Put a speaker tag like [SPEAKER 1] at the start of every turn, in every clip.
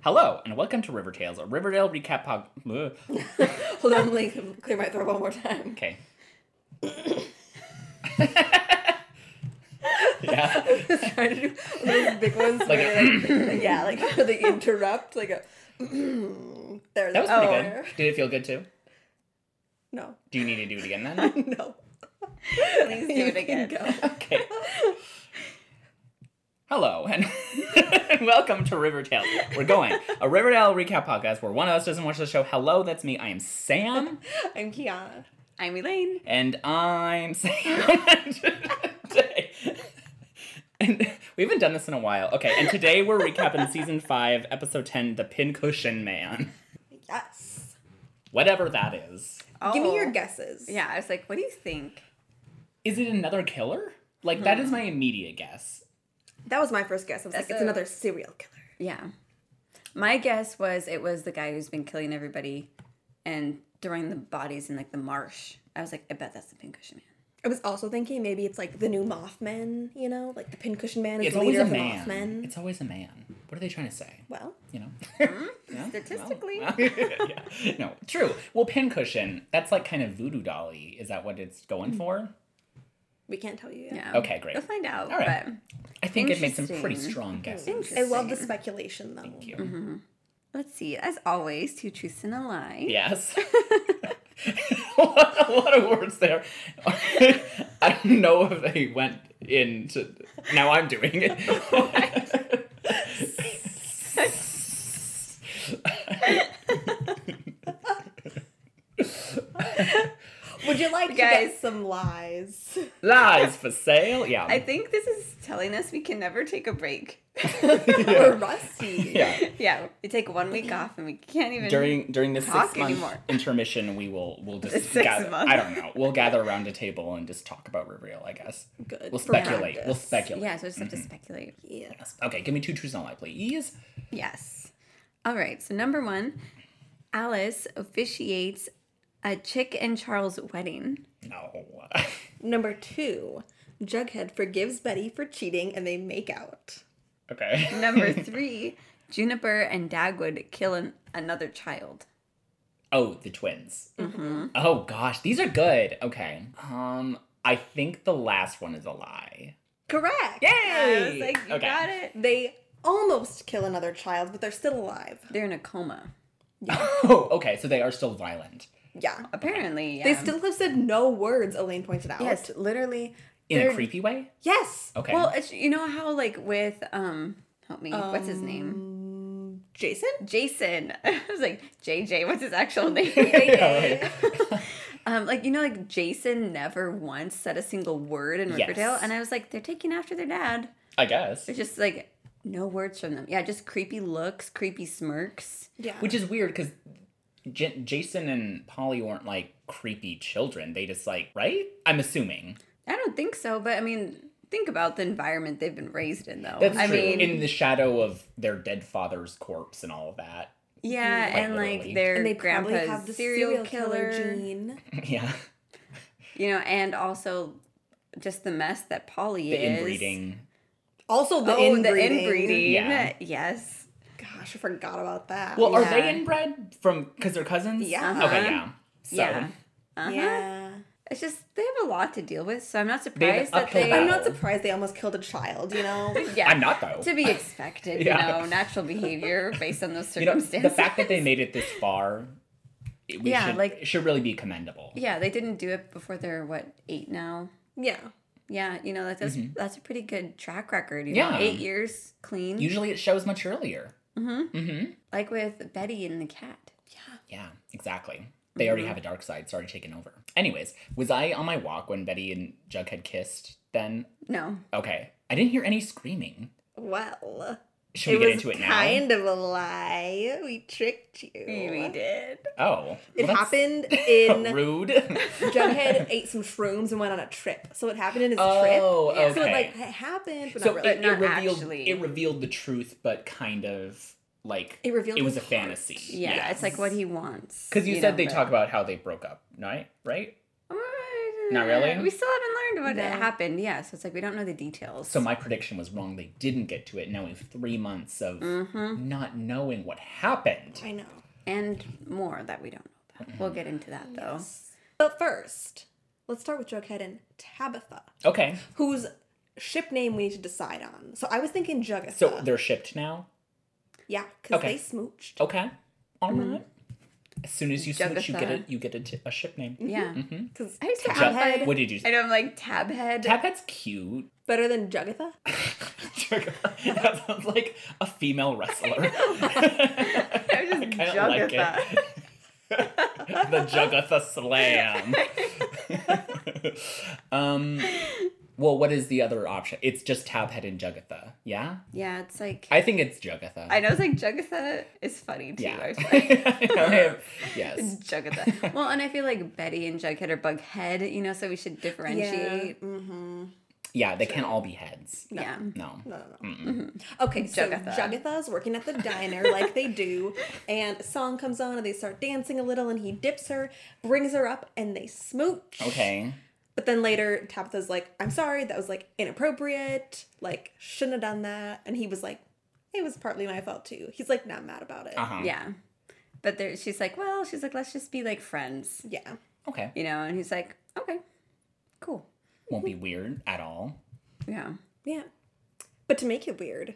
[SPEAKER 1] Hello, and welcome to River Tales, a Riverdale recap pod. Ugh.
[SPEAKER 2] Hold on, let me clear my throat one more time.
[SPEAKER 1] Okay. yeah.
[SPEAKER 2] Try to do those big ones.
[SPEAKER 1] Like a-
[SPEAKER 2] where, like, yeah, like they interrupt, like a. There's
[SPEAKER 1] That was
[SPEAKER 2] oh,
[SPEAKER 1] pretty good. Did it feel good too?
[SPEAKER 2] No,
[SPEAKER 1] Do you need to do it again then?
[SPEAKER 2] no.
[SPEAKER 3] Please do
[SPEAKER 2] You
[SPEAKER 3] it
[SPEAKER 2] can
[SPEAKER 3] again.
[SPEAKER 2] go.
[SPEAKER 1] Okay. Hello, and welcome to Riverdale. We're going a Riverdale recap podcast where one of us doesn't watch the show. Hello, that's me. I am Sam,
[SPEAKER 2] I'm Kiana.
[SPEAKER 3] I'm Elaine.
[SPEAKER 1] and I'm Sam. today, and we haven't done this in a while. Okay, and today we're recapping season five, episode ten, "The Pincushion Man,"
[SPEAKER 2] Yes.
[SPEAKER 1] whatever that is.
[SPEAKER 2] Give me your
[SPEAKER 3] Oh.
[SPEAKER 2] guesses.
[SPEAKER 3] Yeah, I was like, what do you think?
[SPEAKER 1] Is it another killer? Like that is my
[SPEAKER 2] Hmm.
[SPEAKER 1] immediate guess.
[SPEAKER 2] That was my first guess. I was like,
[SPEAKER 3] That's
[SPEAKER 2] it's
[SPEAKER 3] a-
[SPEAKER 2] another serial killer.
[SPEAKER 3] Yeah. My guess was it was the guy who's been killing everybody and throwing the bodies in like the marsh. I was like, I bet that's the pincushion man.
[SPEAKER 2] I was also thinking maybe it's like the new Mothman, you know, like the Pincushion Man is
[SPEAKER 1] It's
[SPEAKER 2] the
[SPEAKER 1] always
[SPEAKER 2] leader
[SPEAKER 1] a
[SPEAKER 2] of the
[SPEAKER 1] man.
[SPEAKER 2] Mothman.
[SPEAKER 1] It's always a man. What are they trying to say?
[SPEAKER 2] Well,
[SPEAKER 1] you know.
[SPEAKER 2] Hmm?
[SPEAKER 1] Yeah?
[SPEAKER 3] Statistically.
[SPEAKER 1] Well, yeah. No, true. Well, pincushion, that's like kind of voodoo dolly. Is that what it's
[SPEAKER 2] Hmm.
[SPEAKER 1] going for?
[SPEAKER 2] we can't tell you yet.
[SPEAKER 3] Yeah.
[SPEAKER 1] Okay, great.
[SPEAKER 3] We'll find out.
[SPEAKER 1] All right. I think it made some
[SPEAKER 3] Interesting.
[SPEAKER 1] pretty strong guesses.
[SPEAKER 3] Interesting.
[SPEAKER 2] I love the speculation though.
[SPEAKER 1] Thank you.
[SPEAKER 3] But let's see. As always, two truths and a lie.
[SPEAKER 1] Yes. what, a, lot of words there. I don't know if they went into. Now I'm doing it.
[SPEAKER 2] Would you like to
[SPEAKER 3] Guys.
[SPEAKER 2] get some lies?
[SPEAKER 1] Lies for sale. Yeah.
[SPEAKER 3] I think this is telling us we can never take a break.
[SPEAKER 2] We're rusty.
[SPEAKER 1] yeah.
[SPEAKER 3] yeah. We take one week off and we can't even.
[SPEAKER 1] during during the
[SPEAKER 3] talk
[SPEAKER 1] six month
[SPEAKER 3] anymore.
[SPEAKER 1] intermission we will we'll just
[SPEAKER 3] six
[SPEAKER 1] gather
[SPEAKER 3] month.
[SPEAKER 1] i don't know we'll gather around a table and just talk about riverdale i guess
[SPEAKER 2] Good.
[SPEAKER 1] we'll
[SPEAKER 2] for
[SPEAKER 1] speculate we'll
[SPEAKER 2] practice.
[SPEAKER 1] speculate
[SPEAKER 3] Yeah, so I just have to
[SPEAKER 1] Mm-hmm.
[SPEAKER 3] speculate.
[SPEAKER 2] Yeah.
[SPEAKER 1] Yes. okay give me two truths and a lie please
[SPEAKER 3] Yes. All right. So number one, Alice officiates a Chick and Charles wedding.
[SPEAKER 1] no
[SPEAKER 2] Number two, Jughead forgives Betty for cheating and they make out.
[SPEAKER 1] okay
[SPEAKER 3] Number three, Juniper and Dagwood kill an, another child.
[SPEAKER 1] oh the twins
[SPEAKER 3] Mm-hmm.
[SPEAKER 1] oh gosh these are good okay um i think the last one is a lie
[SPEAKER 2] Correct.
[SPEAKER 1] yay
[SPEAKER 3] I was like, you
[SPEAKER 1] okay
[SPEAKER 3] got it.
[SPEAKER 2] They almost kill another child, but they're still alive.
[SPEAKER 3] They're in a coma.
[SPEAKER 1] oh okay so they are still violent
[SPEAKER 2] Yeah.
[SPEAKER 3] Apparently, yeah.
[SPEAKER 2] They still have said no words, Elaine pointed out.
[SPEAKER 3] yes, literally.
[SPEAKER 1] in a
[SPEAKER 3] They're-
[SPEAKER 1] creepy way
[SPEAKER 2] Yes.
[SPEAKER 1] okay
[SPEAKER 3] Well, it's, you know how like with um, help me. what's his name?
[SPEAKER 2] Um, Jason?
[SPEAKER 1] Um,
[SPEAKER 3] Jason. I was like JJ. What's his actual name?
[SPEAKER 1] Yeah, right.
[SPEAKER 3] Um, like you know, like Jason never once said a single word in Riverdale,
[SPEAKER 1] Yes.
[SPEAKER 3] and I was like, they're taking after their dad.
[SPEAKER 1] i guess
[SPEAKER 3] It's just like no words from them. Yeah, just creepy looks, creepy smirks.
[SPEAKER 2] Yeah.
[SPEAKER 1] Which is weird because J- Jason and Polly weren't like creepy children. They just like, right? I'm assuming.
[SPEAKER 3] I don't think so, but I mean, think about the environment they've been raised in, though.
[SPEAKER 1] That's
[SPEAKER 3] I
[SPEAKER 1] true.
[SPEAKER 3] mean,
[SPEAKER 1] In the shadow of their dead father's corpse and all of that.
[SPEAKER 3] yeah,
[SPEAKER 1] Quite
[SPEAKER 3] and
[SPEAKER 1] literally.
[SPEAKER 3] like their
[SPEAKER 2] and they
[SPEAKER 3] grandpa's
[SPEAKER 2] probably have the
[SPEAKER 3] serial, killer,
[SPEAKER 2] gene.
[SPEAKER 1] yeah.
[SPEAKER 3] you know, and also just the mess that Polly
[SPEAKER 1] The
[SPEAKER 3] is.
[SPEAKER 1] inbreeding.
[SPEAKER 2] Also the
[SPEAKER 3] Oh,
[SPEAKER 2] inbreeding.
[SPEAKER 3] the inbreeding.
[SPEAKER 1] Yeah.
[SPEAKER 3] Yes.
[SPEAKER 2] Gosh, I forgot about that.
[SPEAKER 1] Well, are
[SPEAKER 3] Yeah.
[SPEAKER 1] they inbred from because they're cousins?
[SPEAKER 2] Yeah.
[SPEAKER 1] Okay, yeah. So
[SPEAKER 3] Yeah. Uh-huh.
[SPEAKER 2] yeah.
[SPEAKER 3] It's just they have a lot to deal with, so I'm not
[SPEAKER 1] an
[SPEAKER 3] surprised that
[SPEAKER 1] uphill
[SPEAKER 3] they.
[SPEAKER 1] battle.
[SPEAKER 2] I'm not surprised they almost killed a child, you know?
[SPEAKER 3] Yeah.
[SPEAKER 1] I'm not though.
[SPEAKER 3] to be expected,
[SPEAKER 1] Yeah.
[SPEAKER 3] you know, natural behavior based on those
[SPEAKER 1] you know,
[SPEAKER 3] circumstances.
[SPEAKER 1] the fact that they made it this far, it- we
[SPEAKER 3] Yeah,
[SPEAKER 1] should,
[SPEAKER 3] like-
[SPEAKER 1] it should really be commendable.
[SPEAKER 3] yeah, they didn't do it before they're what eight now.
[SPEAKER 2] yeah.
[SPEAKER 3] Yeah, you know that, that's that's a pretty good track record. You
[SPEAKER 1] Yeah.
[SPEAKER 3] know? eight years clean.
[SPEAKER 1] Usually, it shows much earlier.
[SPEAKER 3] Mhm.
[SPEAKER 1] Mm-hmm.
[SPEAKER 3] like with Betty and the cat.
[SPEAKER 1] Yeah, exactly. They already have a dark side, it's already taken over. Anyways, was I on my walk when Betty and Jughead kissed then?
[SPEAKER 3] No,
[SPEAKER 1] Okay. I didn't hear any screaming.
[SPEAKER 2] Well,
[SPEAKER 1] Should we get into it now?
[SPEAKER 2] kind of a lie. We tricked you.
[SPEAKER 3] did.
[SPEAKER 1] Oh. well,
[SPEAKER 2] It
[SPEAKER 1] that's
[SPEAKER 2] happened in
[SPEAKER 1] rude.
[SPEAKER 2] Jughead ate some shrooms and went on a trip. So it happened in his trip.
[SPEAKER 1] oh,
[SPEAKER 3] Yeah.
[SPEAKER 1] okay.
[SPEAKER 2] So it like it happened, but
[SPEAKER 1] So
[SPEAKER 2] not
[SPEAKER 1] it,
[SPEAKER 2] really. It,
[SPEAKER 3] but not
[SPEAKER 1] it revealed
[SPEAKER 3] actually.
[SPEAKER 1] it revealed the truth, but kind of like it,
[SPEAKER 2] revealed
[SPEAKER 1] was a
[SPEAKER 2] his
[SPEAKER 1] fantasy.
[SPEAKER 3] Yeah, it's like what he wants.
[SPEAKER 1] Because you, said
[SPEAKER 3] know,
[SPEAKER 1] they
[SPEAKER 3] but-
[SPEAKER 1] talk about how they broke up, right? Right?
[SPEAKER 3] Uh,
[SPEAKER 1] Not really?
[SPEAKER 3] We still haven't learned what
[SPEAKER 2] No.
[SPEAKER 3] happened. Yeah, so it's like we don't know the details.
[SPEAKER 1] So my prediction was wrong. They didn't get to it. Now we have three months of
[SPEAKER 3] Mm-hmm.
[SPEAKER 1] not knowing what happened.
[SPEAKER 2] I know.
[SPEAKER 3] and more that we don't know about. We'll get into that though.
[SPEAKER 2] But first, let's start with Jughead and Tabitha,
[SPEAKER 1] Okay.
[SPEAKER 2] whose ship name we need to decide on. So I was thinking Jugatha.
[SPEAKER 1] So they're shipped now.
[SPEAKER 2] yeah, because
[SPEAKER 1] okay. Oh.
[SPEAKER 2] they smooched.
[SPEAKER 1] Okay. All
[SPEAKER 3] Mm-hmm.
[SPEAKER 1] right. As soon as you switch, you get a
[SPEAKER 3] Jugatha.
[SPEAKER 1] you get a, t- a ship name.
[SPEAKER 3] Yeah.
[SPEAKER 2] Because
[SPEAKER 3] I just got
[SPEAKER 1] Jug-
[SPEAKER 3] Tabhead.
[SPEAKER 1] What did you
[SPEAKER 3] I
[SPEAKER 1] say?
[SPEAKER 3] know I'm like tabhead.
[SPEAKER 1] Tabhead's cute.
[SPEAKER 2] better than Jugatha.
[SPEAKER 1] Jugatha. that sounds like a female wrestler.
[SPEAKER 3] I was just
[SPEAKER 1] kinda
[SPEAKER 3] jug at that.
[SPEAKER 1] it. the Jugatha Slam. um, well, what is the other option? It's just Tabhead and Jugatha. Yeah,
[SPEAKER 3] Yeah, it's like I,
[SPEAKER 1] I think it's Jugatha.
[SPEAKER 3] know it's like Jugatha is funny too.
[SPEAKER 1] yeah.
[SPEAKER 3] I was like,
[SPEAKER 1] I have- yes.
[SPEAKER 3] Jugatha. Well, and I feel like Betty and Jughead are bughead, you know, so we should differentiate.
[SPEAKER 2] Yeah. Mm-hmm.
[SPEAKER 1] Yeah, they can't all be heads.
[SPEAKER 3] Yeah.
[SPEAKER 1] No.
[SPEAKER 2] No, no, no.
[SPEAKER 3] Mm-hmm.
[SPEAKER 2] Okay, so
[SPEAKER 3] Jugatha.
[SPEAKER 2] Jugatha's working at the diner like they do, and a song comes on and they start dancing a little, and he dips her, brings her up, and they smooch.
[SPEAKER 1] Okay.
[SPEAKER 2] But then later, Tabitha's like, I'm sorry, that was like inappropriate. Like, shouldn't have done that. And he was like, it was partly my fault too. He's like, not mad about it.
[SPEAKER 1] Uh huh.
[SPEAKER 3] Yeah. But there she's like, well, she's like, let's just be like friends,
[SPEAKER 2] Yeah.
[SPEAKER 1] Okay.
[SPEAKER 3] you know, and he's like, okay, cool.
[SPEAKER 1] Won't be weird at all.
[SPEAKER 3] Yeah.
[SPEAKER 2] Yeah. But to make it weird,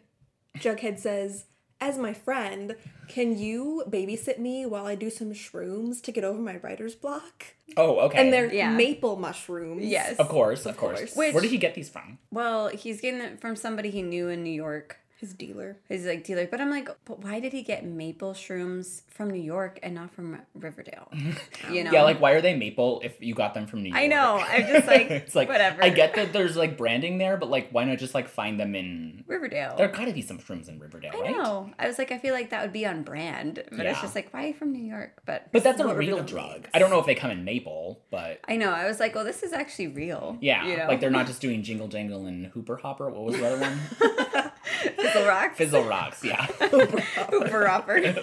[SPEAKER 2] Jughead says, as my friend, can you babysit me while I do some shrooms to get over my writer's block?
[SPEAKER 1] Oh, okay.
[SPEAKER 2] And they're
[SPEAKER 3] Yeah.
[SPEAKER 2] maple mushrooms.
[SPEAKER 3] Yes.
[SPEAKER 1] Of course, of, course.
[SPEAKER 2] course.
[SPEAKER 1] Where
[SPEAKER 3] Which-
[SPEAKER 1] did he get these from?
[SPEAKER 3] Well, he's getting it from somebody he knew in New York.
[SPEAKER 2] His dealer.
[SPEAKER 3] He's like dealer, but I'm like, but why did he get maple shrooms from New York and not from Riverdale? You know,
[SPEAKER 1] Yeah, like why are they maple if you got them from New York?
[SPEAKER 3] I know. I'm just like,
[SPEAKER 1] it's like
[SPEAKER 3] whatever.
[SPEAKER 1] I get that there's like branding there, but like why not just like find them in
[SPEAKER 3] Riverdale.
[SPEAKER 1] there gotta be some shrooms in Riverdale,
[SPEAKER 3] I
[SPEAKER 1] right?
[SPEAKER 3] know. I was like, I feel like that would be on brand, but
[SPEAKER 1] Yeah.
[SPEAKER 3] it's just like, why are you from New York? But
[SPEAKER 1] But that's a
[SPEAKER 2] What
[SPEAKER 1] real
[SPEAKER 2] Riverdale
[SPEAKER 1] drug.
[SPEAKER 2] means.
[SPEAKER 1] I don't know if they come in maple, but
[SPEAKER 3] I know. I was like, well, this is actually real.
[SPEAKER 1] yeah.
[SPEAKER 3] you know,
[SPEAKER 1] Like they're not just doing jingle jangle and hooper hopper. What was the other one?
[SPEAKER 3] Fizzle Rock,
[SPEAKER 1] Fizzle rocks, yeah.
[SPEAKER 3] Hooper Hopper.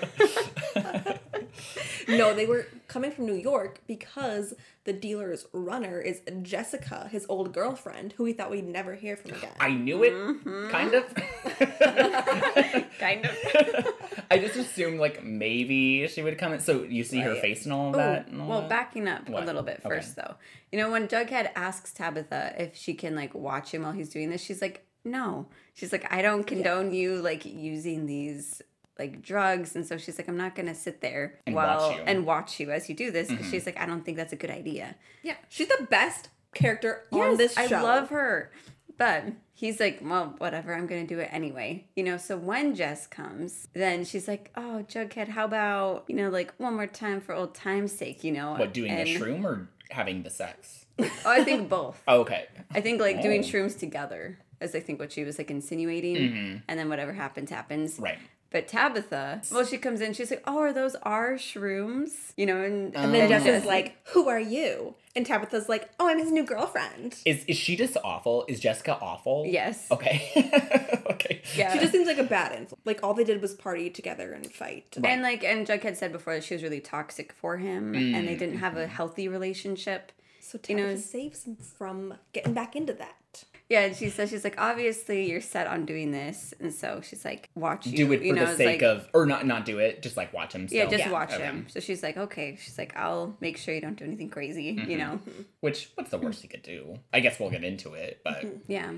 [SPEAKER 2] No, they were coming from New York because the dealer's runner is Jessica, his old girlfriend, who he thought we'd never hear from again.
[SPEAKER 1] I knew it, kind of.
[SPEAKER 3] Mm-hmm. kind of.
[SPEAKER 1] I just assumed like maybe she would come in. So you see her
[SPEAKER 2] Right.
[SPEAKER 1] face and all
[SPEAKER 3] Ooh,
[SPEAKER 1] that. and all
[SPEAKER 3] well,
[SPEAKER 1] that?
[SPEAKER 3] backing up
[SPEAKER 1] What?
[SPEAKER 3] a little bit
[SPEAKER 1] Okay.
[SPEAKER 3] first, though. You know, when Jughead asks Tabitha if she can like watch him while he's doing this, she's like, "No." She's like, "I don't condone you like using these like drugs," and so she's like, "I'm not gonna sit there
[SPEAKER 1] And watch
[SPEAKER 3] while
[SPEAKER 1] you. Mm-hmm.
[SPEAKER 3] and watch you as you do this." But she's like, "I don't think that's a good idea."
[SPEAKER 2] Yeah, she's the best character on
[SPEAKER 3] Yes,
[SPEAKER 2] this show.
[SPEAKER 3] I love her, but. He's like, well, whatever, I'm gonna do it anyway. You know, so when Jess comes, then she's like, oh, Jughead, how about, you know, like one more time for old time's sake, you know?
[SPEAKER 1] What doing
[SPEAKER 3] And-
[SPEAKER 1] the shroom or having the sex?
[SPEAKER 3] Oh, I think both.
[SPEAKER 1] Okay.
[SPEAKER 3] I think like doing
[SPEAKER 1] Oh.
[SPEAKER 3] shrooms together is I think what she was like insinuating, and then whatever happens happens.
[SPEAKER 1] Mm-hmm. Right.
[SPEAKER 3] But Tabitha, well, she comes in, she's like, "Oh, are those our shrooms?" You know, and, and
[SPEAKER 2] And
[SPEAKER 1] Oh.
[SPEAKER 3] then
[SPEAKER 2] Jess
[SPEAKER 3] Jess
[SPEAKER 2] is like, "Who are you?" And Tabitha's like, "Oh, I'm his new girlfriend."
[SPEAKER 1] Is is she just awful? Is Jessica awful?
[SPEAKER 3] "Yes,
[SPEAKER 1] Okay. okay.
[SPEAKER 3] yeah."
[SPEAKER 2] She just seems like a bad influence. Like all they did was party together and fight.
[SPEAKER 3] and like, and Jughead said before that she was really toxic for him, and they didn't have a
[SPEAKER 1] Mm-hmm.
[SPEAKER 3] healthy relationship.
[SPEAKER 2] So
[SPEAKER 3] You know,
[SPEAKER 2] Tabitha saves him from getting back into that.
[SPEAKER 3] Yeah, and she says she's like, obviously you're set on doing this, and so she's like, watch you,
[SPEAKER 1] Do it for
[SPEAKER 3] you know,
[SPEAKER 1] the
[SPEAKER 3] it's
[SPEAKER 1] sake
[SPEAKER 3] like-
[SPEAKER 1] of, or not not do it. Just like watch him. Still.
[SPEAKER 3] Yeah, just
[SPEAKER 2] Yeah.
[SPEAKER 3] watch
[SPEAKER 1] Okay.
[SPEAKER 3] him. So she's like, okay. She's like, I'll make sure you don't do anything crazy,
[SPEAKER 1] Mm-hmm.
[SPEAKER 3] you know?
[SPEAKER 1] Which what's the worst you could do? I guess we'll get into it, but
[SPEAKER 3] Yeah.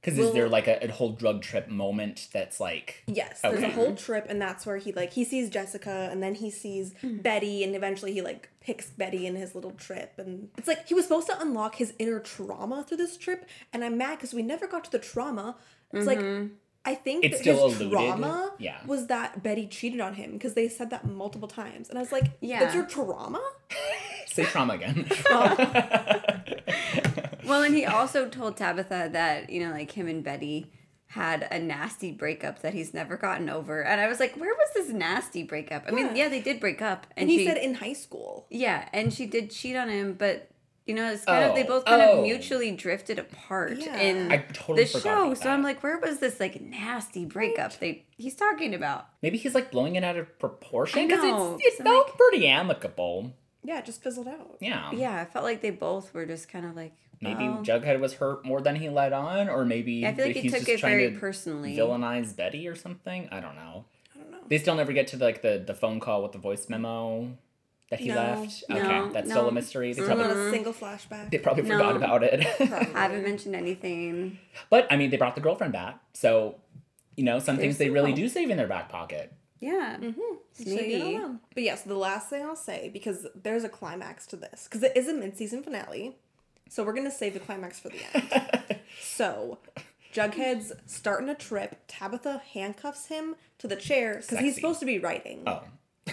[SPEAKER 1] because is there like a, a whole drug trip moment that's like
[SPEAKER 2] Yes, there's a
[SPEAKER 1] Okay.
[SPEAKER 2] whole trip, and that's where he like he sees Jessica, and then he sees
[SPEAKER 3] Mm-hmm.
[SPEAKER 2] Betty, and eventually he like picks Betty in his little trip, and it's like he was supposed to unlock his inner trauma through this trip, and I'm mad because we never got to the trauma. It's like I think
[SPEAKER 1] Mm-hmm. It's
[SPEAKER 2] that
[SPEAKER 1] still
[SPEAKER 2] his
[SPEAKER 1] eluded.
[SPEAKER 2] trauma
[SPEAKER 1] Yeah.
[SPEAKER 2] was that Betty cheated on him because they said that multiple times, and I was like,
[SPEAKER 3] Yeah.
[SPEAKER 2] that's your trauma.
[SPEAKER 1] say trauma again?
[SPEAKER 3] Well, and he also told Tabitha that, you know, like him and Betty had a nasty breakup that he's never gotten over. And I was like, where was this nasty breakup? I mean,
[SPEAKER 2] Yeah.
[SPEAKER 3] yeah, they did break up. And,
[SPEAKER 2] And he
[SPEAKER 3] she,
[SPEAKER 2] said in high school.
[SPEAKER 3] yeah, and she did cheat on him, but, you know, it's kind of, they
[SPEAKER 1] Oh.
[SPEAKER 3] both kind
[SPEAKER 1] Oh.
[SPEAKER 3] of mutually drifted apart
[SPEAKER 2] Yeah.
[SPEAKER 3] in
[SPEAKER 1] I totally
[SPEAKER 3] the
[SPEAKER 1] forgot
[SPEAKER 3] show.
[SPEAKER 1] about
[SPEAKER 3] So I'm
[SPEAKER 1] that.
[SPEAKER 3] like, where was this like nasty breakup they he's talking about?
[SPEAKER 1] Maybe he's like blowing it out of proportion
[SPEAKER 3] I
[SPEAKER 1] because
[SPEAKER 3] know,
[SPEAKER 1] it
[SPEAKER 3] 'cause I'm
[SPEAKER 1] felt pretty amicable.
[SPEAKER 2] Yeah, it just fizzled out.
[SPEAKER 1] Yeah.
[SPEAKER 3] Yeah, I felt like they both were just kind of like
[SPEAKER 1] Um. Maybe
[SPEAKER 3] well,
[SPEAKER 1] Jughead was hurt more than he let on, or maybe
[SPEAKER 3] Um, I feel like he
[SPEAKER 1] he's
[SPEAKER 3] took
[SPEAKER 1] just
[SPEAKER 3] it
[SPEAKER 1] trying
[SPEAKER 3] very
[SPEAKER 1] to
[SPEAKER 3] personally.
[SPEAKER 1] villainize Betty or something. I don't know.
[SPEAKER 2] I don't know.
[SPEAKER 1] They still never get to like the, the phone call with the voice memo that he
[SPEAKER 2] No.
[SPEAKER 1] left.
[SPEAKER 3] No,
[SPEAKER 1] okay, that's still
[SPEAKER 3] no.
[SPEAKER 1] a mystery. They
[SPEAKER 3] Mm.
[SPEAKER 1] probably
[SPEAKER 2] Not
[SPEAKER 3] Mhm.
[SPEAKER 2] a single flashback.
[SPEAKER 1] they probably forgot
[SPEAKER 3] No.
[SPEAKER 1] about it.
[SPEAKER 2] Probably.
[SPEAKER 3] I haven't mentioned anything.
[SPEAKER 1] but I mean, they brought the girlfriend back, so you know some
[SPEAKER 3] There
[SPEAKER 1] things
[SPEAKER 3] you
[SPEAKER 1] they really
[SPEAKER 3] go.
[SPEAKER 1] do save in their back pocket.
[SPEAKER 3] Yeah.
[SPEAKER 2] Mm-hmm.
[SPEAKER 3] Maybe.
[SPEAKER 2] But yes, the last thing I'll say because there's a climax to this because it is a mid-season finale, so we're gonna save the climax for the end.
[SPEAKER 1] Oh.
[SPEAKER 2] so, Jughead's starting a trip. Tabitha handcuffs him to the chair because
[SPEAKER 1] Sexy.
[SPEAKER 2] he's supposed to be writing.
[SPEAKER 1] oh,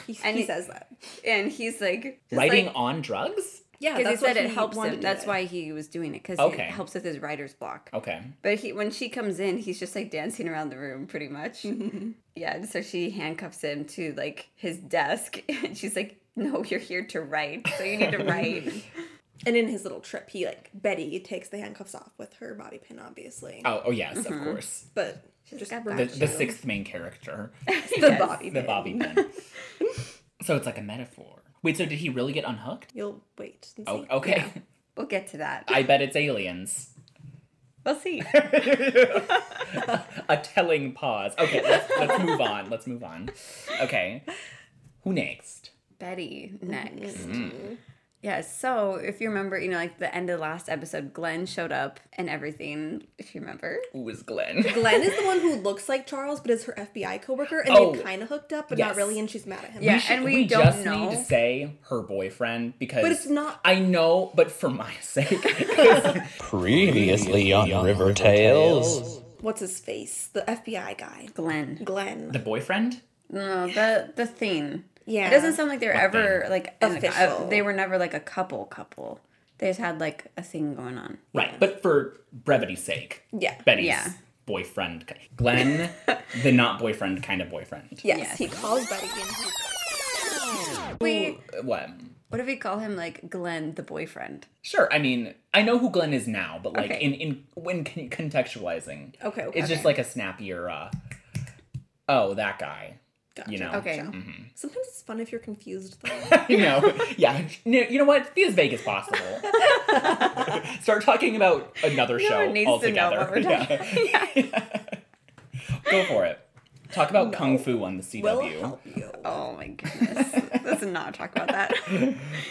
[SPEAKER 2] He,
[SPEAKER 3] And
[SPEAKER 2] he
[SPEAKER 3] it-
[SPEAKER 2] says that.
[SPEAKER 3] And he's like just
[SPEAKER 1] writing
[SPEAKER 3] like,
[SPEAKER 1] on drugs.
[SPEAKER 2] Yeah,
[SPEAKER 3] because he
[SPEAKER 2] that's what
[SPEAKER 3] said it helps
[SPEAKER 2] wanted
[SPEAKER 3] him.
[SPEAKER 2] to
[SPEAKER 3] That's
[SPEAKER 2] do.
[SPEAKER 3] why he was doing it because
[SPEAKER 1] Okay. Oh.
[SPEAKER 3] it helps with his writer's block.
[SPEAKER 1] Okay,
[SPEAKER 3] But he, when she comes in, he's just like dancing around the room, pretty much. yeah. And so she handcuffs him to like his desk, and she's like, "No, you're here to write, so you need to write."
[SPEAKER 2] And in his little trip, he like Betty takes the handcuffs off with her bobby pin, obviously.
[SPEAKER 1] Oh, oh yes,
[SPEAKER 3] Mm-hmm.
[SPEAKER 1] of course.
[SPEAKER 2] But
[SPEAKER 3] She's
[SPEAKER 2] just
[SPEAKER 3] got
[SPEAKER 1] The,
[SPEAKER 2] remember-
[SPEAKER 3] that.
[SPEAKER 1] the sixth main character,
[SPEAKER 2] the
[SPEAKER 3] Yes.
[SPEAKER 2] bobby
[SPEAKER 1] the
[SPEAKER 2] pin.
[SPEAKER 1] bobby pin. so it's like a metaphor. Wait, so did he really get unhooked?
[SPEAKER 2] You'll wait and see.
[SPEAKER 1] Oh, okay.
[SPEAKER 3] we'll get to that.
[SPEAKER 1] I bet it's aliens.
[SPEAKER 3] we'll see.
[SPEAKER 1] a telling pause. Okay, let's, let's move on. Let's move on. Okay, who next?
[SPEAKER 3] Betty next. Yeah, so if you remember, you know, like the end of last episode, Glenn showed up and everything, if you remember.
[SPEAKER 1] Who is Glenn?
[SPEAKER 2] Glenn is the one who looks like Charles, but is her FBI coworker, and
[SPEAKER 1] Oh.
[SPEAKER 2] they've kind of hooked up, but
[SPEAKER 1] Yes.
[SPEAKER 2] not really, and she's mad at him.
[SPEAKER 3] Yeah.
[SPEAKER 1] should-
[SPEAKER 3] and we don't
[SPEAKER 1] just
[SPEAKER 3] know.
[SPEAKER 1] need to say her boyfriend because
[SPEAKER 2] But it's not.
[SPEAKER 1] I know, but for my sake,
[SPEAKER 4] Previously on River Tales.
[SPEAKER 2] What's his face? The FBI guy.
[SPEAKER 3] Glenn.
[SPEAKER 1] the
[SPEAKER 2] Glenn.
[SPEAKER 1] boyfriend.
[SPEAKER 3] No, the the thing.
[SPEAKER 2] Yeah.
[SPEAKER 3] It doesn't sound like they were ever like an-
[SPEAKER 2] Official.
[SPEAKER 3] a- uh, they were never like a couple couple. They just had like a thing going on.
[SPEAKER 1] Right, but for brevity's sake,
[SPEAKER 2] Yeah.
[SPEAKER 1] Betty's
[SPEAKER 3] Yeah.
[SPEAKER 1] boyfriend, ki- Glenn, the not boyfriend kind of boyfriend.
[SPEAKER 2] Yes,
[SPEAKER 3] Yes.
[SPEAKER 2] he calls Betty and he,
[SPEAKER 3] We
[SPEAKER 1] What?
[SPEAKER 3] what if we call him like Glenn the boyfriend?
[SPEAKER 1] Sure. I mean, I know who Glenn is now, but like
[SPEAKER 3] Okay.
[SPEAKER 1] in in when con- contextualizing,
[SPEAKER 2] Okay, okay.
[SPEAKER 1] it's just like a snappier. uh Oh, that guy. You know. mm-hmm.
[SPEAKER 3] Okay.
[SPEAKER 2] Sometimes it's fun if you're confused, though.
[SPEAKER 1] you know, yeah. No, you know what? Be as vague as possible. Start talking about another
[SPEAKER 3] No
[SPEAKER 1] show
[SPEAKER 3] one needs to know
[SPEAKER 1] altogether.
[SPEAKER 3] what we're talking
[SPEAKER 1] Yeah. Go for it. Talk about kung fu on the CW.
[SPEAKER 2] We'll help you.
[SPEAKER 3] Oh my goodness. Let's not talk about that.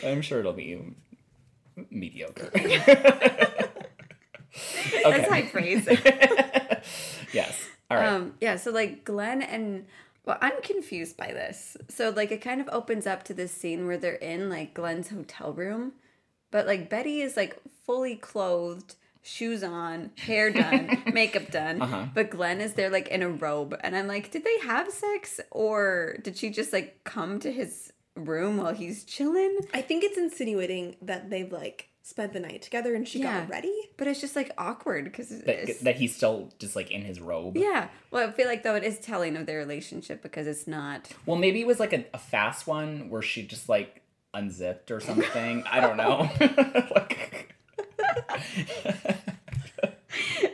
[SPEAKER 1] I'm sure it'll be mediocre.
[SPEAKER 3] That's high praise.
[SPEAKER 1] yes. All right.
[SPEAKER 3] Um, yeah, so like Glenn and well, I'm confused by this. So like it kind of opens up to this scene where they're in like Glenn's hotel room, but like Betty is like fully clothed, shoes on, hair done, makeup done,
[SPEAKER 1] Uh-huh.
[SPEAKER 3] but Glenn is there like in a robe, and I'm like, did they have sex or did she just like come to his room while he's chilling?
[SPEAKER 2] I think it's insinuating that they've like spent the night together and she
[SPEAKER 3] Yeah.
[SPEAKER 2] got ready.
[SPEAKER 3] But it's just like awkward because
[SPEAKER 1] that, that he's still just like in his robe.
[SPEAKER 3] yeah. Well, I feel like though it is telling of their relationship because it's not.
[SPEAKER 1] Well, maybe it was like a, a fast one where she just like unzipped or something. I don't know. like,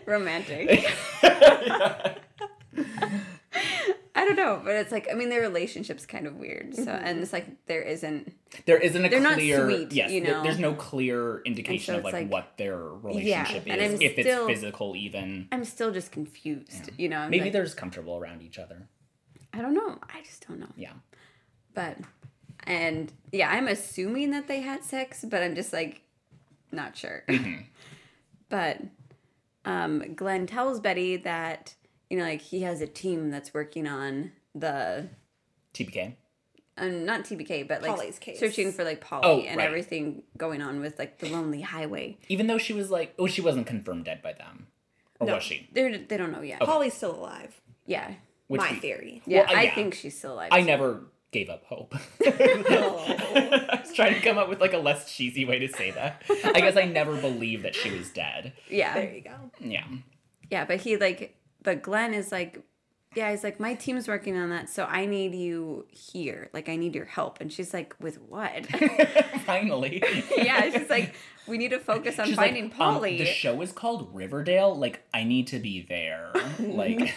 [SPEAKER 3] romantic. I don't know, but it's like I mean their relationship's kind of weird. So
[SPEAKER 1] Mm-hmm.
[SPEAKER 3] and it's like there isn't
[SPEAKER 1] There isn't a
[SPEAKER 3] They're not
[SPEAKER 1] clear
[SPEAKER 3] sweet,
[SPEAKER 1] yes.
[SPEAKER 3] you
[SPEAKER 1] there-
[SPEAKER 3] know?
[SPEAKER 1] there's no clear indication
[SPEAKER 3] so
[SPEAKER 1] of
[SPEAKER 3] it's
[SPEAKER 1] like,
[SPEAKER 3] like-
[SPEAKER 1] what their relationship
[SPEAKER 3] and
[SPEAKER 1] is,
[SPEAKER 3] I'm
[SPEAKER 1] if
[SPEAKER 3] still-
[SPEAKER 1] it's physical even.
[SPEAKER 3] I'm still just confused, you know. I'm
[SPEAKER 1] Maybe
[SPEAKER 3] like,
[SPEAKER 1] they're just comfortable around each other.
[SPEAKER 3] I don't know. I just don't know.
[SPEAKER 1] Yeah.
[SPEAKER 3] But and yeah, I'm assuming that they had sex, but I'm just like not sure.
[SPEAKER 1] Mm-hmm.
[SPEAKER 3] but um Glenn tells Betty that you know like he has a team that's working on the
[SPEAKER 1] TPK.
[SPEAKER 3] um, not TBK, but like
[SPEAKER 2] Polly's case.
[SPEAKER 3] searching for like Polly
[SPEAKER 1] Oh,
[SPEAKER 3] and
[SPEAKER 1] right.
[SPEAKER 3] everything going on with like the Lonely Highway.
[SPEAKER 1] Even though she was like, oh, she wasn't confirmed dead by them, or
[SPEAKER 2] No.
[SPEAKER 1] was she?
[SPEAKER 3] They're they don't know yet.
[SPEAKER 2] Polly's still alive.
[SPEAKER 3] Yeah,
[SPEAKER 1] Which
[SPEAKER 2] my
[SPEAKER 1] we-
[SPEAKER 2] theory.
[SPEAKER 3] yeah.
[SPEAKER 1] Well, uh,
[SPEAKER 3] I
[SPEAKER 1] yeah.
[SPEAKER 3] think she's still alive.
[SPEAKER 1] I never gave up hope. I was trying to come up with like a less cheesy way to say that. I guess I never believed that she was dead.
[SPEAKER 2] There
[SPEAKER 3] Yeah,
[SPEAKER 2] you go.
[SPEAKER 1] Yeah.
[SPEAKER 3] yeah. But he like, but Glenn is like, yeah. He's like, my team's working on that, so I need you here. Like, I need your help. And she's like, with what?
[SPEAKER 1] Finally.
[SPEAKER 3] yeah, she's like, we need to focus on
[SPEAKER 1] She's like,
[SPEAKER 3] finding
[SPEAKER 1] um,
[SPEAKER 3] Polly.
[SPEAKER 1] the show is called Riverdale. Like, I need to be there. Like,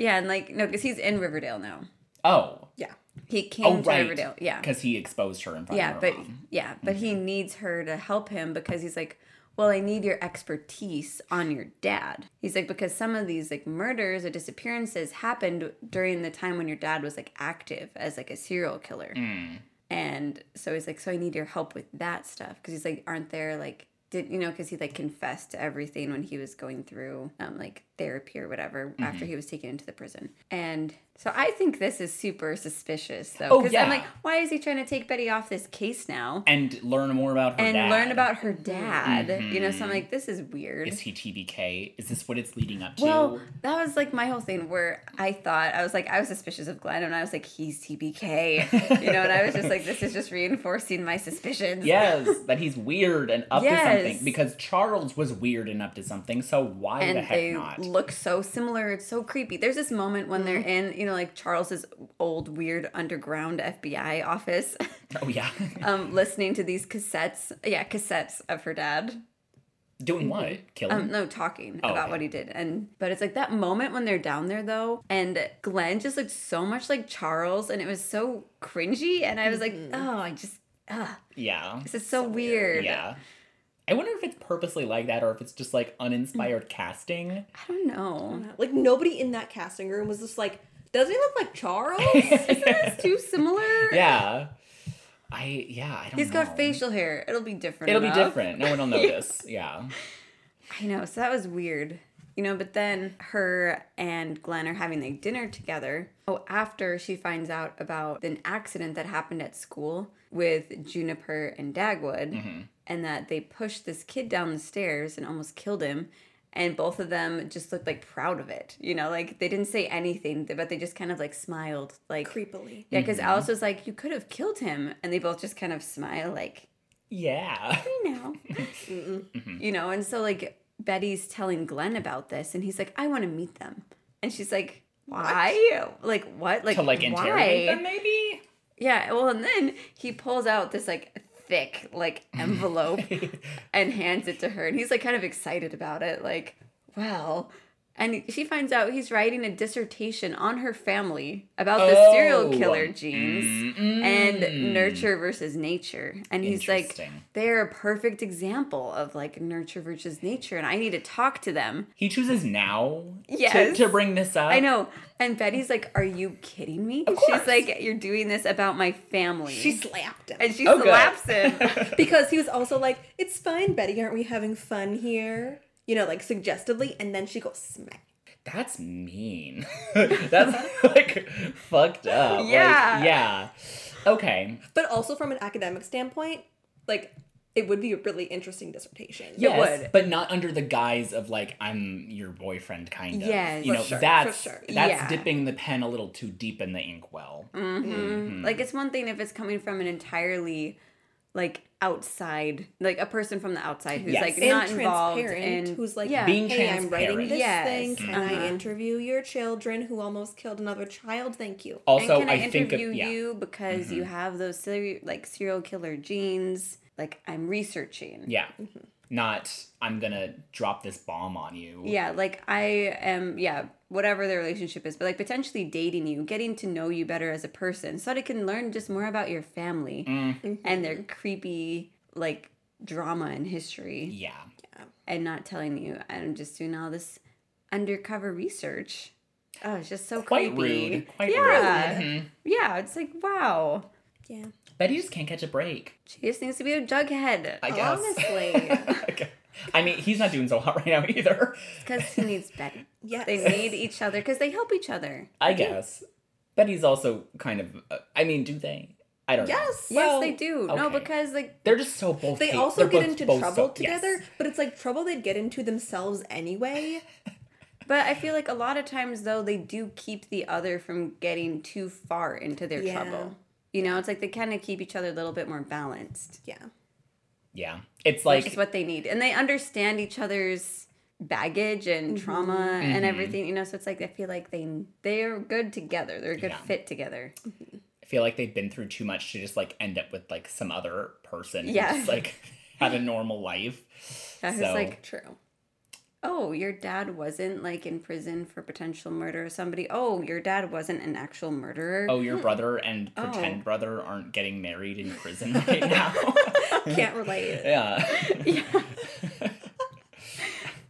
[SPEAKER 3] yeah, and like no, because he's in Riverdale now.
[SPEAKER 1] oh,
[SPEAKER 2] Yeah.
[SPEAKER 3] He came
[SPEAKER 1] Oh,
[SPEAKER 3] to
[SPEAKER 1] right.
[SPEAKER 3] Riverdale. Yeah.
[SPEAKER 1] Because he exposed her in front
[SPEAKER 3] Yeah,
[SPEAKER 1] of her
[SPEAKER 3] but
[SPEAKER 1] mom. Mm-hmm.
[SPEAKER 3] yeah, but he needs her to help him because he's like, well, I need your expertise on your dad. He's like because some of these like murders or disappearances happened during the time when your dad was like active as like a serial killer.
[SPEAKER 1] Mm-hmm.
[SPEAKER 3] And so he's like, so I need your help with that stuff because he's like, aren't there like did you know because he like confessed to everything when he was going through um like therapy or whatever after
[SPEAKER 1] Mm-hmm.
[SPEAKER 3] he was taken into the prison and so i think this is super suspicious though
[SPEAKER 1] Oh,
[SPEAKER 3] because
[SPEAKER 1] yeah.
[SPEAKER 3] i'm like why is he trying to take betty off this case now
[SPEAKER 1] And learn more about her
[SPEAKER 3] and
[SPEAKER 1] Oh, dad. Mm-hmm.
[SPEAKER 3] learn about her dad you know so i'm like this is weird
[SPEAKER 1] Is he TBK? Is this what it's leading up to?
[SPEAKER 3] well, that was like my whole thing where I thought I was like I was suspicious of Glenn and I was like he's TBK, you know, and I was just like this is just reinforcing my suspicions.
[SPEAKER 1] yes, that he's weird and up to
[SPEAKER 3] Yes.
[SPEAKER 1] something. Because Charles was weird and up to something, so why Oh, the
[SPEAKER 3] and
[SPEAKER 1] heck
[SPEAKER 3] they
[SPEAKER 1] not?
[SPEAKER 3] look so similar. It's so creepy. There's this moment when they're
[SPEAKER 1] Mm.
[SPEAKER 3] in, you know, like Charles's old weird underground FBI office,
[SPEAKER 1] oh yeah.
[SPEAKER 3] um, listening to these cassettes. Yeah, cassettes of her dad.
[SPEAKER 1] Doing what? Killing?
[SPEAKER 3] Um, no, talking
[SPEAKER 1] Oh,
[SPEAKER 3] about
[SPEAKER 1] okay.
[SPEAKER 3] what he did. And but it's like that moment when they're down there though, and Glenn just looked so much like Charles, and it was so cringy. And I was like,
[SPEAKER 1] Mm-hmm.
[SPEAKER 3] oh, I just, ah,
[SPEAKER 1] yeah.
[SPEAKER 3] this is so, weird.
[SPEAKER 1] Yeah. I wonder if it's purposely like that or if it's just like uninspired casting.
[SPEAKER 3] I don't know.
[SPEAKER 2] Like nobody in that casting room was just like, doesn't he look like Charles?
[SPEAKER 3] It's too similar.
[SPEAKER 1] Yeah. I yeah, I don't
[SPEAKER 3] He's
[SPEAKER 1] know.
[SPEAKER 3] got facial hair. It'll be different.
[SPEAKER 1] It'll be
[SPEAKER 3] enough.
[SPEAKER 1] different. No one will notice. yeah.
[SPEAKER 3] I know. So that was weird. You know, but then her and Glenn are having like dinner together. Oh, after she finds out about an accident that happened at school with Juniper and Dagwood, and that they pushed this kid down the stairs and almost killed him. And both of them just looked like proud of it. You know, like they didn't say anything, but they just kind of like smiled. Like,
[SPEAKER 2] Creepily.
[SPEAKER 3] yeah, because Alice was like, you could have killed him. And they both just kind of smile, like,
[SPEAKER 1] Yeah.
[SPEAKER 3] you know. You know, and so like Betty's telling Glenn about this and he's like, I want to meet them. And she's like, Why? Like what? Like,
[SPEAKER 1] to like interrogate
[SPEAKER 3] why?
[SPEAKER 1] them maybe?
[SPEAKER 3] Yeah, well and then he pulls out this like thick like envelope and hands it to her and he's like kind of excited about it, like, well. And she finds out he's writing a dissertation on her family about the
[SPEAKER 1] Oh.
[SPEAKER 3] serial killer genes and nurture versus nature. And he's like,
[SPEAKER 1] Hmm. Interesting.
[SPEAKER 3] they're a perfect example of like nurture versus nature, and I need to talk to them.
[SPEAKER 1] He chooses now to,
[SPEAKER 3] Yes.
[SPEAKER 1] to bring this up.
[SPEAKER 3] I know. And Betty's like, Are you kidding me? She's
[SPEAKER 1] course.
[SPEAKER 3] like, You're doing this about my family.
[SPEAKER 2] She slapped him.
[SPEAKER 3] and she
[SPEAKER 1] Oh, good.
[SPEAKER 3] slaps him.
[SPEAKER 2] because he was also like, it's fine, Betty, aren't we having fun here? You know, like suggestively, and then she goes smack.
[SPEAKER 1] That's mean. That's like fucked up. Like,
[SPEAKER 3] Yeah.
[SPEAKER 1] yeah. Okay.
[SPEAKER 2] But also from an academic standpoint, like it would be a really interesting dissertation.
[SPEAKER 1] Yes,
[SPEAKER 3] would.
[SPEAKER 1] but not under the guise of like I'm your boyfriend kind of.
[SPEAKER 3] Yes.
[SPEAKER 1] you
[SPEAKER 3] For
[SPEAKER 1] know
[SPEAKER 2] sure, for
[SPEAKER 1] that's
[SPEAKER 2] sure.
[SPEAKER 1] that's
[SPEAKER 3] Yeah.
[SPEAKER 1] dipping the pen a little too deep in the inkwell.
[SPEAKER 3] Mhm. Like it's one thing if it's coming from an entirely like outside, like a person from the outside who's
[SPEAKER 1] Yes.
[SPEAKER 3] like
[SPEAKER 2] And
[SPEAKER 3] not involved
[SPEAKER 2] transparent,
[SPEAKER 3] and
[SPEAKER 2] who's like,
[SPEAKER 3] yeah.
[SPEAKER 1] Being
[SPEAKER 2] hey, I'm writing this
[SPEAKER 3] Yes.
[SPEAKER 2] thing. Can
[SPEAKER 3] Uh-huh.
[SPEAKER 2] I interview your children who almost killed another child? Thank you.
[SPEAKER 3] Oh.
[SPEAKER 1] Also,
[SPEAKER 3] and can I,
[SPEAKER 1] think of
[SPEAKER 3] interview
[SPEAKER 1] yeah. Mm-hmm.
[SPEAKER 3] you because you have those seri- like serial killer genes? Like I'm researching.
[SPEAKER 1] Yeah.
[SPEAKER 3] Mm-hmm.
[SPEAKER 1] Not I'm gonna drop this bomb on you.
[SPEAKER 3] Yeah, like I am, yeah, whatever their relationship is, but like potentially dating you, getting to know you better as a person so that I can learn just more about your family
[SPEAKER 1] Mm,
[SPEAKER 2] Mm-hmm.
[SPEAKER 1] Mm-hmm.
[SPEAKER 3] and their creepy, like, drama and history
[SPEAKER 1] Yeah.
[SPEAKER 3] and not telling you. I'm just doing all this undercover research. Oh, it's just so
[SPEAKER 1] Quite
[SPEAKER 3] creepy.
[SPEAKER 1] rude. Quite
[SPEAKER 3] yeah.
[SPEAKER 1] rude. Mhm.
[SPEAKER 3] Yeah, it's like, wow.
[SPEAKER 2] Yeah.
[SPEAKER 1] Betty just can't catch a break.
[SPEAKER 3] She just needs to be a jughead.
[SPEAKER 1] I guess.
[SPEAKER 2] Honestly.
[SPEAKER 1] Okay. I mean, he's not doing so hot right now either.
[SPEAKER 3] Because she needs Betty.
[SPEAKER 2] Yes.
[SPEAKER 3] They need each other because they help each other.
[SPEAKER 1] I guess. Betty's also kind of. Uh, I mean, do they? I don't know.
[SPEAKER 2] Yes.
[SPEAKER 1] Well,
[SPEAKER 3] yes, they do. No,
[SPEAKER 1] okay.
[SPEAKER 3] because like
[SPEAKER 1] They're just so both.
[SPEAKER 2] They
[SPEAKER 1] hate-
[SPEAKER 2] also
[SPEAKER 1] they're
[SPEAKER 2] get
[SPEAKER 1] both-
[SPEAKER 2] into
[SPEAKER 1] both
[SPEAKER 2] trouble
[SPEAKER 1] so- yes.
[SPEAKER 2] together, but it's like trouble they'd get into themselves anyway.
[SPEAKER 3] But I feel like a lot of times though they do keep the other from getting too far into their
[SPEAKER 2] Yeah.
[SPEAKER 3] trouble. You know, it's like they kind of keep each other a little bit more balanced,
[SPEAKER 2] Yeah.
[SPEAKER 1] Yeah, it's
[SPEAKER 3] which is
[SPEAKER 1] like
[SPEAKER 3] what they need, and they understand each other's baggage and trauma
[SPEAKER 1] Mm-hmm.
[SPEAKER 3] and everything. You know, so it's like I feel like they they're good together. They're a good
[SPEAKER 1] Yeah.
[SPEAKER 3] fit together.
[SPEAKER 1] I feel like they've been through too much to just like end up with like some other person. who
[SPEAKER 3] Yeah.
[SPEAKER 1] just, like had a normal life.
[SPEAKER 3] I was
[SPEAKER 1] So-
[SPEAKER 3] like,
[SPEAKER 2] True.
[SPEAKER 3] oh, your dad wasn't like in prison for potential murder of somebody. Oh, your dad wasn't an actual murderer.
[SPEAKER 1] Oh, your brother and pretend
[SPEAKER 3] Oh.
[SPEAKER 1] brother aren't getting married in prison right now.
[SPEAKER 2] Can't relate.
[SPEAKER 1] yeah.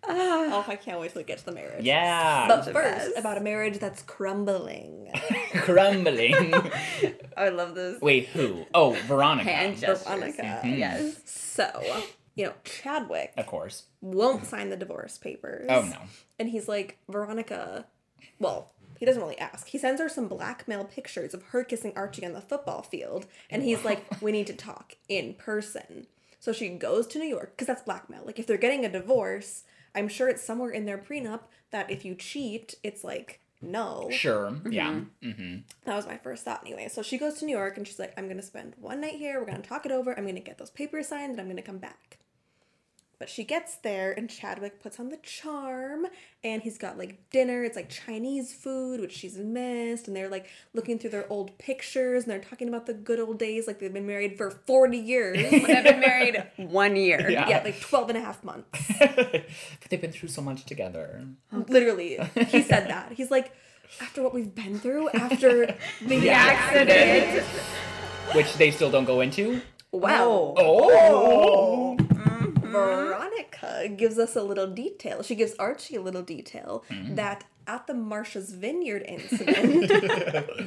[SPEAKER 2] Oh, I can't wait till we get to the marriage.
[SPEAKER 1] Yeah.
[SPEAKER 2] But
[SPEAKER 3] the
[SPEAKER 2] first,
[SPEAKER 3] best.
[SPEAKER 2] about a marriage that's crumbling.
[SPEAKER 1] Crumbling.
[SPEAKER 3] I love those
[SPEAKER 1] Wait, who? Oh, Veronica. Mm-hmm.
[SPEAKER 3] hand gestures.
[SPEAKER 2] Veronica.
[SPEAKER 3] Yes.
[SPEAKER 2] so, you know, Chadwick
[SPEAKER 1] Of course.
[SPEAKER 2] won't sign the divorce papers.
[SPEAKER 1] Oh no.
[SPEAKER 2] And he's like, Veronica, well, he doesn't really ask. He sends her some blackmail pictures of her kissing Archie on the football field. And he's like, we need to talk in person. So she goes to New York because that's blackmail. Like, if they're getting a divorce, I'm sure it's somewhere in their prenup that if you cheat, it's like, no.
[SPEAKER 1] Sure. Yeah. Mm-hmm.
[SPEAKER 2] That was my first thought anyway. So she goes to New York and she's like, I'm gonna spend one night here, we're gonna talk it over, I'm gonna get those papers signed, and I'm gonna come back. But she gets there and Chadwick puts on the charm and he's got like dinner, it's like Chinese food, which she's missed, and they're like looking through their old pictures and they're talking about the good old days, like they've been married for 40 years.
[SPEAKER 3] When I've been married one year.
[SPEAKER 1] Yeah.
[SPEAKER 2] yeah, like 12 and a half months.
[SPEAKER 1] but they've been through so much together.
[SPEAKER 2] Literally. He said that. He's like, after what we've been through, after the
[SPEAKER 3] Accident.
[SPEAKER 1] Which they still don't go into.
[SPEAKER 2] Wow.
[SPEAKER 1] Oh.
[SPEAKER 2] Veronica gives us a little detail. She gives Archie a little detail
[SPEAKER 1] Mm-hmm.
[SPEAKER 2] that at the Marsha's Vineyard incident,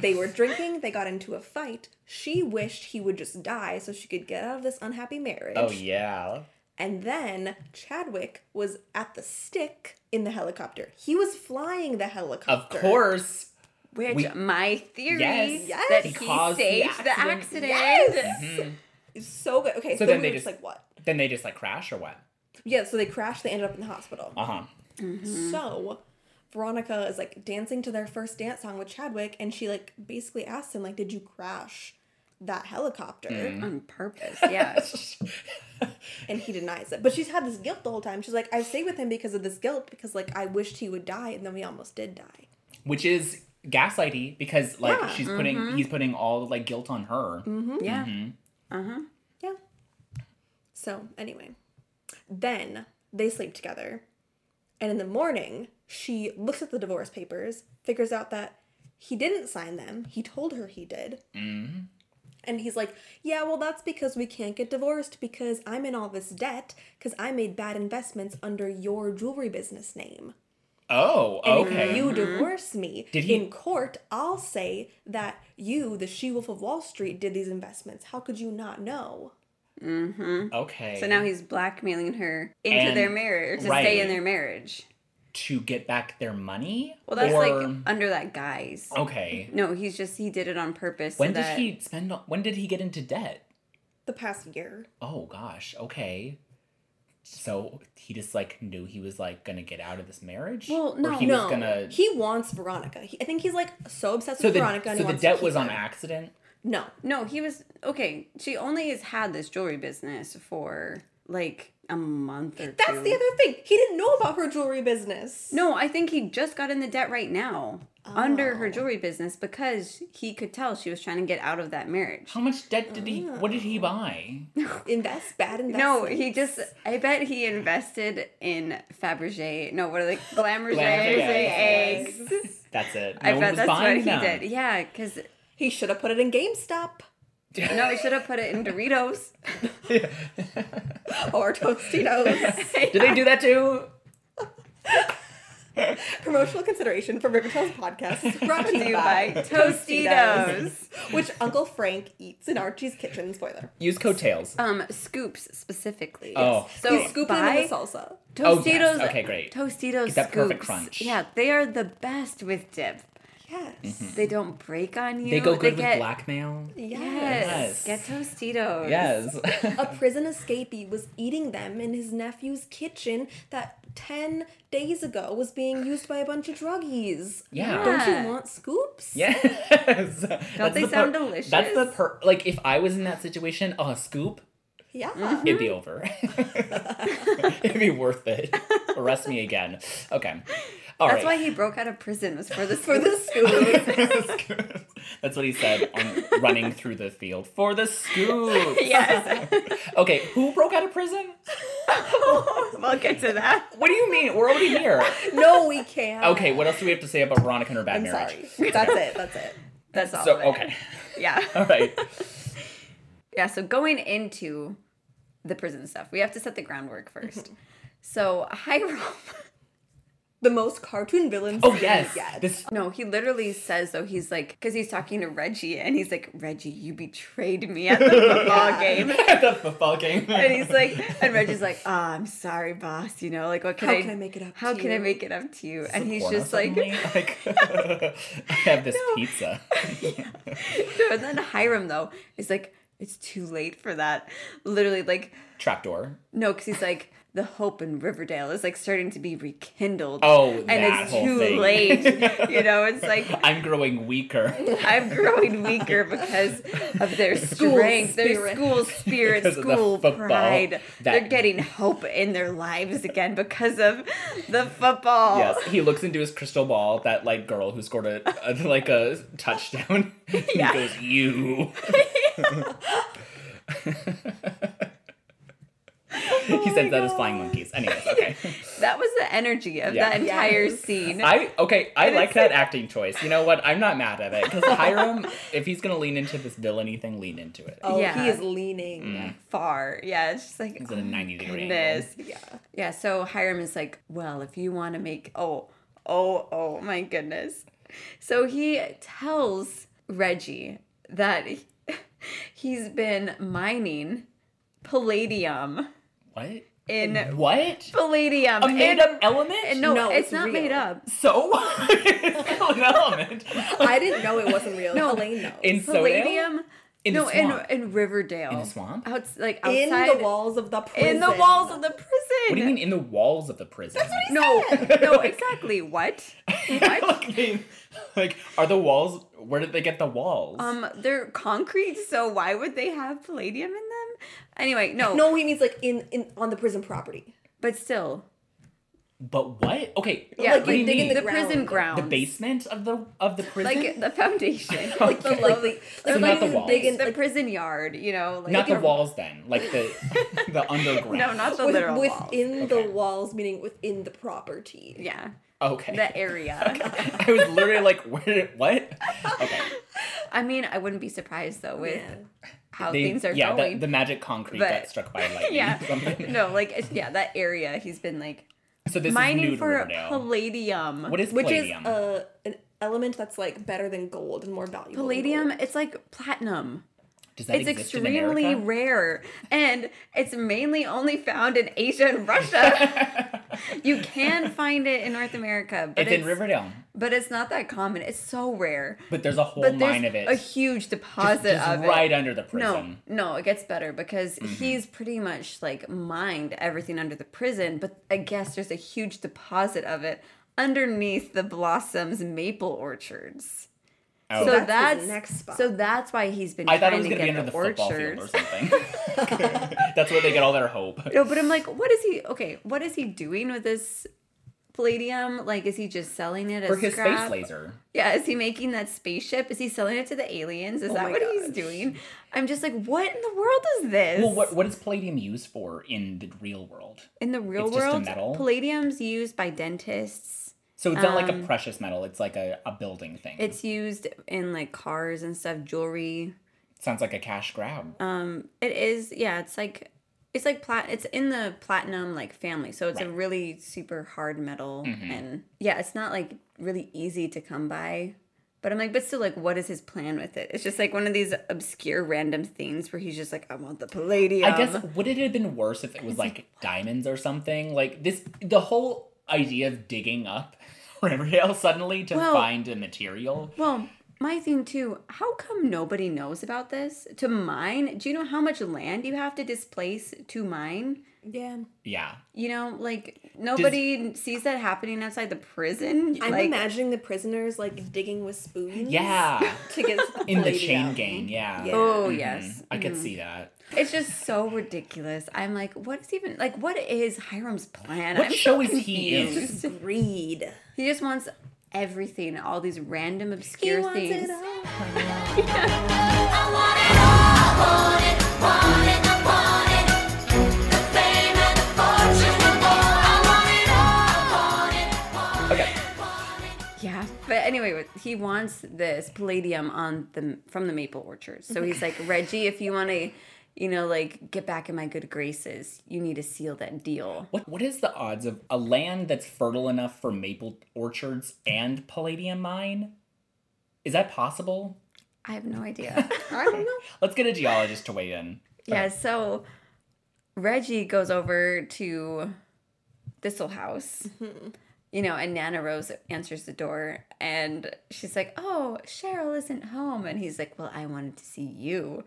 [SPEAKER 2] they were drinking, they got into a fight. She wished he would just die so she could get out of this unhappy marriage.
[SPEAKER 1] Oh yeah.
[SPEAKER 2] And then Chadwick was at the stick in the helicopter. He was flying the
[SPEAKER 1] Of
[SPEAKER 2] helicopter.
[SPEAKER 1] course.
[SPEAKER 3] Which
[SPEAKER 1] We-
[SPEAKER 3] my theory
[SPEAKER 1] Yes. Yes.
[SPEAKER 3] that
[SPEAKER 1] He
[SPEAKER 3] he,
[SPEAKER 1] caused the
[SPEAKER 3] saved the
[SPEAKER 1] accident.
[SPEAKER 3] accident.
[SPEAKER 2] Yes! It's so good. Okay, so,
[SPEAKER 1] then
[SPEAKER 2] we
[SPEAKER 1] they
[SPEAKER 2] were just
[SPEAKER 1] just-
[SPEAKER 2] like, what?
[SPEAKER 1] Then they just like crash or what?
[SPEAKER 2] Yeah, so they crashed, they ended up in the hospital.
[SPEAKER 1] Uh huh.
[SPEAKER 2] So Veronica is like dancing to their first dance song with Chadwick, and she like basically asks him like, "Did you crash that helicopter?"
[SPEAKER 3] Mm-hmm. On purpose, yeah.
[SPEAKER 2] And he denies it. But she's had this guilt the whole time. She's like, "I stayed with him because of this guilt because like I wished he would die, and then we almost did die."
[SPEAKER 1] Which is gaslighty because like
[SPEAKER 2] Yeah.
[SPEAKER 1] she's putting he's putting all like guilt on her.
[SPEAKER 3] yeah.
[SPEAKER 2] Yeah. So anyway, then they sleep together, and in the morning she looks at the divorce papers, figures out that he didn't sign them. He told her he did.
[SPEAKER 1] Mm-hmm.
[SPEAKER 2] And he's like, Yeah, well, that's because we can't get divorced because I'm in all this debt because I made bad investments under your jewelry business name.
[SPEAKER 1] Oh,
[SPEAKER 2] And
[SPEAKER 1] okay.
[SPEAKER 2] if you divorce me
[SPEAKER 1] Did he-
[SPEAKER 2] in court, I'll say that you, the she wolf of Wall Street, did these investments. How could you not know?
[SPEAKER 1] okay.
[SPEAKER 3] Mm-hmm. So now he's blackmailing her into
[SPEAKER 1] And-
[SPEAKER 3] their marriage to
[SPEAKER 1] right.
[SPEAKER 3] stay in their marriage.
[SPEAKER 1] to get back their money?
[SPEAKER 3] Well, that's like
[SPEAKER 1] Or-
[SPEAKER 3] under that guise.
[SPEAKER 1] okay.
[SPEAKER 3] No, he's just he did it on purpose. so
[SPEAKER 1] When did
[SPEAKER 3] that,
[SPEAKER 1] he spend? When did he get into debt?
[SPEAKER 2] The past year.
[SPEAKER 1] Oh gosh. Okay. So he just like knew he was like gonna get out of this marriage.
[SPEAKER 3] Well,
[SPEAKER 1] or
[SPEAKER 3] no,
[SPEAKER 1] he
[SPEAKER 2] no,
[SPEAKER 1] was gonna.
[SPEAKER 2] he wants Veronica. He, I think he's like so obsessed
[SPEAKER 1] so
[SPEAKER 2] with
[SPEAKER 1] the
[SPEAKER 2] Veronica. and
[SPEAKER 1] so the
[SPEAKER 2] he wants to
[SPEAKER 1] debt
[SPEAKER 2] keep
[SPEAKER 1] was on
[SPEAKER 2] her.
[SPEAKER 1] accident.
[SPEAKER 2] No,
[SPEAKER 3] No, he was okay. She only has had this jewelry business for like a month or
[SPEAKER 2] that's
[SPEAKER 3] two.
[SPEAKER 2] the other thing. He didn't know about her jewelry business.
[SPEAKER 3] No, I think he just got in the debt right now under
[SPEAKER 2] Oh.
[SPEAKER 3] her jewelry business because he could tell she was trying to get out of that marriage.
[SPEAKER 1] How much debt did
[SPEAKER 3] Uh.
[SPEAKER 1] he? What did he buy?
[SPEAKER 2] invest bad investment.
[SPEAKER 3] No, he just, I bet he invested in Fabergé. No, what are they? Glamour
[SPEAKER 1] Glamour eggs.
[SPEAKER 3] eggs.
[SPEAKER 1] That's it. No
[SPEAKER 3] I
[SPEAKER 1] one
[SPEAKER 3] bet
[SPEAKER 1] was
[SPEAKER 3] that's what
[SPEAKER 1] buying
[SPEAKER 3] he
[SPEAKER 1] them.
[SPEAKER 3] did. Yeah, because,
[SPEAKER 2] he should have put it in GameStop
[SPEAKER 3] no, he should have put it in Doritos.
[SPEAKER 2] or Tostitos.
[SPEAKER 1] Did they do that too?
[SPEAKER 2] Promotional consideration for Rivertown's podcast is brought to
[SPEAKER 3] Do
[SPEAKER 2] you
[SPEAKER 3] you
[SPEAKER 2] by,
[SPEAKER 3] buy Tostitos?
[SPEAKER 2] which Uncle Frank eats in Archie's kitchen. Spoiler.
[SPEAKER 1] Use coattails.
[SPEAKER 3] Um, scoops specifically.
[SPEAKER 1] Oh.
[SPEAKER 3] so
[SPEAKER 2] he scooped
[SPEAKER 3] buy
[SPEAKER 2] it in the salsa.
[SPEAKER 1] Oh,
[SPEAKER 3] Tostitos.
[SPEAKER 1] yes. Okay, great.
[SPEAKER 3] Tostitos
[SPEAKER 1] Get that perfect
[SPEAKER 3] scoops.
[SPEAKER 1] crunch.
[SPEAKER 3] Yeah, they are the best with dip.
[SPEAKER 2] Yes.
[SPEAKER 1] Mm-hmm.
[SPEAKER 3] They don't break on you.
[SPEAKER 1] they go good with
[SPEAKER 3] get,
[SPEAKER 1] blackmail.
[SPEAKER 3] Yes.
[SPEAKER 1] Yes.
[SPEAKER 3] Get Tostitos.
[SPEAKER 1] Yes.
[SPEAKER 2] A prison escapee was eating them in his nephew's kitchen that 10 days ago was being used by a bunch of druggies.
[SPEAKER 1] Yeah.
[SPEAKER 2] Don't
[SPEAKER 3] Yeah.
[SPEAKER 2] you want scoops?
[SPEAKER 1] Yes. Don't
[SPEAKER 3] they sound delicious?
[SPEAKER 1] That's the per. Like if I was in that situation, a scoop,
[SPEAKER 2] Yeah.
[SPEAKER 1] it'd
[SPEAKER 3] Mm-hmm.
[SPEAKER 1] be over. it'd be worth it. Arrest me again. Okay. All
[SPEAKER 3] That's why
[SPEAKER 1] right.
[SPEAKER 3] he broke out of prison was for this
[SPEAKER 2] For the scoop.
[SPEAKER 1] That's what he said on running through the field for the scoop.
[SPEAKER 3] yes.
[SPEAKER 1] Okay, who broke out of prison?
[SPEAKER 3] we'll get to that.
[SPEAKER 1] What do you mean? We're already here.
[SPEAKER 2] No, we can't.
[SPEAKER 1] Okay, what else do we have to say about Veronica and her bad
[SPEAKER 2] I'm
[SPEAKER 1] marriage?
[SPEAKER 2] sorry. That's it. That's it.
[SPEAKER 3] That's all.
[SPEAKER 1] So
[SPEAKER 3] of it.
[SPEAKER 1] okay,
[SPEAKER 3] Yeah.
[SPEAKER 1] all right.
[SPEAKER 3] Yeah, so going into the prison stuff, we have to set the groundwork 1st So Hiram,
[SPEAKER 2] The most cartoon villains.
[SPEAKER 1] Oh
[SPEAKER 2] we
[SPEAKER 1] yes,
[SPEAKER 2] get.
[SPEAKER 1] this
[SPEAKER 3] no, he literally says though he's like, because he's talking to Reggie and he's like, Reggie, you betrayed me at the football game,
[SPEAKER 1] the football game.
[SPEAKER 3] and he's like, and Reggie's like, oh, I'm sorry, boss. You know, like what can
[SPEAKER 2] How
[SPEAKER 3] I?
[SPEAKER 2] can I make it up
[SPEAKER 3] How
[SPEAKER 2] to
[SPEAKER 3] can I
[SPEAKER 2] you?"
[SPEAKER 3] make it up to you? And he's
[SPEAKER 1] Porno
[SPEAKER 3] just like,
[SPEAKER 1] suddenly? Like, I have this pizza.
[SPEAKER 3] and then Hiram though is like, it's too late for that. Literally, like
[SPEAKER 1] Trapdoor.
[SPEAKER 3] No, because he's like the hope in Riverdale is like starting to be rekindled.
[SPEAKER 1] Oh,
[SPEAKER 3] and
[SPEAKER 1] that
[SPEAKER 3] it's
[SPEAKER 1] whole
[SPEAKER 3] too
[SPEAKER 1] thing.
[SPEAKER 3] late. you know, it's like
[SPEAKER 1] I'm growing weaker
[SPEAKER 3] I'm growing weaker because of their
[SPEAKER 2] School
[SPEAKER 3] strength, their
[SPEAKER 2] spirit.
[SPEAKER 3] school spirit,
[SPEAKER 1] Because of the
[SPEAKER 3] school
[SPEAKER 1] football
[SPEAKER 3] pride. They're
[SPEAKER 1] that-
[SPEAKER 3] getting hope in their lives again because of the football.
[SPEAKER 1] Yes, he looks into his crystal ball. That like girl who scored a, a like a touchdown. he
[SPEAKER 3] Yeah.
[SPEAKER 1] goes, "You." he said that is flying monkeys. Anyways, okay.
[SPEAKER 3] That was the energy of
[SPEAKER 1] Yeah.
[SPEAKER 3] that entire
[SPEAKER 2] Yes.
[SPEAKER 3] scene.
[SPEAKER 1] I okay. I
[SPEAKER 3] And
[SPEAKER 1] like
[SPEAKER 3] it's
[SPEAKER 1] that acting choice. You know what? I'm not mad at it because Hiram, if he's gonna lean into this villainy thing, lean into it.
[SPEAKER 2] Oh,
[SPEAKER 3] Yeah.
[SPEAKER 2] he is leaning.
[SPEAKER 1] Mm.
[SPEAKER 3] Far. Yeah, it's just like
[SPEAKER 1] He's in a 90 degree angle.
[SPEAKER 3] goodness.
[SPEAKER 2] Yeah.
[SPEAKER 3] Yeah, so Hiram is like, well, if you want to make, oh, oh, oh, my goodness. So he tells Reggie that he- he's been mining palladium
[SPEAKER 1] What?
[SPEAKER 3] in
[SPEAKER 1] What?
[SPEAKER 3] palladium.
[SPEAKER 1] A made
[SPEAKER 3] in-
[SPEAKER 1] up element?
[SPEAKER 3] and no,
[SPEAKER 2] No,
[SPEAKER 3] it's,
[SPEAKER 2] it's
[SPEAKER 3] not
[SPEAKER 2] real.
[SPEAKER 3] made up.
[SPEAKER 1] So it's still an element.
[SPEAKER 2] I didn't know it wasn't real. No, Elaine knows.
[SPEAKER 1] In Palladium?
[SPEAKER 3] Palladium.
[SPEAKER 1] In
[SPEAKER 3] no,
[SPEAKER 1] the swamp.
[SPEAKER 3] in in Riverdale. In
[SPEAKER 1] the swamp?
[SPEAKER 3] Outs- like
[SPEAKER 2] In
[SPEAKER 3] outside.
[SPEAKER 2] the walls of the prison.
[SPEAKER 3] In the walls of the prison.
[SPEAKER 1] What do you mean in the walls of the prison?
[SPEAKER 3] No, no, exactly. What? What?
[SPEAKER 1] like, they- like, are the walls? Where did they get the walls?
[SPEAKER 3] Um, they're concrete, so why would they have palladium in them? Anyway, no,
[SPEAKER 2] No, he means like in, in on the prison property.
[SPEAKER 3] but still,
[SPEAKER 1] but what? Okay,
[SPEAKER 3] yeah,
[SPEAKER 1] what do you
[SPEAKER 2] dig
[SPEAKER 1] mean?
[SPEAKER 2] in the
[SPEAKER 3] the
[SPEAKER 1] The,
[SPEAKER 2] ground,
[SPEAKER 3] prison
[SPEAKER 2] the
[SPEAKER 3] ground,
[SPEAKER 1] basement of the of the prison,
[SPEAKER 3] like the foundation,
[SPEAKER 2] Like the
[SPEAKER 1] Okay.
[SPEAKER 2] like, like,
[SPEAKER 1] So
[SPEAKER 2] like,
[SPEAKER 1] not the walls.
[SPEAKER 2] big in-
[SPEAKER 3] the
[SPEAKER 2] like,
[SPEAKER 3] prison yard, you know, like
[SPEAKER 1] not the
[SPEAKER 3] Like a-
[SPEAKER 1] walls. Then, like the the underground.
[SPEAKER 3] No, not the
[SPEAKER 2] with-
[SPEAKER 3] literal walls.
[SPEAKER 2] within
[SPEAKER 1] Okay.
[SPEAKER 2] the walls, meaning within the property.
[SPEAKER 3] Yeah,
[SPEAKER 1] Okay,
[SPEAKER 3] the area.
[SPEAKER 1] I was literally like, where? did- What? Okay,
[SPEAKER 3] I mean, I wouldn't be surprised though with
[SPEAKER 2] Yeah.
[SPEAKER 3] how
[SPEAKER 1] They-
[SPEAKER 3] things are
[SPEAKER 1] yeah,
[SPEAKER 3] going.
[SPEAKER 1] The, the magic concrete
[SPEAKER 3] But-
[SPEAKER 1] got struck by lightning.
[SPEAKER 3] yeah,
[SPEAKER 1] or something.
[SPEAKER 3] no, like it's, yeah, that area. He's been like
[SPEAKER 1] So this is new
[SPEAKER 3] mining
[SPEAKER 1] to
[SPEAKER 3] for
[SPEAKER 1] Riverdale.
[SPEAKER 3] palladium.
[SPEAKER 1] what is
[SPEAKER 2] Which
[SPEAKER 1] palladium?
[SPEAKER 2] is uh, an element that's like better than gold and more valuable. than
[SPEAKER 3] palladium?
[SPEAKER 2] gold.
[SPEAKER 3] It's like platinum.
[SPEAKER 1] Does that
[SPEAKER 3] it's
[SPEAKER 1] exist in
[SPEAKER 3] extremely
[SPEAKER 1] America?
[SPEAKER 3] rare and it's mainly only found in asia and russia you can find it in north america but
[SPEAKER 1] It's
[SPEAKER 3] it's,
[SPEAKER 1] in Riverdale,
[SPEAKER 3] but it's not that common it's so rare
[SPEAKER 1] but there's a whole
[SPEAKER 3] but there's
[SPEAKER 1] mine of it.
[SPEAKER 3] a huge
[SPEAKER 1] Just-
[SPEAKER 3] deposit
[SPEAKER 1] just
[SPEAKER 3] of
[SPEAKER 1] right
[SPEAKER 3] it
[SPEAKER 1] under the
[SPEAKER 3] no
[SPEAKER 1] prison. Mm-hmm.
[SPEAKER 3] no it gets better because he's pretty much like mined everything under the prison but i guess there's a huge deposit of it underneath the blossoms maple orchards
[SPEAKER 1] Oh.
[SPEAKER 3] so
[SPEAKER 2] that's his
[SPEAKER 3] that's,
[SPEAKER 2] next spot.
[SPEAKER 3] so that's why he's been
[SPEAKER 1] I
[SPEAKER 3] trying
[SPEAKER 1] thought it was
[SPEAKER 3] to
[SPEAKER 1] going to
[SPEAKER 3] get
[SPEAKER 1] be under the, football field
[SPEAKER 3] orchards
[SPEAKER 1] or something. That's where they get all their hope.
[SPEAKER 3] No, but I'm like, what is he? Okay, what is he doing with this palladium? Like, is he just selling it as
[SPEAKER 1] For his
[SPEAKER 3] scrap?
[SPEAKER 1] space laser.
[SPEAKER 3] Yeah, is he making that spaceship? Is he selling it to the aliens?
[SPEAKER 1] Oh
[SPEAKER 3] Is that
[SPEAKER 2] my
[SPEAKER 3] what he's
[SPEAKER 2] gosh.
[SPEAKER 3] doing? I'm just like, what in the world is this?
[SPEAKER 1] Well, what what is palladium used for in the real world?
[SPEAKER 3] in the real
[SPEAKER 1] it's just a
[SPEAKER 3] world?
[SPEAKER 1] metal?
[SPEAKER 3] Palladium's used by dentists.
[SPEAKER 1] So it's not like a precious metal. It's like a, a building thing. It
[SPEAKER 3] Um, It's used in like cars and stuff, jewelry.
[SPEAKER 1] sounds like a cash grab.
[SPEAKER 3] Um, It is, yeah. It's like it's like plat. It's in the platinum like family, so it's a really super hard metal, and yeah, it's not like really easy to come by. But I'm like, but still, like, what is his plan with it? It's just like one of these obscure random things where he's just like, I want the palladium.
[SPEAKER 1] I guess would it have been worse if it was like diamonds or something? Like this, the whole idea of digging up Riverdale suddenly to
[SPEAKER 3] Well-
[SPEAKER 1] find a material.
[SPEAKER 3] Well, my thing too. How come nobody knows about this? To mine, do you know how much land you have to displace to mine?
[SPEAKER 2] yeah.
[SPEAKER 1] Yeah,
[SPEAKER 3] You know, like nobody sees that happening outside the prison.
[SPEAKER 2] I'm
[SPEAKER 3] like,
[SPEAKER 2] imagining the prisoners like digging with spoons.
[SPEAKER 1] yeah.
[SPEAKER 2] To get to
[SPEAKER 1] In the chain
[SPEAKER 2] palladium.
[SPEAKER 1] gang, yeah.
[SPEAKER 2] Yeah.
[SPEAKER 3] Oh
[SPEAKER 1] Mhm.
[SPEAKER 3] yes,
[SPEAKER 1] I could see that.
[SPEAKER 3] It's just so ridiculous. I'm like, what is even like? What is Hiram's plan?
[SPEAKER 1] What
[SPEAKER 3] I'm
[SPEAKER 1] show
[SPEAKER 3] so
[SPEAKER 1] is he in?
[SPEAKER 3] confused.
[SPEAKER 2] Greed.
[SPEAKER 3] He just wants everything, all these random obscure
[SPEAKER 2] he wants
[SPEAKER 3] things.
[SPEAKER 2] it all.
[SPEAKER 5] I want it all, want it, want it, I want it. The fame and the fortune.
[SPEAKER 3] But anyway, he wants this palladium on the from the maple orchard. So he's like, Reggie, if you want to, you know, like get back in my good graces, you need to seal that deal.
[SPEAKER 1] What what is the odds of a land that's fertile enough for maple orchards and palladium mine? Is that possible?
[SPEAKER 3] I have no idea.
[SPEAKER 2] I don't know.
[SPEAKER 1] Let's get a geologist to weigh in.
[SPEAKER 3] yeah. So Reggie goes over to Thistle House. You know, and Nana Rose answers the door and she's like, Oh, Cheryl isn't home. And he's like, Well, I wanted to see you.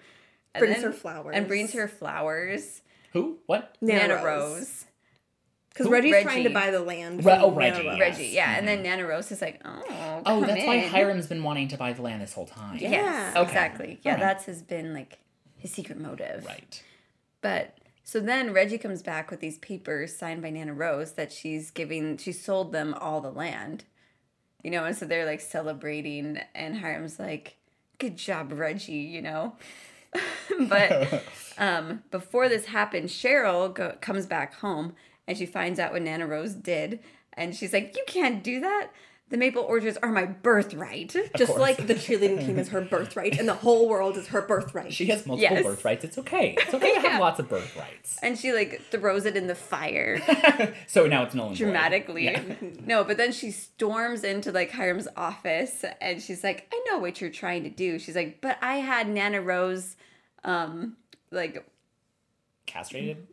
[SPEAKER 3] And
[SPEAKER 2] Brings her flowers.
[SPEAKER 3] And brings her flowers.
[SPEAKER 1] Who? What?
[SPEAKER 3] Nana, Rose.
[SPEAKER 2] Because
[SPEAKER 1] Who-
[SPEAKER 2] Reggie's
[SPEAKER 3] Reggie.
[SPEAKER 2] trying to buy the land.
[SPEAKER 1] Re-
[SPEAKER 2] from
[SPEAKER 1] oh,
[SPEAKER 2] Nana
[SPEAKER 1] Reggie,
[SPEAKER 2] Rose.
[SPEAKER 1] yes.
[SPEAKER 3] Reggie, yeah. And then Nana Rose is like, oh,
[SPEAKER 1] Oh,
[SPEAKER 3] come
[SPEAKER 1] that's why
[SPEAKER 3] in."
[SPEAKER 1] Hiram's been wanting to buy the land this whole time.
[SPEAKER 3] Yes,
[SPEAKER 2] Yeah.
[SPEAKER 1] Okay.
[SPEAKER 3] exactly. Yeah,
[SPEAKER 1] Alright.
[SPEAKER 3] that's has been like his secret motive.
[SPEAKER 1] Right.
[SPEAKER 3] But so then Reggie comes back with these papers signed by Nana Rose that she's giving, she sold them all the land, you know, and so they're like celebrating, and Hiram's like, good job, Reggie, you know. but um, before this happened, Cheryl go- comes back home and she finds out what Nana Rose did, and she's like, you can't do that. The maple orchards are my birthright.
[SPEAKER 2] Just
[SPEAKER 1] course.
[SPEAKER 2] like the cheerleading team is her birthright, and the whole world is her birthright.
[SPEAKER 1] She has multiple
[SPEAKER 3] Yes.
[SPEAKER 1] birthrights. It's okay. It's okay to have lots of birthrights.
[SPEAKER 3] And she like throws it in the fire.
[SPEAKER 1] So now it's null and void.
[SPEAKER 3] dramatically.
[SPEAKER 1] Yeah.
[SPEAKER 3] no, but then she storms into like Hiram's office and she's like, I know what you're trying to do. She's like, but I had Nana Rose um like
[SPEAKER 1] Castrated.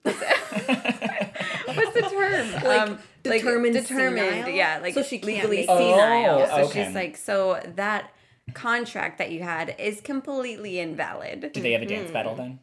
[SPEAKER 3] what's the term?
[SPEAKER 2] Like, determined senile?
[SPEAKER 3] um, Yeah, like
[SPEAKER 2] So she can't
[SPEAKER 3] legally
[SPEAKER 2] make it.
[SPEAKER 1] Oh,
[SPEAKER 3] senile. so
[SPEAKER 1] okay.
[SPEAKER 3] she's like, so that contract that you had is completely invalid.
[SPEAKER 1] Did they have a
[SPEAKER 2] Hmm.
[SPEAKER 1] dance battle then?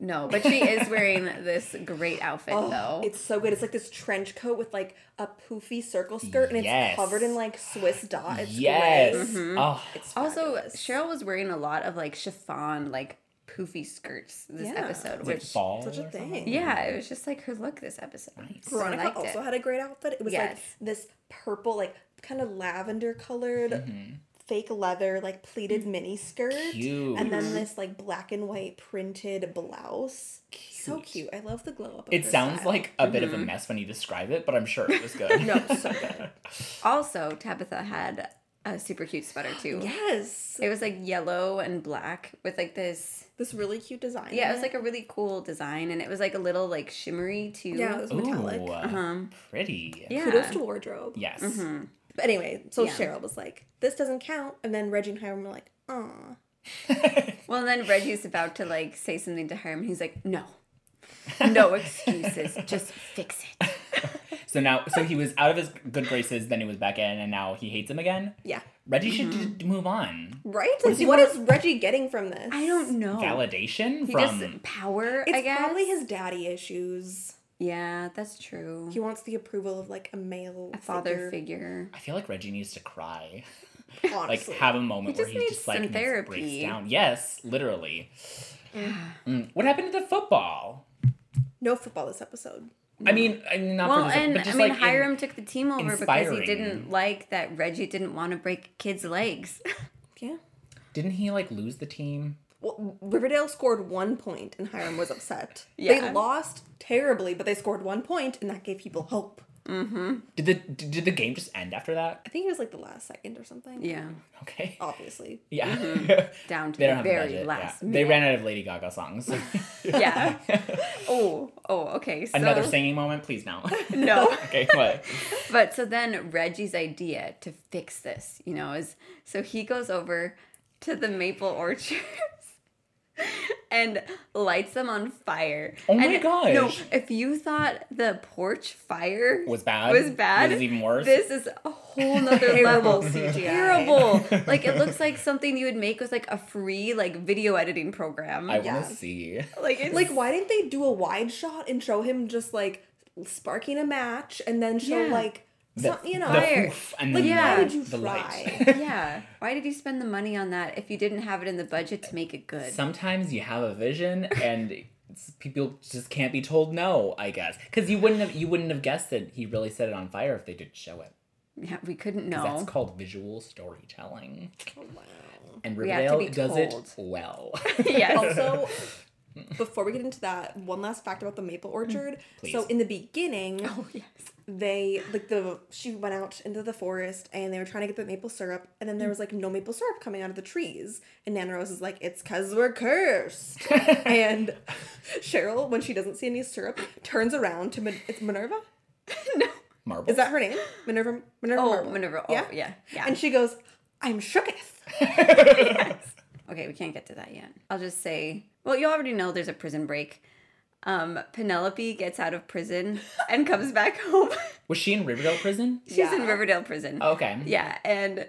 [SPEAKER 3] No, but she is wearing this great outfit
[SPEAKER 2] Oh,
[SPEAKER 3] though.
[SPEAKER 2] It's so good. It's like this trench coat with like a poofy circle skirt, and it's
[SPEAKER 1] Yes.
[SPEAKER 2] covered in like Swiss dot. It's
[SPEAKER 1] yes.
[SPEAKER 2] great. Mm-hmm.
[SPEAKER 1] Oh,
[SPEAKER 3] Also,
[SPEAKER 2] Fabulous.
[SPEAKER 3] Cheryl was wearing a lot of like chiffon, like poofy skirts this
[SPEAKER 2] Yeah.
[SPEAKER 3] episode,
[SPEAKER 1] was it
[SPEAKER 3] which
[SPEAKER 1] fall?
[SPEAKER 2] such a
[SPEAKER 1] or something?
[SPEAKER 2] thing.
[SPEAKER 3] yeah, it was just like her look this episode.
[SPEAKER 1] Nice.
[SPEAKER 3] So I
[SPEAKER 2] Mm. Veronica
[SPEAKER 3] liked
[SPEAKER 2] also
[SPEAKER 3] it.
[SPEAKER 2] had a great outfit. It was
[SPEAKER 3] Yes.
[SPEAKER 2] like this purple, like kind of lavender colored fake leather, like
[SPEAKER 3] Mm-hmm.
[SPEAKER 2] pleated mini skirt.
[SPEAKER 1] Mm-hmm. Cute.
[SPEAKER 2] And then this like black and white printed blouse. So cute. I love the glow up. of
[SPEAKER 1] It
[SPEAKER 2] her
[SPEAKER 1] sounds
[SPEAKER 2] style. Mm-hmm.
[SPEAKER 1] like a bit of a mess when you describe it, but I'm sure it was good.
[SPEAKER 2] No, so good.
[SPEAKER 3] Also, Tabitha had a super cute sweater too.
[SPEAKER 2] yes.
[SPEAKER 3] It was like yellow and black with like this.
[SPEAKER 2] This really cute design.
[SPEAKER 3] Yeah, it
[SPEAKER 2] in
[SPEAKER 3] was like a really cool design, and it was like a little like shimmery too.
[SPEAKER 2] yeah, it was metallic. Uh-huh.
[SPEAKER 1] Ooh,
[SPEAKER 3] Um,
[SPEAKER 1] pretty.
[SPEAKER 3] yeah. Mm-hmm.
[SPEAKER 2] Kudos to wardrobe.
[SPEAKER 1] Yes.
[SPEAKER 2] But anyway, so
[SPEAKER 3] Yeah.
[SPEAKER 2] Cheryl was like, "This doesn't count," and then Reggie and Hiram were like, "Aw."
[SPEAKER 3] Well, and then Reggie's about to like say something to her, and he's like, "No, no excuses, just fix it."
[SPEAKER 1] So now, so he was out of his good graces, then he was back in, and now he hates him again.
[SPEAKER 2] Yeah.
[SPEAKER 1] Reggie
[SPEAKER 3] Mm-hmm.
[SPEAKER 1] should d- move on.
[SPEAKER 2] Right? Like,
[SPEAKER 1] does he
[SPEAKER 2] what
[SPEAKER 1] want-
[SPEAKER 2] is Reggie getting from this?
[SPEAKER 3] I don't know.
[SPEAKER 1] Validation
[SPEAKER 3] He
[SPEAKER 1] from
[SPEAKER 3] just power.
[SPEAKER 2] It's
[SPEAKER 3] I guess.
[SPEAKER 2] probably his daddy issues.
[SPEAKER 3] Yeah, that's true.
[SPEAKER 2] He wants the approval of like a male
[SPEAKER 3] a father figure.
[SPEAKER 1] I feel like Reggie needs to cry. Like
[SPEAKER 2] honestly.
[SPEAKER 1] have a moment
[SPEAKER 3] He
[SPEAKER 1] where
[SPEAKER 3] just
[SPEAKER 1] he
[SPEAKER 3] needs
[SPEAKER 1] just like
[SPEAKER 3] some
[SPEAKER 1] just breaks
[SPEAKER 3] therapy.
[SPEAKER 1] down. Yes, literally. Mm. What happened to the football?
[SPEAKER 2] no football this episode.
[SPEAKER 1] I mean, I mean not
[SPEAKER 3] Well,
[SPEAKER 1] for this,
[SPEAKER 3] and
[SPEAKER 1] but
[SPEAKER 3] I
[SPEAKER 1] just
[SPEAKER 3] mean,
[SPEAKER 1] like in-
[SPEAKER 3] Hiram took the team over because
[SPEAKER 1] inspiring.
[SPEAKER 3] he didn't like that Reggie didn't want to break kids' legs.
[SPEAKER 2] Yeah.
[SPEAKER 1] didn't he like lose the team?
[SPEAKER 2] Well, Riverdale scored one point, and Hiram was upset. They
[SPEAKER 3] Yeah.
[SPEAKER 2] lost terribly, but they scored one point, and that gave people hope.
[SPEAKER 1] Did the did did the game just end after that?
[SPEAKER 2] I think it was like the last second or something.
[SPEAKER 3] yeah,
[SPEAKER 1] Okay.
[SPEAKER 2] Obviously.
[SPEAKER 1] Yeah.
[SPEAKER 3] down
[SPEAKER 1] they don't
[SPEAKER 3] to the
[SPEAKER 1] have a
[SPEAKER 3] Mm-hmm. very
[SPEAKER 1] budget.
[SPEAKER 3] last.
[SPEAKER 1] yeah.
[SPEAKER 3] minute.
[SPEAKER 1] They ran out of Lady Gaga songs.
[SPEAKER 3] Yeah. oh, oh, okay. So,
[SPEAKER 1] Another singing moment, please no.
[SPEAKER 3] No.
[SPEAKER 1] okay, what?
[SPEAKER 3] But so then Reggie's idea to fix this, you know, is so he goes over to the maple orchards and lights them on fire.
[SPEAKER 1] Oh my
[SPEAKER 3] and, No,
[SPEAKER 1] gosh.
[SPEAKER 3] if you thought the porch fire
[SPEAKER 1] Was bad?
[SPEAKER 3] was bad,
[SPEAKER 1] Was even worse?
[SPEAKER 3] This is a whole nother level. Terrible. Like it looks like something you would make with like a free like video editing program.
[SPEAKER 1] I want to see.
[SPEAKER 2] Yeah.
[SPEAKER 3] like it's
[SPEAKER 2] Like, why didn't they do a wide shot and show him just like sparking a match, and then show
[SPEAKER 3] Yeah.
[SPEAKER 2] like some, you know,
[SPEAKER 1] the oof and
[SPEAKER 2] like
[SPEAKER 1] then
[SPEAKER 3] yeah.
[SPEAKER 2] why
[SPEAKER 1] the,
[SPEAKER 2] would you
[SPEAKER 1] the
[SPEAKER 2] try?
[SPEAKER 1] light.
[SPEAKER 3] yeah. Why did you spend the money on that if you didn't have it in the budget to make it good?
[SPEAKER 1] Sometimes you have a vision and it's- people just can't be told no, I guess. Cuz you wouldn't have you wouldn't have guessed that he really set it on fire if they didn't show it.
[SPEAKER 3] yeah, we couldn't know.
[SPEAKER 1] That's called visual storytelling.
[SPEAKER 2] Wow.
[SPEAKER 1] And
[SPEAKER 3] We have
[SPEAKER 1] Riverdale
[SPEAKER 3] to be
[SPEAKER 1] does it
[SPEAKER 3] told.
[SPEAKER 1] well.
[SPEAKER 3] yes.
[SPEAKER 2] also Before we get into that, one last fact about the maple orchard. So
[SPEAKER 1] Please.
[SPEAKER 2] in the beginning,
[SPEAKER 3] Mm. Oh yes.
[SPEAKER 2] they like the she went out into the forest and they were trying to get the maple syrup and
[SPEAKER 3] Mm.
[SPEAKER 2] then there was like no maple syrup coming out of the trees and Nana Rose is like it's cuz we're cursed and Cheryl when she doesn't see any syrup turns around to Min- it's Minerva
[SPEAKER 1] Marble.
[SPEAKER 2] is that her name Minerva Minerva
[SPEAKER 3] Oh,
[SPEAKER 2] Marble.
[SPEAKER 3] Minerva. Oh, yeah. Yeah.
[SPEAKER 2] and she goes I'm shooketh
[SPEAKER 3] okay, we can't get to that yet. I'll just say, well, you already know there's a prison break. Um, Penelope gets out of prison and comes back home.
[SPEAKER 1] Was she in Riverdale prison?
[SPEAKER 3] She's in
[SPEAKER 2] Yeah.
[SPEAKER 3] Riverdale prison.
[SPEAKER 1] Okay.
[SPEAKER 3] Yeah, and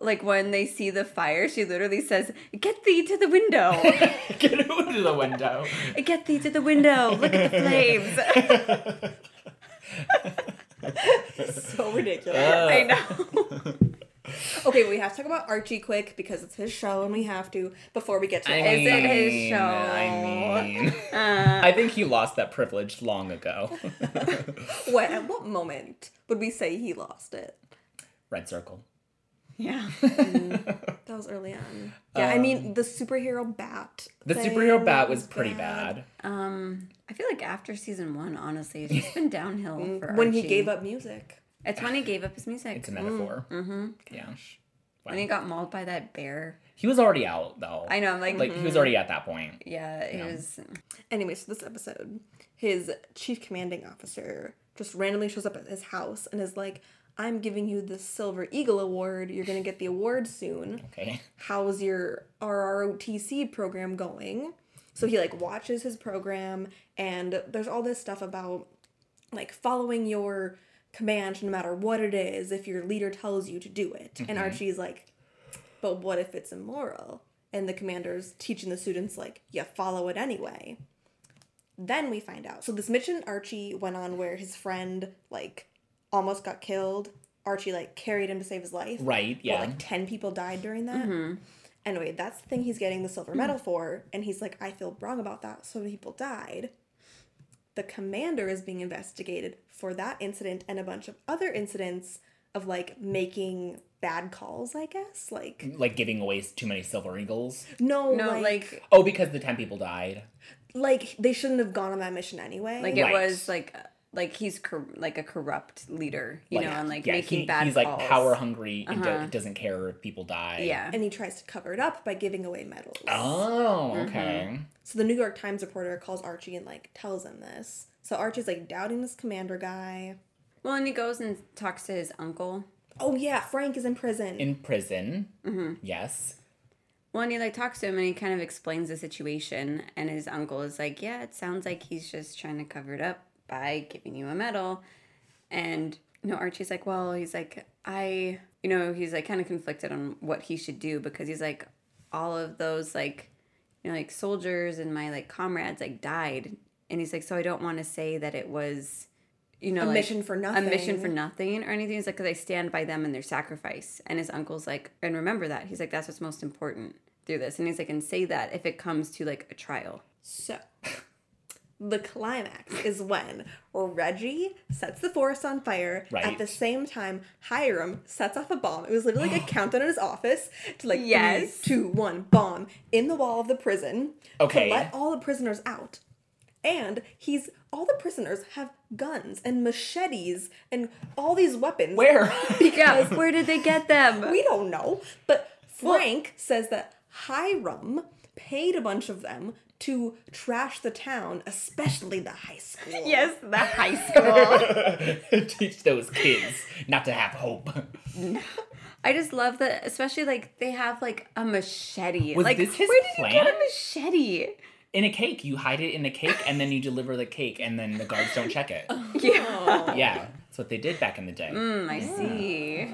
[SPEAKER 3] like when they see the fire, she literally says, "Get thee to the window!
[SPEAKER 1] Get out of the window.
[SPEAKER 3] Get thee to the window! Look at the flames!"
[SPEAKER 2] so ridiculous
[SPEAKER 3] I know.
[SPEAKER 2] okay we have to talk about Archie quick because it's his show and we have to before we get to
[SPEAKER 1] I
[SPEAKER 2] all
[SPEAKER 1] mean,
[SPEAKER 3] Is it
[SPEAKER 2] that.
[SPEAKER 3] his show?
[SPEAKER 1] I mean,
[SPEAKER 3] Uh,
[SPEAKER 1] I think he lost that privilege long ago.
[SPEAKER 2] what at what moment would we say he lost it
[SPEAKER 1] Red circle.
[SPEAKER 3] yeah.
[SPEAKER 2] That was early on. Yeah, I mean the superhero bat.
[SPEAKER 1] Um, The
[SPEAKER 2] thing
[SPEAKER 1] superhero bat was pretty bad.
[SPEAKER 3] Um, I feel like after season one, honestly, it's just been downhill for
[SPEAKER 2] When he
[SPEAKER 3] Archie.
[SPEAKER 2] gave up music.
[SPEAKER 3] It's when he gave up his music.
[SPEAKER 1] It's a metaphor. Mm-hmm. Yeah.
[SPEAKER 3] when he got mauled by that bear.
[SPEAKER 1] He was already out though.
[SPEAKER 3] I know. Mm-hmm. I'm like,
[SPEAKER 1] Like he was already at that point.
[SPEAKER 3] yeah, it was.
[SPEAKER 2] Anyway, so this episode, his chief commanding officer just randomly shows up at his house and is like, I'm giving you the Silver Eagle Award. You're gonna get the award soon.
[SPEAKER 1] Okay.
[SPEAKER 2] How's your RROTC program going? So he like watches his program and there's all this stuff about like following your command no matter what it is if your leader tells you to do it
[SPEAKER 1] Mm-hmm.
[SPEAKER 2] and archie's like but what if it's immoral and the commander's teaching the students like you follow it anyway then we find out so this mission archie went on where his friend like almost got killed archie like carried him to save his life
[SPEAKER 1] Right.
[SPEAKER 2] Well,
[SPEAKER 1] Yeah.
[SPEAKER 2] like 10 people died during
[SPEAKER 3] Mm-hmm.
[SPEAKER 2] that anyway that's the thing he's getting the silver medal for and he's like i feel wrong about that so many people died the commander is being investigated for that incident and a bunch of other incidents of like making bad calls, I guess. Like
[SPEAKER 1] like giving away too many silver eagles.
[SPEAKER 2] no,
[SPEAKER 3] No,
[SPEAKER 2] like, like
[SPEAKER 3] like,
[SPEAKER 1] Oh, because the ten people died.
[SPEAKER 2] they shouldn't have gone on that mission anyway.
[SPEAKER 3] like it
[SPEAKER 1] Right.
[SPEAKER 3] was like, like he's cor- like a corrupt leader, you know, and like
[SPEAKER 1] yeah,
[SPEAKER 3] making
[SPEAKER 1] he-
[SPEAKER 3] bad.
[SPEAKER 1] He's like
[SPEAKER 3] calls. Uh-huh.
[SPEAKER 1] power hungry and do- doesn't care if people die.
[SPEAKER 3] Yeah.
[SPEAKER 2] and he tries to cover it up by giving away medals.
[SPEAKER 1] Oh, okay.
[SPEAKER 3] Mm-hmm.
[SPEAKER 2] So the New York Times reporter calls Archie and like tells him this. So Archie's like doubting this commander guy.
[SPEAKER 3] Well, and he goes and talks to his uncle.
[SPEAKER 2] Oh yeah, Frank is in prison.
[SPEAKER 1] In prison.
[SPEAKER 3] Mm-hmm.
[SPEAKER 1] Yes.
[SPEAKER 3] Well, and he like talks to him and he kind of explains the situation. And his uncle is like, "Yeah, it sounds like he's just trying to cover it up by giving you a medal." And you know, Archie's like, "Well, he's like, I, you know, he's like kind of conflicted on what he should do because he's like, all of those like, you know, like soldiers and my like comrades like died, and he's like, so I don't want to say that it was, you know,
[SPEAKER 2] a
[SPEAKER 3] like,
[SPEAKER 2] mission for nothing.
[SPEAKER 3] a mission for nothing or anything. He's like, because I stand by them and their sacrifice. And his uncle's like, and remember that. He's like, that's what's most important through this. And he's like, and say that if it comes to like a trial.
[SPEAKER 2] So, the climax is when Reggie sets the forest on fire. At
[SPEAKER 1] Right.
[SPEAKER 2] the same time, Hiram sets off a bomb. It was literally like a countdown in his office to like
[SPEAKER 3] Yes.
[SPEAKER 2] three, two, one, bomb in the wall of the prison
[SPEAKER 1] Okay.
[SPEAKER 2] to let all the prisoners out. And he's all the prisoners have guns and machetes and all these weapons.
[SPEAKER 1] Where?
[SPEAKER 3] Yeah, where did they get them?
[SPEAKER 2] We don't know. But Frank says that Hiram paid a bunch of them to trash the town, especially the high school.
[SPEAKER 3] yes, the high school.
[SPEAKER 1] Teach those kids not to have hope.
[SPEAKER 3] I just love that, especially like they have like a machete.
[SPEAKER 1] Was
[SPEAKER 3] like,
[SPEAKER 1] this his
[SPEAKER 3] where did you get
[SPEAKER 1] plan?
[SPEAKER 3] a machete?
[SPEAKER 1] In a cake, you hide it in a cake and then you deliver the cake and then the guards don't check it.
[SPEAKER 3] Yeah.
[SPEAKER 1] Yeah. That's what they did back in the day.
[SPEAKER 3] Mm, I see.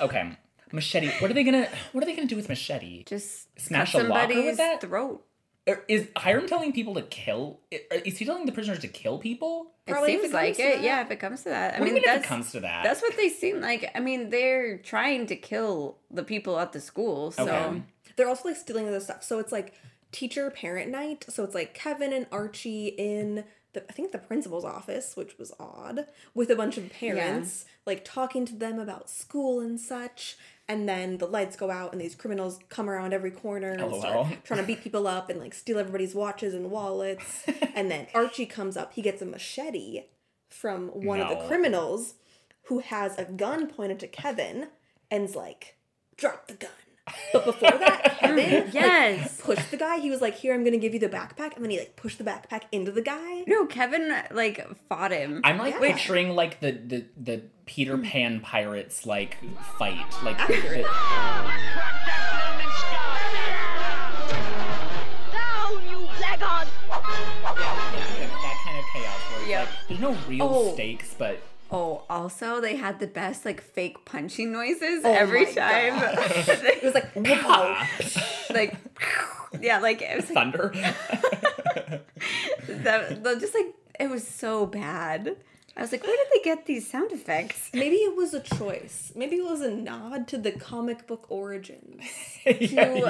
[SPEAKER 1] Okay. Machete. What are they gonna what are they gonna do with machete?
[SPEAKER 3] Just
[SPEAKER 1] Smash
[SPEAKER 3] cut
[SPEAKER 1] a locker with
[SPEAKER 3] somebody's
[SPEAKER 1] that?
[SPEAKER 3] throat.
[SPEAKER 1] Or Is Hiram telling people to kill? er, Is he telling the prisoners to kill people?
[SPEAKER 2] Probably if
[SPEAKER 3] it
[SPEAKER 2] it
[SPEAKER 3] seems like
[SPEAKER 2] comes to
[SPEAKER 3] it.
[SPEAKER 2] that.
[SPEAKER 3] Yeah, if it comes to that. I
[SPEAKER 1] What do you
[SPEAKER 3] mean,
[SPEAKER 1] mean if
[SPEAKER 3] Mm, that's
[SPEAKER 1] it comes to that?
[SPEAKER 3] That's what they seem like. I mean, they're trying to kill the people at the school. So
[SPEAKER 1] Okay.
[SPEAKER 2] They're also like stealing other stuff. So it's like teacher parent night. So it's like Kevin and Archie in the I think the principal's office, which was odd, with a bunch of parents, like talking to them about school and such. and then the lights go out and these criminals come around every corner and
[SPEAKER 1] LOL.
[SPEAKER 2] start trying to beat people up and like steal everybody's watches and wallets and then archie comes up he gets a machete from one of the
[SPEAKER 1] No.
[SPEAKER 2] criminals who has a gun pointed to kevin and's like drop the gun but before that kevin like,
[SPEAKER 3] Yes.
[SPEAKER 2] pushed the guy. He was like, "Here, I'm gonna give you the backpack," and then he like pushed the backpack into the guy.
[SPEAKER 3] No, Kevin like fought him.
[SPEAKER 1] I'm like
[SPEAKER 2] Yeah.
[SPEAKER 1] picturing like the, the the Peter
[SPEAKER 3] Mm.
[SPEAKER 1] Pan pirates like fight like
[SPEAKER 2] Accurate.
[SPEAKER 1] the- that kind of chaos where it's
[SPEAKER 3] Yeah.
[SPEAKER 1] like there's no real
[SPEAKER 3] Oh.
[SPEAKER 1] stakes, but
[SPEAKER 3] Oh, also they had the best like fake punching noises
[SPEAKER 2] Oh
[SPEAKER 3] every
[SPEAKER 2] my
[SPEAKER 3] time.
[SPEAKER 2] It was like,
[SPEAKER 3] Oh.
[SPEAKER 2] "Wow."
[SPEAKER 1] ah.
[SPEAKER 3] like yeah, like it was like,
[SPEAKER 1] thunder.
[SPEAKER 3] that, they're just like it was so bad. I was like, where did they get these sound effects?
[SPEAKER 2] Maybe it was a choice. Maybe it was a nod to the comic book origins.
[SPEAKER 1] yeah,
[SPEAKER 3] To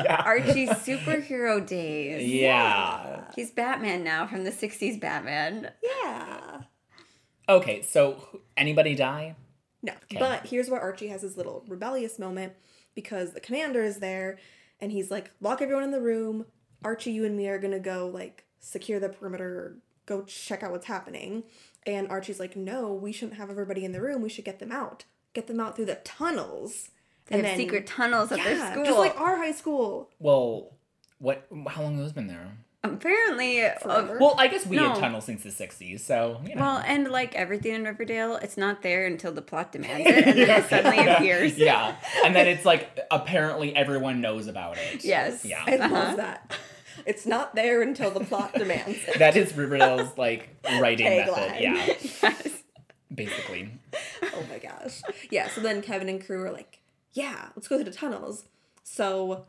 [SPEAKER 1] yeah.
[SPEAKER 3] Archie's superhero days.
[SPEAKER 1] Yeah.
[SPEAKER 3] He's Batman now from the 60s Batman.
[SPEAKER 2] Yeah.
[SPEAKER 1] Okay, so wh- anybody die?
[SPEAKER 2] No. But here's where Archie has his little rebellious moment because the commander is there and he's like, lock everyone in the room. Archie, you and me are gonna go like secure the perimeter, go check out what's happening. And Archie's like, no, we shouldn't have everybody in the room. We should get them out. Get them out through the tunnels.
[SPEAKER 3] They have secret tunnels at their
[SPEAKER 2] Yeah,
[SPEAKER 3] school.
[SPEAKER 2] Just like our high school.
[SPEAKER 1] Well, what? How long have those been there?
[SPEAKER 3] Apparently, uh,
[SPEAKER 2] Forever.
[SPEAKER 1] Well, I guess we
[SPEAKER 3] No.
[SPEAKER 1] had tunnels since the '60s, so you know.
[SPEAKER 3] well, and like everything in Riverdale, it's not there until the plot demands it, and then it suddenly appears.
[SPEAKER 1] yeah, and then it's like apparently everyone knows about it.
[SPEAKER 3] Yes.
[SPEAKER 1] Yeah.
[SPEAKER 2] I
[SPEAKER 3] Uh-huh.
[SPEAKER 2] love that. It's not there until the plot demands it.
[SPEAKER 1] That is Riverdale's like writing method.
[SPEAKER 2] Tagline.
[SPEAKER 1] Yeah,
[SPEAKER 3] Yes.
[SPEAKER 1] basically.
[SPEAKER 2] Oh my gosh. Yeah, so then Kevin and crew are like, yeah, let's go through the tunnels. So,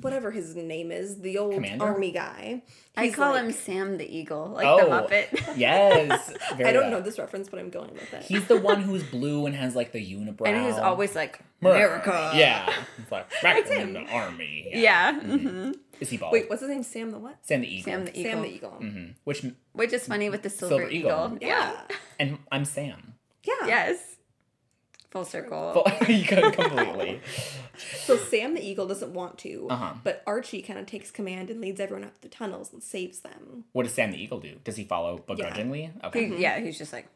[SPEAKER 2] whatever his name is, the old
[SPEAKER 1] Commander?
[SPEAKER 2] army guy.
[SPEAKER 3] I
[SPEAKER 2] he's
[SPEAKER 3] call
[SPEAKER 2] like-
[SPEAKER 3] him Sam the Eagle, like
[SPEAKER 1] oh,
[SPEAKER 3] the Muppet.
[SPEAKER 1] yes. Very
[SPEAKER 2] I don't
[SPEAKER 1] well.
[SPEAKER 2] know this reference, but I'm going with it.
[SPEAKER 1] He's the one who's blue and has like the unibrow.
[SPEAKER 3] and who's always like,
[SPEAKER 1] Mer-
[SPEAKER 3] America.
[SPEAKER 1] Yeah. Mm-hmm. It's like back
[SPEAKER 2] That's
[SPEAKER 1] in
[SPEAKER 2] him.
[SPEAKER 1] the army.
[SPEAKER 3] Yeah. hmm
[SPEAKER 1] Is he bald?
[SPEAKER 2] Wait, what's his name? Sam the what?
[SPEAKER 1] Sam the Eagle.
[SPEAKER 3] Sam the Eagle.
[SPEAKER 2] Sam the Eagle.
[SPEAKER 1] Mhm. Which m-
[SPEAKER 3] Which is funny with the Silver,
[SPEAKER 1] Silver
[SPEAKER 3] Eagle.
[SPEAKER 1] Eagle.
[SPEAKER 3] Yeah.
[SPEAKER 2] Yeah.
[SPEAKER 1] and I'm Sam.
[SPEAKER 2] Yeah.
[SPEAKER 3] Yes. Full circle.
[SPEAKER 1] Well, you go completely.
[SPEAKER 2] So Sam the Eagle doesn't want to,
[SPEAKER 1] Uh-huh.
[SPEAKER 2] but Archie kind of takes command and leads everyone up the tunnels and saves them.
[SPEAKER 1] What does Sam the Eagle do? Does he follow begrudgingly?
[SPEAKER 3] He-
[SPEAKER 1] Okay.
[SPEAKER 3] Yeah, Mm-hmm. he's just like,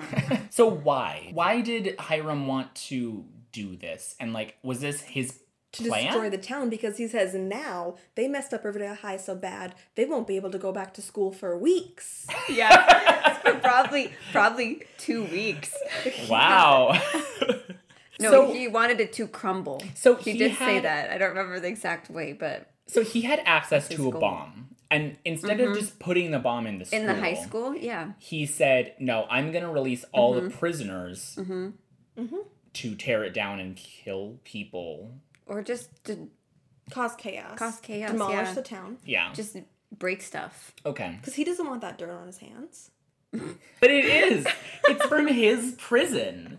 [SPEAKER 1] So why? Why did Hiram want to do this? And like, was this his
[SPEAKER 2] to
[SPEAKER 1] plan?
[SPEAKER 2] destroy the town because he says now they messed up Riverdale High so bad they won't be able to go back to school for weeks.
[SPEAKER 3] yeah. It's been probably, probably two weeks.
[SPEAKER 1] wow.
[SPEAKER 3] No,
[SPEAKER 1] So-
[SPEAKER 3] he wanted it to crumble.
[SPEAKER 1] So
[SPEAKER 3] he,
[SPEAKER 1] he
[SPEAKER 3] did say
[SPEAKER 1] had-
[SPEAKER 3] that. I don't remember the exact way, but
[SPEAKER 1] so he had access to
[SPEAKER 3] His
[SPEAKER 1] a
[SPEAKER 3] goal.
[SPEAKER 1] bomb, and instead of just putting the bomb in the school,
[SPEAKER 3] Mm-hmm. in the high school, Mm-hmm. yeah.
[SPEAKER 1] he said, "No, I'm going to release all the prisoners
[SPEAKER 3] Mm-hmm.
[SPEAKER 1] to tear it down and kill people."
[SPEAKER 3] Or just to
[SPEAKER 2] Cause chaos.
[SPEAKER 3] Cause chaos,
[SPEAKER 2] Demolish
[SPEAKER 3] yeah.
[SPEAKER 2] the town.
[SPEAKER 1] Yeah.
[SPEAKER 3] just break stuff.
[SPEAKER 1] okay.
[SPEAKER 2] Because he doesn't want that dirt on his hands.
[SPEAKER 1] But it is. it's from his prison.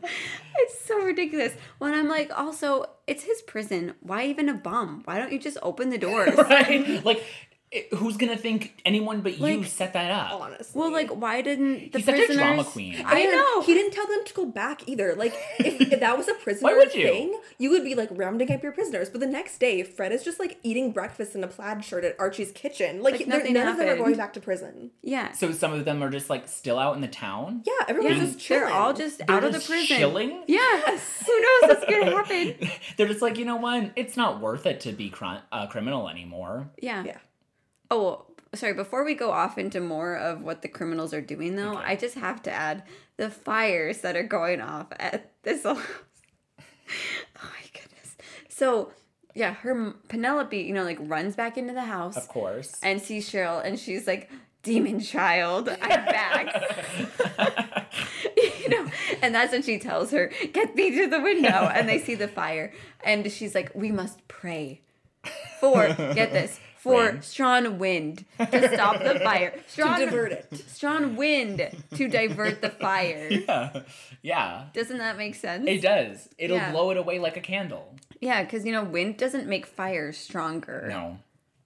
[SPEAKER 3] It's so ridiculous. When I'm like, also, it's his prison. Why even a bomb? Why don't you just open the doors?
[SPEAKER 1] Right? Like it- who's going to think anyone but you
[SPEAKER 3] Like,
[SPEAKER 1] set that up?
[SPEAKER 2] Honestly.
[SPEAKER 3] Well, like, why didn't the
[SPEAKER 1] He's such a
[SPEAKER 3] prisoners?
[SPEAKER 1] drama queen.
[SPEAKER 3] I
[SPEAKER 2] And
[SPEAKER 3] know.
[SPEAKER 2] He didn't tell them to go back either. Like, if, if that was a prisoner
[SPEAKER 1] would you?
[SPEAKER 2] thing, you would be like rounding up your prisoners. But the next day, Fred is just like eating breakfast in a plaid shirt at Archie's kitchen. Like,
[SPEAKER 3] Like,
[SPEAKER 2] they're-
[SPEAKER 3] nothing
[SPEAKER 2] none of them are
[SPEAKER 3] happened.
[SPEAKER 2] going back to prison.
[SPEAKER 3] yeah.
[SPEAKER 1] So some of them are just like still out in the town.
[SPEAKER 2] Yeah, everyone's
[SPEAKER 3] yeah.
[SPEAKER 2] just chilling.
[SPEAKER 3] They're all just
[SPEAKER 1] They're
[SPEAKER 3] out of the
[SPEAKER 1] just
[SPEAKER 3] prison.
[SPEAKER 1] Chilling.
[SPEAKER 3] Yeah. Who knows what's gonna happen?
[SPEAKER 1] They're just like, you know what? It's not worth it to be cri- a criminal anymore.
[SPEAKER 3] Yeah.
[SPEAKER 2] Yeah.
[SPEAKER 3] Oh, well, sorry. Before we go off into more of what the criminals are doing, though, I just have to add the fires that are going off at this. oh my goodness. So, yeah, her m- Penelope, you know, like runs back into the house
[SPEAKER 1] Of course.
[SPEAKER 3] and sees Cheryl, and she's like, "Demon child, I'm back." you know, and that's when she tells her, "Get thee to the window." And they see the fire, and she's like, "We must pray for get this for
[SPEAKER 1] Rain.
[SPEAKER 3] strong wind to stop the fire, strong
[SPEAKER 2] to divert it.
[SPEAKER 3] strong wind to divert the fire."
[SPEAKER 1] yeah. Yeah.
[SPEAKER 3] Doesn't that make sense?
[SPEAKER 1] It does. It'll
[SPEAKER 3] Yeah.
[SPEAKER 1] blow it away like a candle.
[SPEAKER 3] yeah, because you know, wind doesn't make fire stronger.
[SPEAKER 1] No.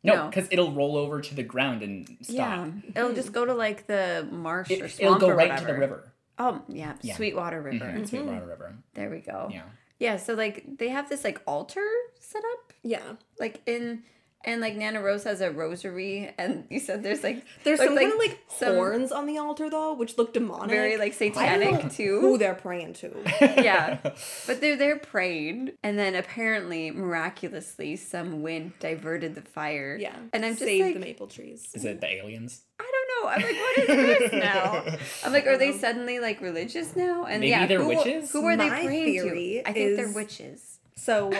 [SPEAKER 3] No.
[SPEAKER 1] No, because it'll roll over to the ground and stop.
[SPEAKER 3] Yeah, it'll just go to like the marsh or
[SPEAKER 1] It,
[SPEAKER 3] swamp
[SPEAKER 1] it'll go
[SPEAKER 3] or
[SPEAKER 1] right
[SPEAKER 3] whatever.
[SPEAKER 1] to the river.
[SPEAKER 3] Oh yeah, Sweetwater River.
[SPEAKER 1] Sweetwater Mm-hmm. River.
[SPEAKER 3] There we go.
[SPEAKER 1] Yeah.
[SPEAKER 3] Yeah, so like they have this like altar set up,
[SPEAKER 2] Yeah.
[SPEAKER 3] like in and like Nana Rose has a rosary, and you said there's like
[SPEAKER 2] There's
[SPEAKER 3] like,
[SPEAKER 2] some kind of like
[SPEAKER 3] some
[SPEAKER 2] horns on the altar though, which look demonic.
[SPEAKER 3] very like
[SPEAKER 2] I don't know
[SPEAKER 3] satanic
[SPEAKER 2] Who
[SPEAKER 3] too.
[SPEAKER 2] they're praying to.
[SPEAKER 3] yeah, but they're there praying, and then apparently miraculously some wind diverted the fire.
[SPEAKER 2] Yeah.
[SPEAKER 3] and I'm just
[SPEAKER 2] Save
[SPEAKER 3] like,
[SPEAKER 2] the maple trees.
[SPEAKER 1] Is it the aliens?
[SPEAKER 3] I don't know. I'm like, what is this now? I'm like, are they suddenly like religious now? And
[SPEAKER 1] Maybe
[SPEAKER 3] yeah,
[SPEAKER 1] they're
[SPEAKER 3] who,
[SPEAKER 1] witches?
[SPEAKER 3] Who are they
[SPEAKER 2] My
[SPEAKER 3] praying
[SPEAKER 2] theory
[SPEAKER 3] to? I think they're
[SPEAKER 2] is-
[SPEAKER 3] witches.
[SPEAKER 2] So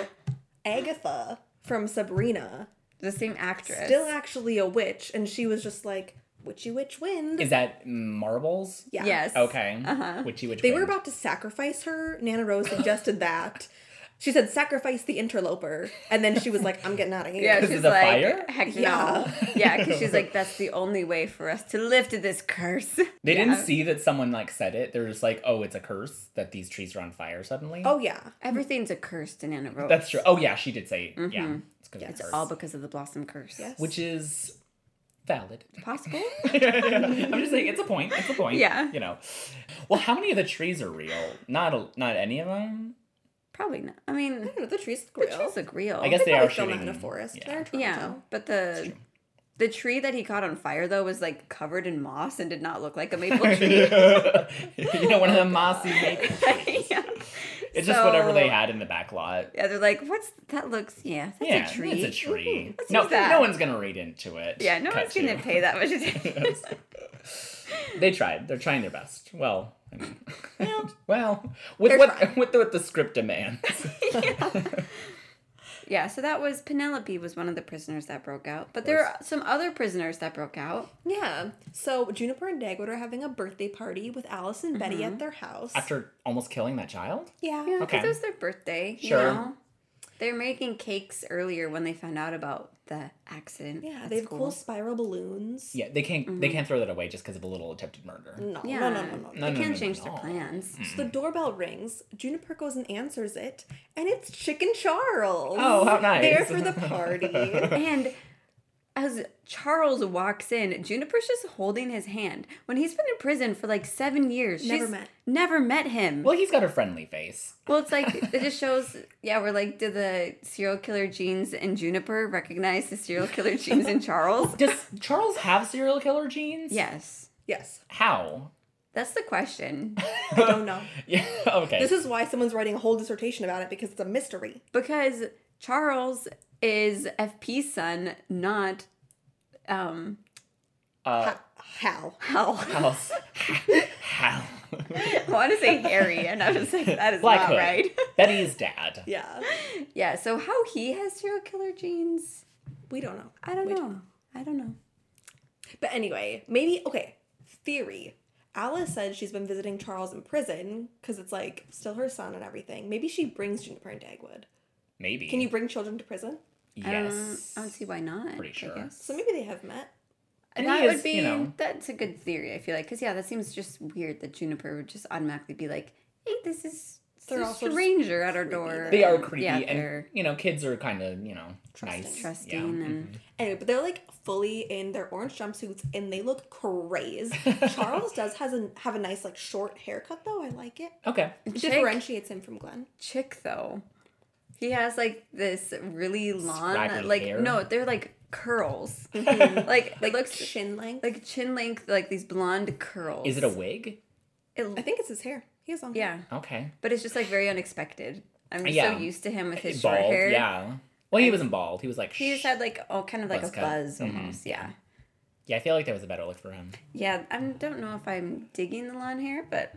[SPEAKER 2] Agatha from Sabrina
[SPEAKER 3] The same actress.
[SPEAKER 2] still actually a witch and she was just like witchy witch wind.
[SPEAKER 1] Is that marbles?
[SPEAKER 2] yeah.
[SPEAKER 3] Yes.
[SPEAKER 1] Okay.
[SPEAKER 3] Uh-huh.
[SPEAKER 1] Witchy witch.
[SPEAKER 2] They were
[SPEAKER 1] wind.
[SPEAKER 2] about to sacrifice her. Nana Rose suggested that. She said sacrifice the interloper and then she was like I'm getting out of here.
[SPEAKER 3] Yeah,
[SPEAKER 1] 'Cause
[SPEAKER 3] she's
[SPEAKER 1] of the
[SPEAKER 3] like,
[SPEAKER 1] fire?
[SPEAKER 3] heck
[SPEAKER 2] Yeah.
[SPEAKER 3] no. Yeah, because she's like, that's the only way for us to lift this curse.
[SPEAKER 1] They
[SPEAKER 3] Yeah.
[SPEAKER 1] didn't see that someone like said it. They're just like, oh, it's a curse that these trees are on fire suddenly.
[SPEAKER 2] Oh yeah.
[SPEAKER 3] Everything's a curse to Nana Rose.
[SPEAKER 1] that's true. Oh yeah, she did say. It. Yeah, it's because
[SPEAKER 3] Mm-hmm. It's all because of the blossom curse.
[SPEAKER 2] Yes.
[SPEAKER 1] which is valid.
[SPEAKER 3] Possible?
[SPEAKER 1] I'm just saying, it's a point. It's a point.
[SPEAKER 3] Yeah.
[SPEAKER 1] you know. Well, how many of the trees are real? Not a, not any of them.
[SPEAKER 3] Probably not. I mean,
[SPEAKER 2] I don't know, the trees look
[SPEAKER 3] the
[SPEAKER 2] real.
[SPEAKER 3] trees look real.
[SPEAKER 1] I guess
[SPEAKER 2] They
[SPEAKER 1] they are
[SPEAKER 2] probably film that
[SPEAKER 1] shooting-
[SPEAKER 2] in a forest.
[SPEAKER 1] yeah.
[SPEAKER 2] They're in Toronto.
[SPEAKER 3] Yeah, but the the tree that he caught on fire though was like covered in moss and did not look like a maple tree.
[SPEAKER 1] you know, one of the mossy maple trees.
[SPEAKER 3] yeah.
[SPEAKER 1] It's just whatever
[SPEAKER 3] So-
[SPEAKER 1] they had in the back lot.
[SPEAKER 3] yeah, they're like, what's that? Looks yeah, that's
[SPEAKER 1] yeah,
[SPEAKER 3] a tree. Mm-hmm.
[SPEAKER 1] it's a tree.
[SPEAKER 3] Let's
[SPEAKER 1] No,
[SPEAKER 3] use that.
[SPEAKER 1] no one's gonna read into it.
[SPEAKER 3] Yeah, no
[SPEAKER 1] Cut
[SPEAKER 3] one's gonna
[SPEAKER 1] to.
[SPEAKER 3] pay that much attention.
[SPEAKER 1] They tried. They're trying their best. Well, I mean, well, with
[SPEAKER 2] They're
[SPEAKER 1] what with the, what the script demands.
[SPEAKER 3] yeah, so that was Penelope was one of the prisoners that broke out, but there are some other prisoners that broke out.
[SPEAKER 2] Yeah. So Juniper and Dagwood are having a birthday party with Alice and Betty at their house.
[SPEAKER 1] Mm-hmm. After almost killing that child,
[SPEAKER 2] yeah.
[SPEAKER 3] Yeah, 'cause
[SPEAKER 1] Okay.
[SPEAKER 3] it was their birthday. You
[SPEAKER 1] Sure.
[SPEAKER 3] know? They're making cakes earlier when they found out about the accident.
[SPEAKER 2] Yeah,
[SPEAKER 3] at
[SPEAKER 2] they have cool
[SPEAKER 3] school.
[SPEAKER 2] spiral balloons.
[SPEAKER 1] yeah, they can't
[SPEAKER 3] Mm-hmm.
[SPEAKER 1] they can't throw that away just because of a little attempted murder.
[SPEAKER 2] oh, No,
[SPEAKER 3] Yeah.
[SPEAKER 2] no, no, no,
[SPEAKER 1] No,
[SPEAKER 2] no.
[SPEAKER 3] they
[SPEAKER 1] no,
[SPEAKER 3] can't
[SPEAKER 1] no,
[SPEAKER 3] change
[SPEAKER 1] no.
[SPEAKER 3] their plans.
[SPEAKER 2] So the doorbell rings. Juniper goes and answers it, and it's Chicken Charles.
[SPEAKER 1] Oh, how nice.
[SPEAKER 2] There for the party.
[SPEAKER 3] And as Charles walks in, Juniper's just holding his hand. When he's been in prison for like seven years,
[SPEAKER 2] Never
[SPEAKER 3] she's
[SPEAKER 2] met.
[SPEAKER 3] never met him. Well,
[SPEAKER 1] Well, he's got a friendly face.
[SPEAKER 3] it's like it just shows. Yeah, we're like, did the serial killer genes in Juniper recognize the serial killer genes in Charles?
[SPEAKER 1] Does Charles have serial killer genes?
[SPEAKER 3] Yes,
[SPEAKER 2] yes.
[SPEAKER 1] How?
[SPEAKER 3] that's the question.
[SPEAKER 2] I don't know.
[SPEAKER 1] Yeah. Okay.
[SPEAKER 2] This is why someone's writing a whole dissertation about it because it's a mystery.
[SPEAKER 3] Because Charles is FP's son, not um
[SPEAKER 1] uh,
[SPEAKER 2] How?
[SPEAKER 3] Hal.
[SPEAKER 1] house. How?
[SPEAKER 3] I want to say Harry, and I was like, that is
[SPEAKER 1] Black
[SPEAKER 3] not
[SPEAKER 1] Hood.
[SPEAKER 3] right.
[SPEAKER 1] Betty's dad.
[SPEAKER 2] Yeah.
[SPEAKER 3] Yeah, so how he has serial killer genes,
[SPEAKER 2] We don't know.
[SPEAKER 3] I don't
[SPEAKER 2] We-
[SPEAKER 3] know. I don't know.
[SPEAKER 2] But anyway, maybe okay. Theory. Alice said she's been visiting Charles in prison because it's like still her son and everything. Maybe she brings Juniper and Dagwood.
[SPEAKER 1] Maybe.
[SPEAKER 2] Can you bring children to prison?
[SPEAKER 3] I don't-
[SPEAKER 1] Yes.
[SPEAKER 3] um, I don't see why not.
[SPEAKER 1] Pretty
[SPEAKER 3] I
[SPEAKER 1] sure.
[SPEAKER 3] guess.
[SPEAKER 2] So maybe they have met.
[SPEAKER 1] And
[SPEAKER 3] that
[SPEAKER 1] he
[SPEAKER 3] would
[SPEAKER 1] is,
[SPEAKER 3] be
[SPEAKER 1] you know-
[SPEAKER 3] that's a good theory. I feel like because yeah, that seems just weird that Juniper would just automatically be like, "Hey, this is
[SPEAKER 2] They're
[SPEAKER 3] a
[SPEAKER 2] also just
[SPEAKER 3] stranger at our door."
[SPEAKER 1] They are
[SPEAKER 3] And,
[SPEAKER 1] creepy,
[SPEAKER 3] Yeah,
[SPEAKER 1] and
[SPEAKER 3] they're
[SPEAKER 1] you know, kids are kind of you know
[SPEAKER 2] Trusting.
[SPEAKER 1] nice,
[SPEAKER 3] trusting
[SPEAKER 1] Yeah. mm-hmm.
[SPEAKER 3] and
[SPEAKER 2] Anyway, but they're like fully in their orange jumpsuits and they look crazed. Charles does has a have a nice like short haircut though. I like it.
[SPEAKER 1] Okay.
[SPEAKER 2] It
[SPEAKER 3] Chick.
[SPEAKER 2] differentiates him from Glenn.
[SPEAKER 3] chick though. He has like this really long,
[SPEAKER 1] Scraggly
[SPEAKER 3] like
[SPEAKER 1] hair.
[SPEAKER 3] no, they're like curls, like it looks
[SPEAKER 2] Chin length.
[SPEAKER 3] like chin length, like these blonde curls.
[SPEAKER 1] Is it a wig?
[SPEAKER 3] It-
[SPEAKER 2] I think it's his hair. He has long hair.
[SPEAKER 3] yeah,
[SPEAKER 1] Okay.
[SPEAKER 3] but it's just like very unexpected. I'm just
[SPEAKER 1] Yeah.
[SPEAKER 3] so used to him with his
[SPEAKER 1] bald.
[SPEAKER 3] short hair.
[SPEAKER 1] Yeah. Well, he wasn't bald. He was like.
[SPEAKER 3] He just
[SPEAKER 1] Sh-
[SPEAKER 3] had like oh, kind of like
[SPEAKER 1] Buzz
[SPEAKER 3] a
[SPEAKER 1] cut. Mm-hmm.
[SPEAKER 3] buzz almost. Yeah,
[SPEAKER 1] yeah, I feel like there was a better look for him.
[SPEAKER 3] yeah. I don't know if I'm digging the long hair, but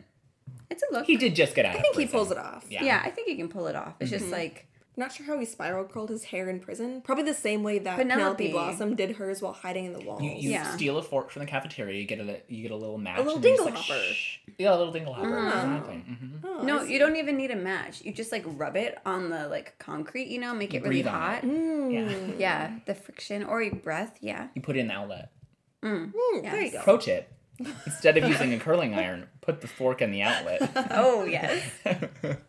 [SPEAKER 3] it's a look.
[SPEAKER 1] He did just get out.
[SPEAKER 2] I think he pulls it off.
[SPEAKER 1] Yeah.
[SPEAKER 3] yeah. I think he can pull it off. It's just like
[SPEAKER 2] Not sure how he spiral curled his hair in prison. Probably the same way that Penelope,
[SPEAKER 3] Penelope.
[SPEAKER 2] Blossom did hers while hiding in the walls.
[SPEAKER 1] You, you
[SPEAKER 3] Yeah.
[SPEAKER 1] steal a fork from the cafeteria. You get a you get a little match.
[SPEAKER 2] little
[SPEAKER 1] and you just,
[SPEAKER 2] dingle hopper.
[SPEAKER 1] shh. Yeah, a little dingle hopper. Exactly. hmm
[SPEAKER 2] Oh,
[SPEAKER 3] no,
[SPEAKER 2] I see.
[SPEAKER 3] you don't even need a match. You just like rub it on the like concrete. You know, make it really
[SPEAKER 1] Breathe on
[SPEAKER 3] hot.
[SPEAKER 2] Hmm.
[SPEAKER 1] Yeah.
[SPEAKER 3] Yeah, the friction or your breath. Yeah,
[SPEAKER 1] You put it in the outlet.
[SPEAKER 2] Mm, There you
[SPEAKER 3] Yes.
[SPEAKER 2] go.
[SPEAKER 1] Pro tip: instead of using a curling iron, put the fork in the outlet.
[SPEAKER 3] Oh yes.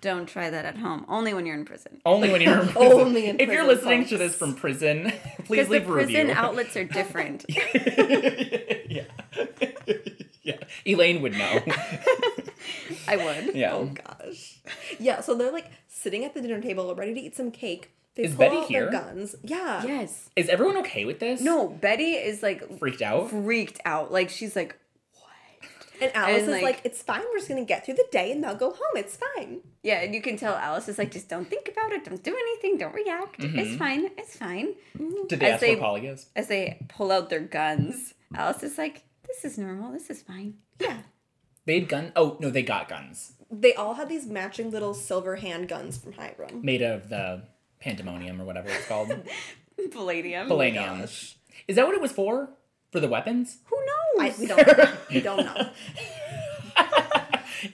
[SPEAKER 3] Don't try that at home. Only when you're in prison.
[SPEAKER 1] Only when you're in prison.
[SPEAKER 2] Only in
[SPEAKER 1] if you're
[SPEAKER 2] prison,
[SPEAKER 1] listening to
[SPEAKER 2] folks.
[SPEAKER 1] this from prison, please
[SPEAKER 3] Because the
[SPEAKER 1] leave a
[SPEAKER 3] prison
[SPEAKER 1] review.
[SPEAKER 3] outlets are different.
[SPEAKER 1] yeah. yeah. Elaine would know.
[SPEAKER 3] I would.
[SPEAKER 1] Yeah.
[SPEAKER 2] Oh gosh. Yeah, so they're like sitting at the dinner table, ready to eat some cake. They
[SPEAKER 1] Is
[SPEAKER 2] pull
[SPEAKER 1] Betty
[SPEAKER 2] out
[SPEAKER 1] here?
[SPEAKER 2] their guns. Yeah.
[SPEAKER 3] Yes.
[SPEAKER 1] Is everyone okay with this?
[SPEAKER 3] No, Betty is like
[SPEAKER 1] Freaked out?
[SPEAKER 3] freaked out. Like she's like,
[SPEAKER 2] And Alice is
[SPEAKER 3] And,
[SPEAKER 2] like,
[SPEAKER 3] like-
[SPEAKER 2] it's fine. We're just going to get through the day and they'll go home. It's fine.
[SPEAKER 3] yeah, and you can tell Alice is like, just don't think about it, don't do anything, don't react.
[SPEAKER 1] Mm-hmm.
[SPEAKER 3] It's fine, it's fine.
[SPEAKER 1] Did they
[SPEAKER 3] As
[SPEAKER 1] ask
[SPEAKER 3] they-
[SPEAKER 1] where Polly is?
[SPEAKER 3] As they pull out their guns, Alice is like, this is normal, this is fine.
[SPEAKER 2] Yeah.
[SPEAKER 1] They'd gun. Oh no, they got guns
[SPEAKER 2] They all had these matching little silver handguns from Hiram.
[SPEAKER 1] made of the pandemonium or whatever it's
[SPEAKER 3] Oh
[SPEAKER 1] called.
[SPEAKER 3] Palladium.
[SPEAKER 1] Palladium. Is that what it was for? For the weapons?
[SPEAKER 3] Who
[SPEAKER 2] I,
[SPEAKER 3] knows?
[SPEAKER 2] we don't know. we don't know.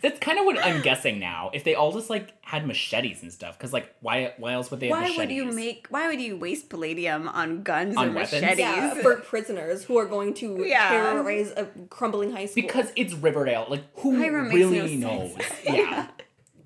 [SPEAKER 1] That's kind of what I'm guessing now. If they all just like had machetes and stuff, because like why why else would they? have
[SPEAKER 3] why would you
[SPEAKER 1] machetes?
[SPEAKER 3] make why would you waste palladium on guns
[SPEAKER 1] On
[SPEAKER 3] or
[SPEAKER 1] weapons?
[SPEAKER 3] machetes?
[SPEAKER 2] Yeah, for prisoners who are going to
[SPEAKER 3] Yeah.
[SPEAKER 2] terrorize a crumbling high school.
[SPEAKER 1] Because it's Riverdale. Like who
[SPEAKER 3] Hiram makes
[SPEAKER 1] really
[SPEAKER 3] no
[SPEAKER 1] knows? Yeah.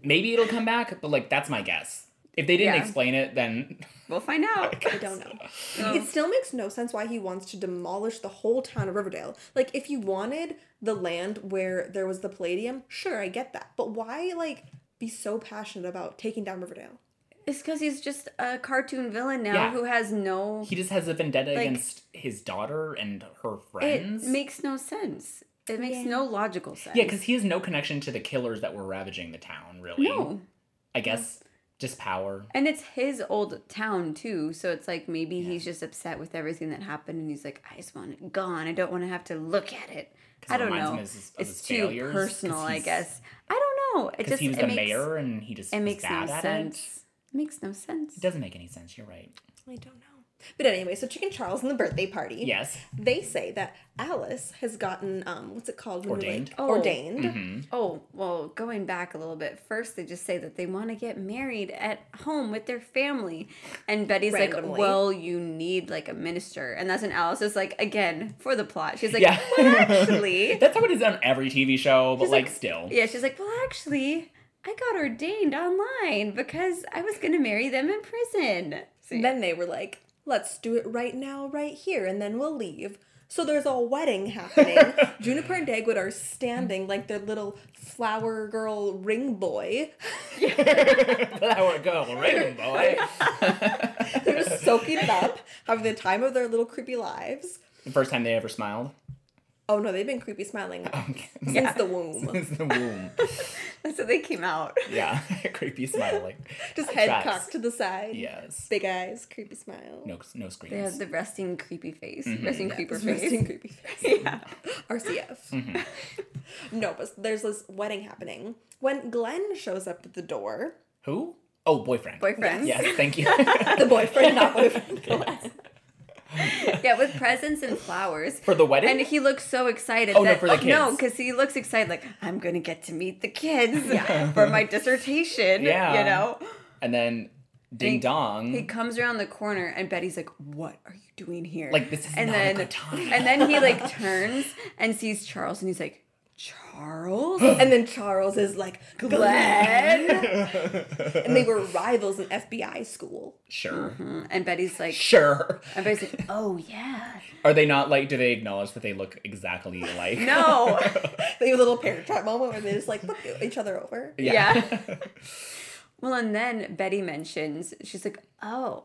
[SPEAKER 1] Maybe it'll come back, but like that's my guess. If they didn't
[SPEAKER 3] Yeah.
[SPEAKER 1] explain it, then
[SPEAKER 3] We'll find out.
[SPEAKER 2] I don't know. It still makes no sense why he wants to demolish the whole town of Riverdale. Like, if you wanted the land where there was the Palladium, sure, I get that. But why, like, be so passionate about taking down Riverdale?
[SPEAKER 3] It's because he's just a cartoon villain now
[SPEAKER 1] Yeah.
[SPEAKER 3] who has no.
[SPEAKER 1] he just has a vendetta
[SPEAKER 3] Like-
[SPEAKER 1] against his daughter and her
[SPEAKER 3] It
[SPEAKER 1] friends.
[SPEAKER 3] makes no sense. It makes no logical sense.
[SPEAKER 1] yeah, because he has no connection to the killers that were ravaging the town. Really,
[SPEAKER 3] no,
[SPEAKER 1] I guess just power.
[SPEAKER 3] and it's his old town too. So it's like maybe he's just upset with everything that happened, and he's like, I just want it gone. I don't want to have to look at it.
[SPEAKER 1] 'Cause it
[SPEAKER 3] I don't
[SPEAKER 1] reminds
[SPEAKER 3] know.
[SPEAKER 1] him of his- of his
[SPEAKER 3] it's too
[SPEAKER 1] failures, 'cause
[SPEAKER 3] personal, I
[SPEAKER 1] he's-
[SPEAKER 3] guess. I don't know. It
[SPEAKER 1] Because
[SPEAKER 3] just
[SPEAKER 1] he was
[SPEAKER 3] it
[SPEAKER 1] the
[SPEAKER 3] makes,
[SPEAKER 1] mayor and he just
[SPEAKER 3] It
[SPEAKER 1] was
[SPEAKER 3] makes no
[SPEAKER 1] bad at it.
[SPEAKER 3] sense. Makes no sense.
[SPEAKER 1] It doesn't make any sense. You're right.
[SPEAKER 2] I don't know. But anyway, so Chicken Charles and the birthday party.
[SPEAKER 1] Yes.
[SPEAKER 2] They say that Alice has gotten, um, what's it called? when you,
[SPEAKER 1] Ordained.
[SPEAKER 2] like,
[SPEAKER 3] Oh.
[SPEAKER 2] Ordained.
[SPEAKER 3] Oh, well, going back a little bit, first they just say that they want to get married at home with their family. And Betty's like,
[SPEAKER 2] Randomly.
[SPEAKER 3] well, you need like a minister. And that's when Alice is like, again, for the plot. She's like,
[SPEAKER 1] Yeah.
[SPEAKER 3] well, actually.
[SPEAKER 1] That's how it is on every TV show, but
[SPEAKER 3] She's
[SPEAKER 1] like,
[SPEAKER 3] like-
[SPEAKER 1] still.
[SPEAKER 3] yeah, she's like, well, actually, I got ordained online because I was going to marry them in prison. So,
[SPEAKER 2] And then they were like, let's do it right now, right here, and then we'll leave. So there's a wedding happening. Juniper and Dagwood are standing like their little flower girl ring boy.
[SPEAKER 1] Flower girl, raven boy.
[SPEAKER 2] They're just soaking it up, having the time of their little creepy lives.
[SPEAKER 1] the first time they ever smiled.
[SPEAKER 2] Oh no, they've been creepy smiling since the womb.
[SPEAKER 1] It's the womb.
[SPEAKER 3] so they came out.
[SPEAKER 1] Yeah. Creepy smiling.
[SPEAKER 2] Just head
[SPEAKER 1] Tracks.
[SPEAKER 2] cocked to the side.
[SPEAKER 1] Yes.
[SPEAKER 2] Big eyes, creepy smile.
[SPEAKER 1] No, no
[SPEAKER 3] They
[SPEAKER 1] screams.
[SPEAKER 3] have the resting creepy face,
[SPEAKER 1] Mm-hmm.
[SPEAKER 3] resting creeper
[SPEAKER 2] It's
[SPEAKER 3] face.
[SPEAKER 2] resting creepy face. Yeah. RCF. no, but there's this wedding happening. When Glenn shows up at the door,
[SPEAKER 1] Who? Oh, boyfriend.
[SPEAKER 3] Boyfriends.
[SPEAKER 1] Yes, thank you.
[SPEAKER 2] the boyfriend, not boyfriend.
[SPEAKER 3] Yeah, with presents and flowers.
[SPEAKER 1] For the wedding?
[SPEAKER 3] And he looks so excited.
[SPEAKER 1] Oh, no,
[SPEAKER 3] that,
[SPEAKER 1] for the kids.
[SPEAKER 3] because he looks excited, like, I'm going to get to meet the kids for my dissertation.
[SPEAKER 1] Yeah.
[SPEAKER 3] You know?
[SPEAKER 1] and then ding
[SPEAKER 3] he-
[SPEAKER 1] dong.
[SPEAKER 3] He comes around the corner, and Betty's like, What are you doing here?
[SPEAKER 1] Like, this is
[SPEAKER 3] and
[SPEAKER 1] not a
[SPEAKER 3] then,
[SPEAKER 1] good time.
[SPEAKER 3] And then he, like, turns and sees Charles, and he's like, Charles?
[SPEAKER 2] And then Charles is like, Glenn. and they were rivals in FBI school.
[SPEAKER 1] sure.
[SPEAKER 3] Uh-huh. and Betty's like,
[SPEAKER 1] Sure.
[SPEAKER 3] and Betty's like, Oh, yeah.
[SPEAKER 1] Are they not like, do they acknowledge that they look exactly alike?
[SPEAKER 3] No.
[SPEAKER 2] They have a little parent trap moment where they just like look each other over.
[SPEAKER 1] Yeah.
[SPEAKER 3] Well, and then Betty mentions, she's like, Oh,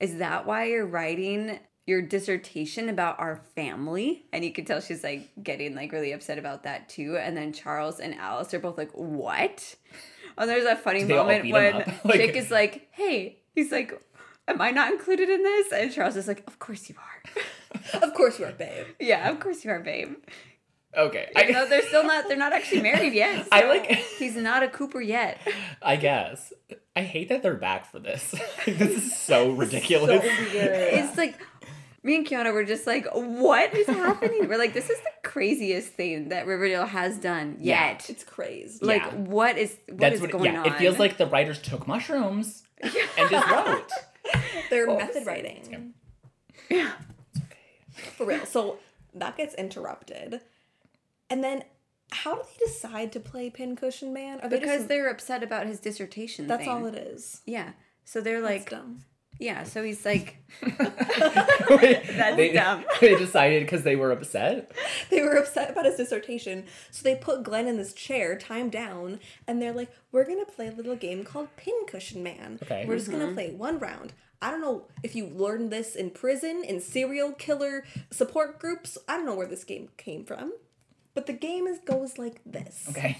[SPEAKER 3] is that why you're writing your dissertation about our family? And you could tell she's like getting like really upset about that too. And then Charles and Alice are both like, What? And there's that funny
[SPEAKER 1] they all
[SPEAKER 3] moment
[SPEAKER 1] beat 'em
[SPEAKER 3] when
[SPEAKER 1] up? Like-
[SPEAKER 3] Jake is like, Hey, he's like, Am I not included in this? And Charles is like, Of course you are.
[SPEAKER 2] Of course you are, babe.
[SPEAKER 3] yeah, of course you are, babe.
[SPEAKER 1] Okay.
[SPEAKER 3] You know, they're still not, they're not actually married yet.
[SPEAKER 1] I
[SPEAKER 3] so
[SPEAKER 1] like-
[SPEAKER 3] he's not a Cooper yet.
[SPEAKER 1] I guess. I hate that they're back for this. this is so ridiculous.
[SPEAKER 3] It's like me and Kiana were just like, what is happening? We're like, this is the craziest thing that Riverdale has done
[SPEAKER 1] Yeah.
[SPEAKER 3] yet.
[SPEAKER 2] It's crazed.
[SPEAKER 3] Like,
[SPEAKER 1] Yeah.
[SPEAKER 3] what is what
[SPEAKER 1] That's
[SPEAKER 3] is
[SPEAKER 1] what.
[SPEAKER 3] going
[SPEAKER 1] yeah,
[SPEAKER 3] on?
[SPEAKER 1] it feels like the writers took mushrooms and just wrote.
[SPEAKER 2] They're method writing.
[SPEAKER 3] oh, Yeah.
[SPEAKER 2] For real. So that gets interrupted. And then how do they decide to play Pincushion Man? Are they
[SPEAKER 3] because
[SPEAKER 2] just,
[SPEAKER 3] they're upset about his dissertation.
[SPEAKER 2] that's
[SPEAKER 3] thing.
[SPEAKER 2] all it is.
[SPEAKER 3] Yeah. So they're
[SPEAKER 2] Like,
[SPEAKER 3] like,
[SPEAKER 2] dumb.
[SPEAKER 3] Yeah, so he's like,
[SPEAKER 1] That's they,
[SPEAKER 3] dumb.
[SPEAKER 1] They decided because they were upset.
[SPEAKER 2] They were upset about his dissertation, so they put Glenn in this chair, time down, and they're like, "We're gonna play a little game called Pincushion Man.
[SPEAKER 1] Okay. Mm-hmm.
[SPEAKER 2] We're just gonna play one round. I don't know if you learned this in prison, in serial killer support groups. I don't know where this game came from, but the game is goes like this.
[SPEAKER 1] Okay.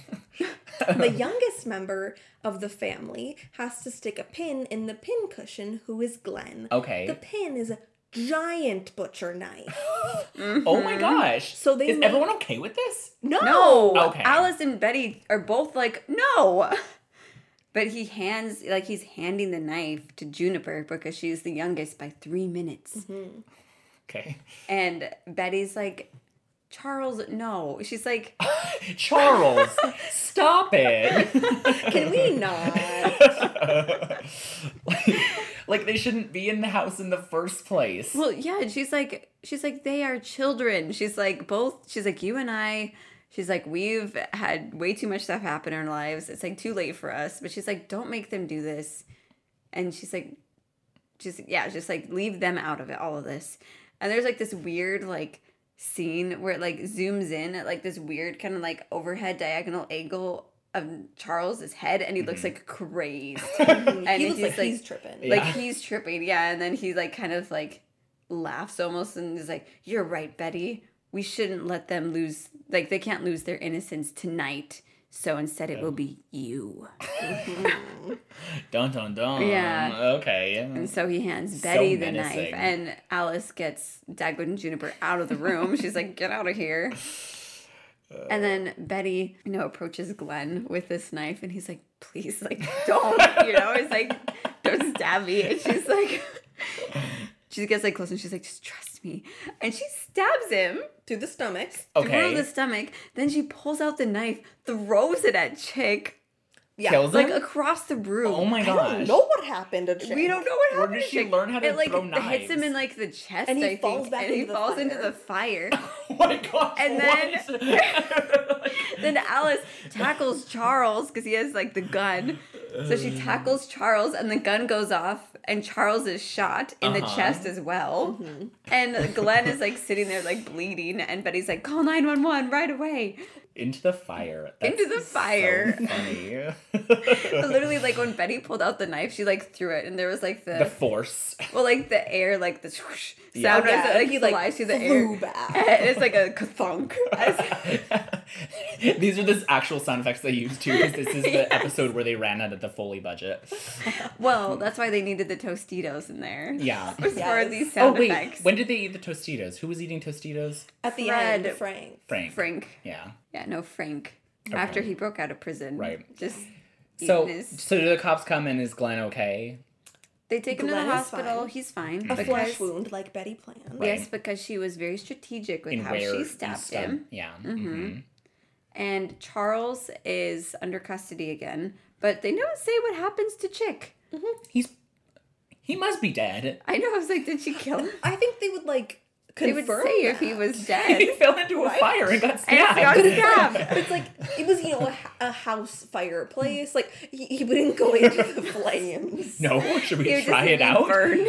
[SPEAKER 2] The youngest member of the family has to stick a pin in the pincushion, who is Glenn.
[SPEAKER 1] Okay.
[SPEAKER 2] The pin is a giant butcher knife.
[SPEAKER 1] Oh my gosh.
[SPEAKER 2] So they
[SPEAKER 1] is
[SPEAKER 2] make-
[SPEAKER 1] everyone okay with this?
[SPEAKER 2] No.
[SPEAKER 3] no.
[SPEAKER 1] Okay.
[SPEAKER 3] Alice and Betty are both like, no. But he hands, like, he's handing the knife to Juniper because she's the youngest by three minutes.
[SPEAKER 2] Mm-hmm.
[SPEAKER 1] Okay.
[SPEAKER 3] And Betty's like, Charles, no. She's like,
[SPEAKER 1] Charles, stop it.
[SPEAKER 2] Can we not?
[SPEAKER 1] like, like they shouldn't be in the house in the first place.
[SPEAKER 3] well, yeah. And she's like, she's like, they are children. She's like, both. She's like, you and I. She's like, we've had way too much stuff happen in our lives. It's like too late for us. But she's like, don't make them do this. And she's like, just yeah, just like leave them out of it, all of this. And there's like this weird like scene where it like zooms in at like this weird kind of like overhead diagonal angle of Charles's head, and he looks like crazed. and
[SPEAKER 2] Mm, he looks
[SPEAKER 3] he's,
[SPEAKER 2] like, he's tripping.
[SPEAKER 1] Yeah.
[SPEAKER 3] like he's tripping yeah and then he like kind of like laughs almost and is like you're right betty we shouldn't let them lose like they can't lose their innocence tonight so instead it will be you
[SPEAKER 1] Dun dun dun.
[SPEAKER 3] Yeah.
[SPEAKER 1] Okay.
[SPEAKER 3] and so he hands
[SPEAKER 1] Mm. So
[SPEAKER 3] betty the
[SPEAKER 1] menacing.
[SPEAKER 3] knife and alice gets dagwood and juniper out of the room she's like get out of here and then betty you know approaches glenn with this knife and he's like please like don't you know he's like don't stab me and she's like She gets like close and she's like, just trust me. And she stabs him
[SPEAKER 2] to the stomach.
[SPEAKER 3] through the
[SPEAKER 1] Okay.
[SPEAKER 3] stomach. Then she pulls out the knife, throws it at Chick,
[SPEAKER 2] Yeah.
[SPEAKER 1] Kills
[SPEAKER 3] like
[SPEAKER 1] him?
[SPEAKER 3] across the room.
[SPEAKER 1] oh my
[SPEAKER 2] I don't
[SPEAKER 1] gosh.
[SPEAKER 2] know what happened to Jim.
[SPEAKER 3] We don't know what
[SPEAKER 1] Where
[SPEAKER 3] happened.
[SPEAKER 1] did
[SPEAKER 3] to
[SPEAKER 1] she
[SPEAKER 3] Chick.
[SPEAKER 1] learn how to
[SPEAKER 3] it, like,
[SPEAKER 1] throw
[SPEAKER 3] hits him
[SPEAKER 1] knives?
[SPEAKER 3] in like the chest,
[SPEAKER 2] And he
[SPEAKER 3] I think,
[SPEAKER 2] falls back
[SPEAKER 3] and he
[SPEAKER 2] into the
[SPEAKER 3] falls into
[SPEAKER 2] fire.
[SPEAKER 3] the fire.
[SPEAKER 1] Oh my gosh.
[SPEAKER 3] And
[SPEAKER 1] what?
[SPEAKER 3] then Alice tackles Charles because he has like the gun. So she
[SPEAKER 1] Uh.
[SPEAKER 3] tackles Charles, and the gun goes off, and Charles is shot in the
[SPEAKER 1] Uh-huh.
[SPEAKER 3] chest as well.
[SPEAKER 2] Mm-hmm.
[SPEAKER 3] And Glenn is like sitting there, like bleeding, and Betty's like, "Call nine one one right away!"
[SPEAKER 1] into the fire. That's
[SPEAKER 3] Into the
[SPEAKER 1] so
[SPEAKER 3] fire.
[SPEAKER 1] funny.
[SPEAKER 3] So literally, like when Betty pulled out the knife, she like threw it, and there was like
[SPEAKER 1] the
[SPEAKER 3] the
[SPEAKER 1] force.
[SPEAKER 3] well, like the air, like the swoosh
[SPEAKER 1] Yeah.
[SPEAKER 3] sound,
[SPEAKER 2] Yeah,
[SPEAKER 3] as it, like
[SPEAKER 2] he,
[SPEAKER 3] he
[SPEAKER 2] like,
[SPEAKER 3] like flies through the
[SPEAKER 2] flew
[SPEAKER 3] air.
[SPEAKER 2] back.
[SPEAKER 3] And it's like a thunk.
[SPEAKER 1] These are the actual sound effects they used too, because this is the episode where they ran out of the Foley budget.
[SPEAKER 3] well, that's why they needed the Tostitos in there.
[SPEAKER 1] Yeah.
[SPEAKER 3] For
[SPEAKER 2] Yes.
[SPEAKER 3] these
[SPEAKER 1] Oh
[SPEAKER 3] sound
[SPEAKER 1] wait,
[SPEAKER 3] effects.
[SPEAKER 1] when did they eat the Tostitos? Who was eating Tostitos?
[SPEAKER 2] At the
[SPEAKER 3] Fred.
[SPEAKER 2] end, Frank.
[SPEAKER 1] Frank.
[SPEAKER 3] Frank.
[SPEAKER 1] Yeah.
[SPEAKER 3] Yeah, no, Frank. After he broke out of prison.
[SPEAKER 1] Right.
[SPEAKER 3] Just
[SPEAKER 1] So,
[SPEAKER 3] eating his-
[SPEAKER 1] so do the cops come and is Glenn okay?
[SPEAKER 3] they take him to the
[SPEAKER 2] Glenn is
[SPEAKER 3] hospital.
[SPEAKER 2] fine.
[SPEAKER 3] He's fine.
[SPEAKER 2] A
[SPEAKER 3] because-
[SPEAKER 2] flesh wound, like Betty planned.
[SPEAKER 1] Right.
[SPEAKER 3] Yes, because she was very strategic with
[SPEAKER 1] In
[SPEAKER 3] how
[SPEAKER 1] where
[SPEAKER 3] she
[SPEAKER 1] you
[SPEAKER 3] stabbed
[SPEAKER 1] stab-
[SPEAKER 3] him.
[SPEAKER 1] Yeah. Mm-hmm.
[SPEAKER 3] And Charles is under custody again, but they don't say what happens to Chick.
[SPEAKER 1] He's he must be dead.
[SPEAKER 3] I know. I was like, did she kill him?
[SPEAKER 2] I think they would like
[SPEAKER 3] They would
[SPEAKER 2] confirm.
[SPEAKER 3] say if he
[SPEAKER 2] that.
[SPEAKER 3] was
[SPEAKER 1] He
[SPEAKER 3] dead.
[SPEAKER 1] fell into a fire and got
[SPEAKER 3] and
[SPEAKER 1] stabbed.
[SPEAKER 3] got stabbed.
[SPEAKER 2] But it's like it was, you know, a, h- a house fireplace. Like he, he wouldn't go into the flames.
[SPEAKER 1] no, should
[SPEAKER 3] He
[SPEAKER 1] we
[SPEAKER 3] would
[SPEAKER 1] try
[SPEAKER 3] just
[SPEAKER 1] it out?
[SPEAKER 3] burn.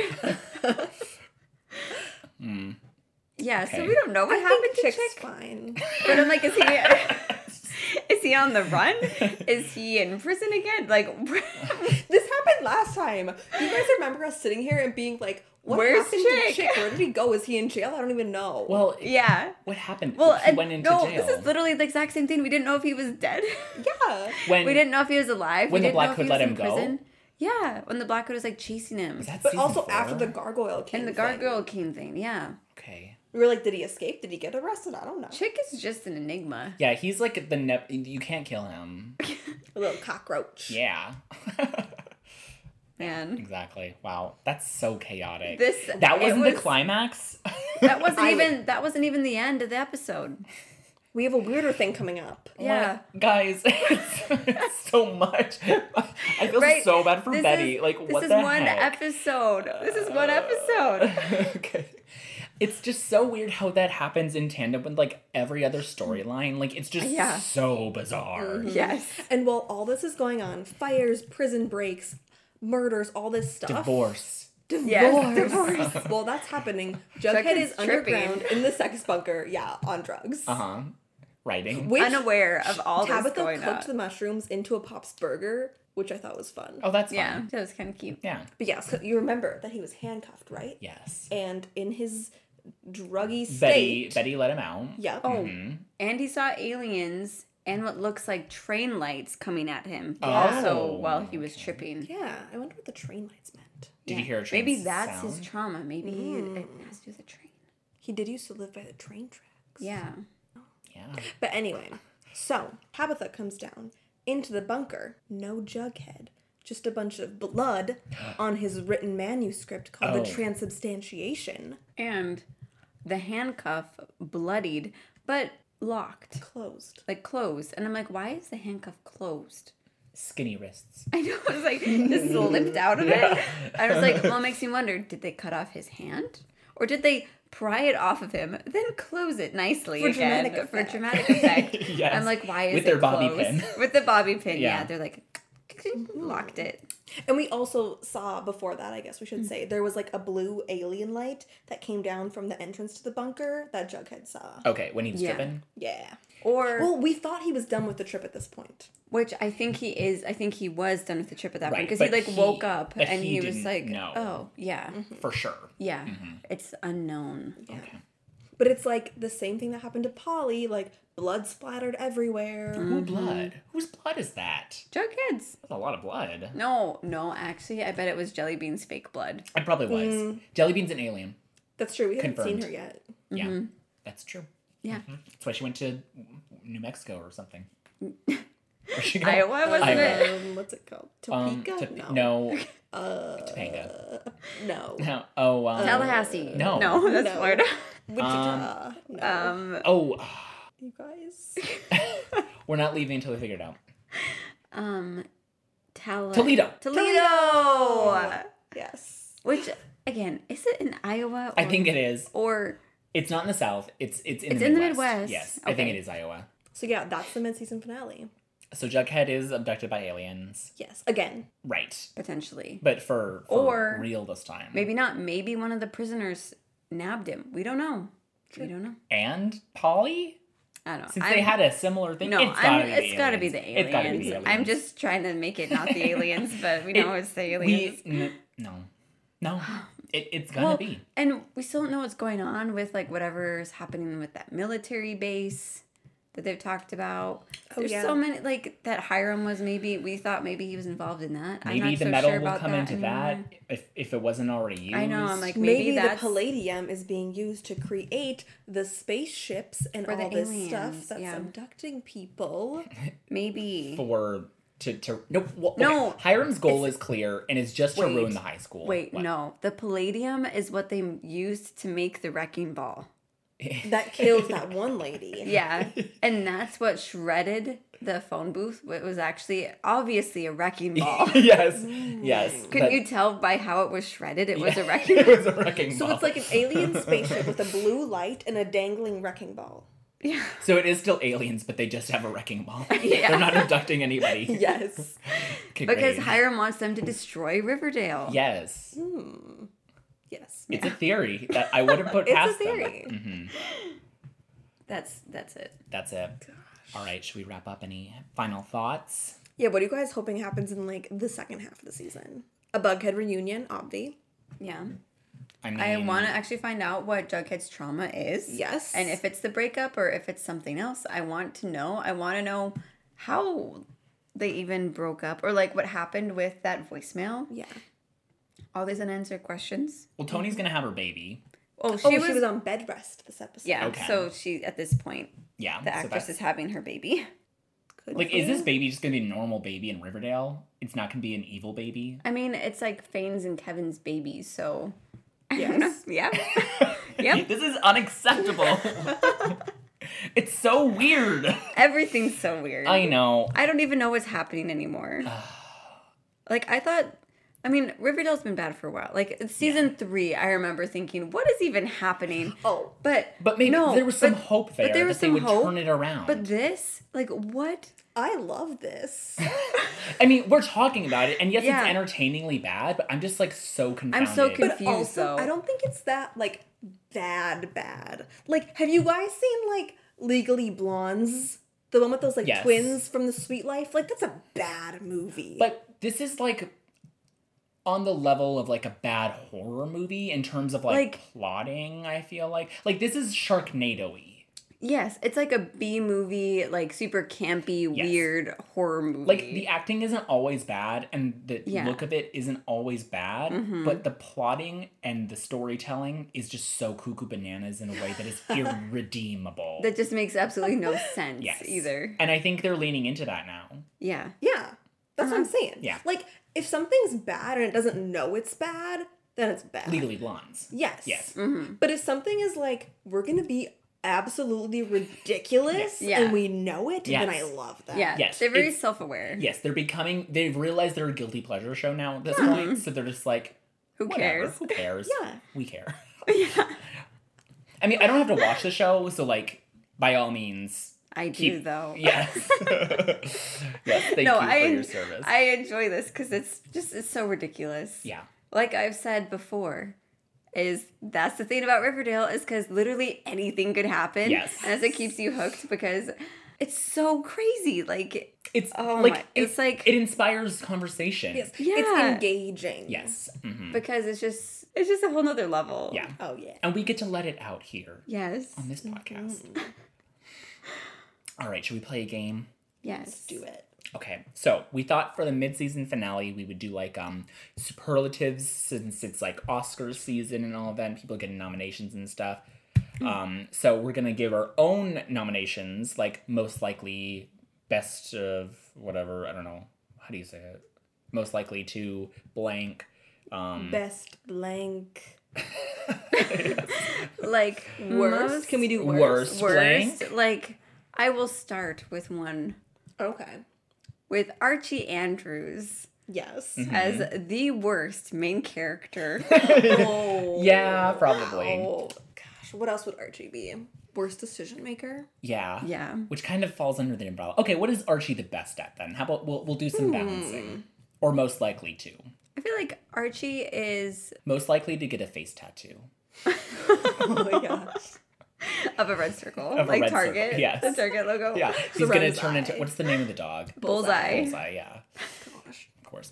[SPEAKER 3] Hmm. Yeah, so
[SPEAKER 1] Okay.
[SPEAKER 3] we don't know what
[SPEAKER 2] I think
[SPEAKER 3] happened to
[SPEAKER 2] Chick's
[SPEAKER 3] Chick.
[SPEAKER 2] fine.
[SPEAKER 3] But I'm like, is he is he on the run? Is he in prison again? Like,
[SPEAKER 2] This happened last time. You guys remember us sitting here and being like, "What
[SPEAKER 3] Where's
[SPEAKER 2] happened
[SPEAKER 3] Chick?
[SPEAKER 2] to Chick? Where did he go? Is he in jail? I don't even know."
[SPEAKER 1] Well,
[SPEAKER 3] yeah.
[SPEAKER 1] what happened?
[SPEAKER 3] Well,
[SPEAKER 1] he
[SPEAKER 3] and
[SPEAKER 1] went into
[SPEAKER 3] no,
[SPEAKER 1] jail
[SPEAKER 3] this is literally the exact same thing. We didn't know if he was dead.
[SPEAKER 2] yeah,
[SPEAKER 1] when
[SPEAKER 3] we didn't know if he was alive.
[SPEAKER 1] When
[SPEAKER 3] we
[SPEAKER 1] the
[SPEAKER 3] didn't
[SPEAKER 1] Black
[SPEAKER 3] know if
[SPEAKER 1] Hood
[SPEAKER 3] he
[SPEAKER 1] let
[SPEAKER 3] was
[SPEAKER 1] him
[SPEAKER 3] in
[SPEAKER 1] go?
[SPEAKER 3] prison. Yeah, when the Black Hood was like chasing him.
[SPEAKER 1] Was that
[SPEAKER 2] but
[SPEAKER 1] season
[SPEAKER 2] also
[SPEAKER 1] four?
[SPEAKER 2] after the gargoyle came.
[SPEAKER 3] and the gargoyle king thing, yeah.
[SPEAKER 1] Okay.
[SPEAKER 2] we were like, "Did he escape? Did he get arrested? I don't know."
[SPEAKER 3] Chick is just an enigma.
[SPEAKER 1] Yeah, he's like the ne- you can't kill him.
[SPEAKER 2] A little cockroach.
[SPEAKER 1] Yeah.
[SPEAKER 3] Man.
[SPEAKER 1] exactly. Wow, that's so chaotic.
[SPEAKER 3] This
[SPEAKER 1] that
[SPEAKER 3] it
[SPEAKER 1] wasn't the
[SPEAKER 3] was-
[SPEAKER 1] climax.
[SPEAKER 3] That wasn't
[SPEAKER 2] I-
[SPEAKER 3] even that wasn't even the end of the episode.
[SPEAKER 2] We have a weirder thing coming up.
[SPEAKER 3] Yeah.
[SPEAKER 1] Guys, it's, it's so much. I feel
[SPEAKER 3] Right.
[SPEAKER 1] so bad for
[SPEAKER 3] This
[SPEAKER 1] Betty.
[SPEAKER 3] is-
[SPEAKER 1] like
[SPEAKER 3] this
[SPEAKER 1] what
[SPEAKER 3] is
[SPEAKER 1] the
[SPEAKER 3] one
[SPEAKER 1] heck?
[SPEAKER 3] episode. This is one episode.
[SPEAKER 1] okay. It's just so weird how that happens in tandem with like every other storyline. Like it's just
[SPEAKER 3] Yeah. Mm-hmm.
[SPEAKER 1] so bizarre.
[SPEAKER 3] Yes.
[SPEAKER 2] And while all this is going on, fires, prison breaks, murders, all this stuff.
[SPEAKER 1] Divorce.
[SPEAKER 2] Divorce.
[SPEAKER 3] Yes, divorce.
[SPEAKER 2] well, that's happening.
[SPEAKER 3] Jughead
[SPEAKER 2] Jughead
[SPEAKER 3] is
[SPEAKER 2] is
[SPEAKER 3] tripping.
[SPEAKER 2] underground in the sex bunker. Yeah, on drugs.
[SPEAKER 1] Uh huh. Writing.
[SPEAKER 2] Which
[SPEAKER 3] unaware of all
[SPEAKER 2] Tabitha
[SPEAKER 3] this going
[SPEAKER 2] cooked
[SPEAKER 3] on.
[SPEAKER 2] the mushrooms into a pop's burger, which I thought was fun.
[SPEAKER 1] Oh, that's
[SPEAKER 3] yeah,
[SPEAKER 1] fun.
[SPEAKER 3] that was kind of cute.
[SPEAKER 1] Yeah.
[SPEAKER 2] But yeah, so you remember that he was handcuffed, right?
[SPEAKER 1] Yes.
[SPEAKER 2] And in his
[SPEAKER 1] Betty.
[SPEAKER 2] druggy state.
[SPEAKER 1] Betty let him out.
[SPEAKER 2] Yeah.
[SPEAKER 3] Oh,
[SPEAKER 1] Mhm.
[SPEAKER 3] and he saw aliens and what looks like train lights coming at him.
[SPEAKER 1] Oh,
[SPEAKER 3] Also, while he was
[SPEAKER 1] okay.
[SPEAKER 3] tripping.
[SPEAKER 2] Yeah, I wonder what the train lights meant.
[SPEAKER 1] Did you
[SPEAKER 3] Yeah.
[SPEAKER 1] hear a train
[SPEAKER 3] Maybe that's
[SPEAKER 1] sound?
[SPEAKER 3] his trauma. Maybe he it
[SPEAKER 2] Mm.
[SPEAKER 3] has to do with the train.
[SPEAKER 2] He did used to live by the train tracks.
[SPEAKER 3] Yeah.
[SPEAKER 1] Yeah.
[SPEAKER 2] But anyway, so Tabitha comes down into the bunker. No jughead, just a bunch of blood on his written manuscript called
[SPEAKER 1] Oh.
[SPEAKER 2] the Transubstantiation.
[SPEAKER 3] And the handcuff bloodied but locked,
[SPEAKER 2] Closed.
[SPEAKER 3] like closed. And I'm like, why is the handcuff closed?
[SPEAKER 1] Skinny wrists.
[SPEAKER 3] I know. I was like, this slipped out of it. I was like, well, it makes me wonder did they cut off his hand? Or did they pry it off of him, then close it nicely
[SPEAKER 2] For
[SPEAKER 3] again
[SPEAKER 2] dramatic
[SPEAKER 3] for
[SPEAKER 2] effect.
[SPEAKER 3] dramatic effect?
[SPEAKER 1] yes.
[SPEAKER 3] I'm like, why is
[SPEAKER 1] With
[SPEAKER 3] it
[SPEAKER 1] their bobby
[SPEAKER 3] closed?
[SPEAKER 1] pin.
[SPEAKER 3] With the bobby pin, yeah.
[SPEAKER 1] Yeah.
[SPEAKER 3] They're like, locked it.
[SPEAKER 2] And we also saw before that, I guess we should say, there was like a blue alien light that came down from the entrance to the bunker that Jughead saw.
[SPEAKER 1] Okay, when he was
[SPEAKER 3] Yeah.
[SPEAKER 1] driven.
[SPEAKER 2] Yeah.
[SPEAKER 3] Or
[SPEAKER 2] Well, we thought he was done with the trip at this point.
[SPEAKER 3] Which I think he is. I think he was done with the trip at that point
[SPEAKER 1] Right,
[SPEAKER 3] because he
[SPEAKER 1] but
[SPEAKER 3] like
[SPEAKER 1] he-
[SPEAKER 3] woke up
[SPEAKER 1] but
[SPEAKER 3] and
[SPEAKER 1] he
[SPEAKER 3] he, was
[SPEAKER 1] didn't
[SPEAKER 3] like,
[SPEAKER 1] know. Mm-hmm.
[SPEAKER 3] "Oh yeah,
[SPEAKER 1] For sure.
[SPEAKER 3] yeah, it's unknown."
[SPEAKER 2] Yeah. But it's like the same thing that happened to Polly, like blood splattered everywhere.
[SPEAKER 3] Mm-hmm.
[SPEAKER 1] Who blood? Whose blood is that?
[SPEAKER 3] Jugheads.
[SPEAKER 1] That's a lot of blood.
[SPEAKER 3] No, no. Actually, I bet it was Jelly Bean's fake blood.
[SPEAKER 1] It probably was.
[SPEAKER 3] Mm.
[SPEAKER 1] Jellybean's an alien.
[SPEAKER 2] That's true. We haven't
[SPEAKER 1] Confirmed.
[SPEAKER 2] seen her yet.
[SPEAKER 1] Yeah. That's true.
[SPEAKER 3] Mm-hmm.
[SPEAKER 1] Mm-hmm.
[SPEAKER 3] Yeah,
[SPEAKER 1] That's why she went to New Mexico or something. Where'd she go?
[SPEAKER 3] Iowa wasn't
[SPEAKER 1] Iowa.
[SPEAKER 3] it?
[SPEAKER 2] Um, what's it called?
[SPEAKER 1] Um,
[SPEAKER 2] Topeka?
[SPEAKER 1] Top-
[SPEAKER 2] no. Uh,
[SPEAKER 1] no. Topanga.
[SPEAKER 2] No.
[SPEAKER 1] No. Oh, um,
[SPEAKER 3] Tallahassee.
[SPEAKER 1] no.
[SPEAKER 3] no, that's
[SPEAKER 2] No.
[SPEAKER 3] Florida.
[SPEAKER 2] Wichita. no.
[SPEAKER 3] Um,
[SPEAKER 1] Oh,
[SPEAKER 2] you guys.
[SPEAKER 1] we're not leaving until we figure it out.
[SPEAKER 3] um, Tal-
[SPEAKER 1] Toledo.
[SPEAKER 3] Toledo. Oh.
[SPEAKER 2] yes.
[SPEAKER 3] Which again, is it in Iowa?
[SPEAKER 1] I think it is.
[SPEAKER 3] Or
[SPEAKER 1] It's not in the South. It's it's in,
[SPEAKER 3] It's
[SPEAKER 1] the,
[SPEAKER 3] in the
[SPEAKER 1] Midwest.
[SPEAKER 3] Midwest.
[SPEAKER 1] Yes, I
[SPEAKER 3] Okay.
[SPEAKER 1] think it is Iowa.
[SPEAKER 2] So yeah, that's the mid-season finale.
[SPEAKER 1] So Jughead is abducted by aliens.
[SPEAKER 2] Yes. Again.
[SPEAKER 1] Right.
[SPEAKER 3] potentially,
[SPEAKER 1] But for, for
[SPEAKER 3] Or-
[SPEAKER 1] real this time.
[SPEAKER 3] maybe not. Maybe one of the prisoners nabbed him. We don't know. We don't know.
[SPEAKER 1] And Polly?
[SPEAKER 3] I don't know.
[SPEAKER 1] Since
[SPEAKER 3] I'm-
[SPEAKER 1] they had a similar thing.
[SPEAKER 3] No,
[SPEAKER 1] it's
[SPEAKER 3] I'm,
[SPEAKER 1] gotta,
[SPEAKER 3] it's
[SPEAKER 1] be,
[SPEAKER 3] gotta be
[SPEAKER 1] aliens.
[SPEAKER 3] the aliens.
[SPEAKER 1] It's gotta be the aliens.
[SPEAKER 3] I'm just trying to make it not the aliens, but we know it's the aliens.
[SPEAKER 1] We, n- no. No. It, it's gonna
[SPEAKER 3] Well,
[SPEAKER 1] be.
[SPEAKER 3] and we still don't know what's going on with like whatever's happening with that military base that they've talked about.
[SPEAKER 2] Oh,
[SPEAKER 3] There's
[SPEAKER 2] yeah.
[SPEAKER 3] so many like that Hiram was maybe we thought maybe he was involved in that. I'm
[SPEAKER 1] Maybe
[SPEAKER 3] not
[SPEAKER 1] the
[SPEAKER 3] so
[SPEAKER 1] metal
[SPEAKER 3] sure
[SPEAKER 1] will
[SPEAKER 3] about
[SPEAKER 1] come
[SPEAKER 3] that
[SPEAKER 1] into that
[SPEAKER 3] anymore.
[SPEAKER 1] if, if it wasn't already used.
[SPEAKER 3] I know, I'm like maybe,
[SPEAKER 2] Maybe, the
[SPEAKER 3] that's
[SPEAKER 2] palladium is being used to create the spaceships and
[SPEAKER 3] For the
[SPEAKER 2] all this stuff
[SPEAKER 3] aliens,
[SPEAKER 2] that's
[SPEAKER 3] yeah.
[SPEAKER 2] abducting people.
[SPEAKER 3] maybe
[SPEAKER 1] for to to no wha-
[SPEAKER 3] No.
[SPEAKER 1] okay. Hiram's goal is clear and it's just to
[SPEAKER 3] Wait.
[SPEAKER 1] ruin the high school.
[SPEAKER 3] wait,
[SPEAKER 1] What?
[SPEAKER 3] no. The palladium is what they used to make the wrecking ball.
[SPEAKER 2] that killed that one lady.
[SPEAKER 3] Yeah. And that's what shredded the phone booth. It was actually obviously a wrecking ball.
[SPEAKER 1] yes, yes.
[SPEAKER 3] Could
[SPEAKER 1] but-
[SPEAKER 3] you tell by how it was shredded? It was a
[SPEAKER 1] it
[SPEAKER 3] wrecking
[SPEAKER 1] was a wrecking
[SPEAKER 2] So
[SPEAKER 1] ball.
[SPEAKER 2] it's like an alien spaceship with a blue light and a dangling wrecking ball.
[SPEAKER 3] Yeah.
[SPEAKER 1] so it is still aliens, but they just have a wrecking ball.
[SPEAKER 3] Yeah.
[SPEAKER 1] They're not abducting anybody.
[SPEAKER 2] Yes.
[SPEAKER 1] Good
[SPEAKER 3] Because
[SPEAKER 1] grade.
[SPEAKER 3] Hiram wants them to destroy Riverdale.
[SPEAKER 1] yes,
[SPEAKER 2] yes.
[SPEAKER 1] it's a theory that I wouldn't put
[SPEAKER 2] It's a
[SPEAKER 1] past
[SPEAKER 2] theory.
[SPEAKER 1] them. hmm
[SPEAKER 3] That's that's it.
[SPEAKER 1] That's it. All right, should we wrap up? Any final thoughts?
[SPEAKER 2] Yeah, what are you guys hoping happens in like the second half of the season? A Bughead reunion, obvi.
[SPEAKER 3] Yeah.
[SPEAKER 1] I mean,
[SPEAKER 3] I want to actually find out what Jughead's trauma is.
[SPEAKER 2] Yes.
[SPEAKER 3] And if it's the breakup or if it's something else, I want to know. I want to know how they even broke up or like what happened with that voicemail.
[SPEAKER 2] Yeah.
[SPEAKER 3] All these unanswered questions.
[SPEAKER 1] Well, Tony's gonna have her baby.
[SPEAKER 3] Oh, she,
[SPEAKER 2] oh,
[SPEAKER 3] was,
[SPEAKER 2] she was on bed rest this episode.
[SPEAKER 3] Yeah.
[SPEAKER 1] Okay.
[SPEAKER 3] So she at this point,
[SPEAKER 1] Yeah,
[SPEAKER 3] the actress is having her baby.
[SPEAKER 2] Good
[SPEAKER 1] Like,
[SPEAKER 2] for
[SPEAKER 1] is this
[SPEAKER 2] you.
[SPEAKER 1] baby just gonna be a normal baby in Riverdale? It's not gonna be an evil baby.
[SPEAKER 3] I mean, it's like Fane's and Kevin's baby, so
[SPEAKER 2] Yes.
[SPEAKER 3] yeah. Yep.
[SPEAKER 1] this is unacceptable. it's so weird.
[SPEAKER 3] Everything's so weird.
[SPEAKER 1] I know.
[SPEAKER 3] I don't even know what's happening anymore. like I thought I mean, Riverdale's been bad for a while. Like it's season three, I remember thinking, "What is even happening?"
[SPEAKER 2] Oh.
[SPEAKER 3] but
[SPEAKER 1] But maybe
[SPEAKER 3] no,
[SPEAKER 1] there was some
[SPEAKER 3] but-
[SPEAKER 1] hope there,
[SPEAKER 3] But there
[SPEAKER 1] that
[SPEAKER 3] was
[SPEAKER 1] they
[SPEAKER 3] some
[SPEAKER 1] would
[SPEAKER 3] hope.
[SPEAKER 1] turn it around.
[SPEAKER 3] But this, like, what?
[SPEAKER 2] I love this.
[SPEAKER 1] I mean, we're talking about it, and yes,
[SPEAKER 3] Yeah.
[SPEAKER 1] it's entertainingly bad, but I'm just like so
[SPEAKER 3] I'm
[SPEAKER 1] confounded.
[SPEAKER 3] so
[SPEAKER 2] but
[SPEAKER 3] confused,
[SPEAKER 2] also,
[SPEAKER 3] though.
[SPEAKER 2] I don't think it's that like bad bad. Like, have you guys seen like Legally Blondes? The one with those like
[SPEAKER 1] Yes.
[SPEAKER 2] twins from the Sweet Life? Like, that's a bad movie.
[SPEAKER 1] But this is like on the level of like a bad horror movie in terms of like,
[SPEAKER 3] Like-
[SPEAKER 1] plotting. I feel like like this is Sharknado-y.
[SPEAKER 3] Yes, it's like a B movie, like super campy, weird horror movie.
[SPEAKER 1] Like the acting isn't always bad, and the
[SPEAKER 3] Yeah.
[SPEAKER 1] look of it isn't always bad,
[SPEAKER 3] Mhm.
[SPEAKER 1] but the plotting and the storytelling is just so cuckoo bananas in a way that is irredeemable.
[SPEAKER 3] that just makes absolutely no sense
[SPEAKER 1] Yes.
[SPEAKER 3] either.
[SPEAKER 1] and I think they're leaning into that now.
[SPEAKER 3] Yeah.
[SPEAKER 2] yeah, that's what I'm saying.
[SPEAKER 1] Uh-huh. Yeah.
[SPEAKER 2] Like, if something's bad and it doesn't know it's bad, then it's bad.
[SPEAKER 1] Legally Blondes.
[SPEAKER 2] Yes.
[SPEAKER 1] Yes.
[SPEAKER 3] hmm
[SPEAKER 2] But if something is like, we're gonna be absolutely ridiculous
[SPEAKER 3] Yeah.
[SPEAKER 2] and we know it, then I
[SPEAKER 1] Yes.
[SPEAKER 2] love that.
[SPEAKER 3] Yeah.
[SPEAKER 1] Yes,
[SPEAKER 3] They're very
[SPEAKER 1] it's-
[SPEAKER 3] self aware.
[SPEAKER 1] Yes, they're becoming. They've realized they're a guilty pleasure show now at this point, so they're just like,
[SPEAKER 3] Who
[SPEAKER 1] whatever,
[SPEAKER 3] cares?
[SPEAKER 1] Who cares?
[SPEAKER 2] Yeah.
[SPEAKER 1] we care.
[SPEAKER 3] yeah.
[SPEAKER 1] I mean, I don't have to watch the show, so like, by all means,
[SPEAKER 3] I do,
[SPEAKER 1] Keep-
[SPEAKER 3] though.
[SPEAKER 1] yes, yes. Thank
[SPEAKER 3] No,
[SPEAKER 1] you for
[SPEAKER 3] I-
[SPEAKER 1] your service.
[SPEAKER 3] I enjoy this because it's just it's so ridiculous.
[SPEAKER 1] yeah,
[SPEAKER 3] Like I've said before, is that's the thing about Riverdale is because literally anything could happen.
[SPEAKER 1] Yes.
[SPEAKER 3] And as it keeps you hooked because it's so crazy. Like
[SPEAKER 1] it's
[SPEAKER 3] Oh
[SPEAKER 1] like
[SPEAKER 3] my-
[SPEAKER 1] it-
[SPEAKER 3] it's like-
[SPEAKER 1] it inspires conversation.
[SPEAKER 2] Yes.
[SPEAKER 3] Yeah.
[SPEAKER 2] It's engaging.
[SPEAKER 1] yes, mhm.
[SPEAKER 3] because it's just it's just a whole nother level.
[SPEAKER 1] yeah,
[SPEAKER 2] Oh yeah.
[SPEAKER 1] and we get to let it out here
[SPEAKER 3] Yes.
[SPEAKER 1] on this podcast. All right, should we play a game?
[SPEAKER 3] Yes.
[SPEAKER 2] Let's do it.
[SPEAKER 1] Okay, so we thought for the mid-season finale we would do like um superlatives since it's like Oscars season and all that, and people getting nominations and stuff. Um, so we're gonna give our own nominations, like most likely, best of whatever. I don't know how do you say it. Most likely to blank. Um,
[SPEAKER 2] Best blank.
[SPEAKER 3] Like
[SPEAKER 2] Worst?
[SPEAKER 3] most-
[SPEAKER 2] Can we do
[SPEAKER 1] worst,
[SPEAKER 2] worst?
[SPEAKER 3] worst?
[SPEAKER 1] blank.
[SPEAKER 3] Like I will start with one
[SPEAKER 2] Okay.
[SPEAKER 3] with Archie Andrews
[SPEAKER 2] Yes.
[SPEAKER 1] Mm-hmm.
[SPEAKER 3] as the worst main character.
[SPEAKER 2] oh.
[SPEAKER 1] Mm-hmm. Yeah, probably.
[SPEAKER 2] wow. Gosh, what else would Archie be? Worst decision maker?
[SPEAKER 1] Yeah.
[SPEAKER 3] yeah.
[SPEAKER 1] Which kind of falls under the umbrella. Okay, what is Archie the best at then? How about we'll we'll do some balancing, or most likely to.
[SPEAKER 3] I feel like Archie is
[SPEAKER 1] Most likely to get a face tattoo.
[SPEAKER 2] Oh my gosh.
[SPEAKER 3] of a red circle,
[SPEAKER 1] Of a
[SPEAKER 3] like
[SPEAKER 1] red circle,
[SPEAKER 3] Target.
[SPEAKER 1] yes.
[SPEAKER 3] The Target logo.
[SPEAKER 1] Yeah, he's gonna
[SPEAKER 2] Ren's
[SPEAKER 1] turn into
[SPEAKER 2] eye.
[SPEAKER 1] what's the name of the dog?
[SPEAKER 3] Bullseye.
[SPEAKER 1] Bullseye. Yeah,
[SPEAKER 2] Gosh.
[SPEAKER 1] of course.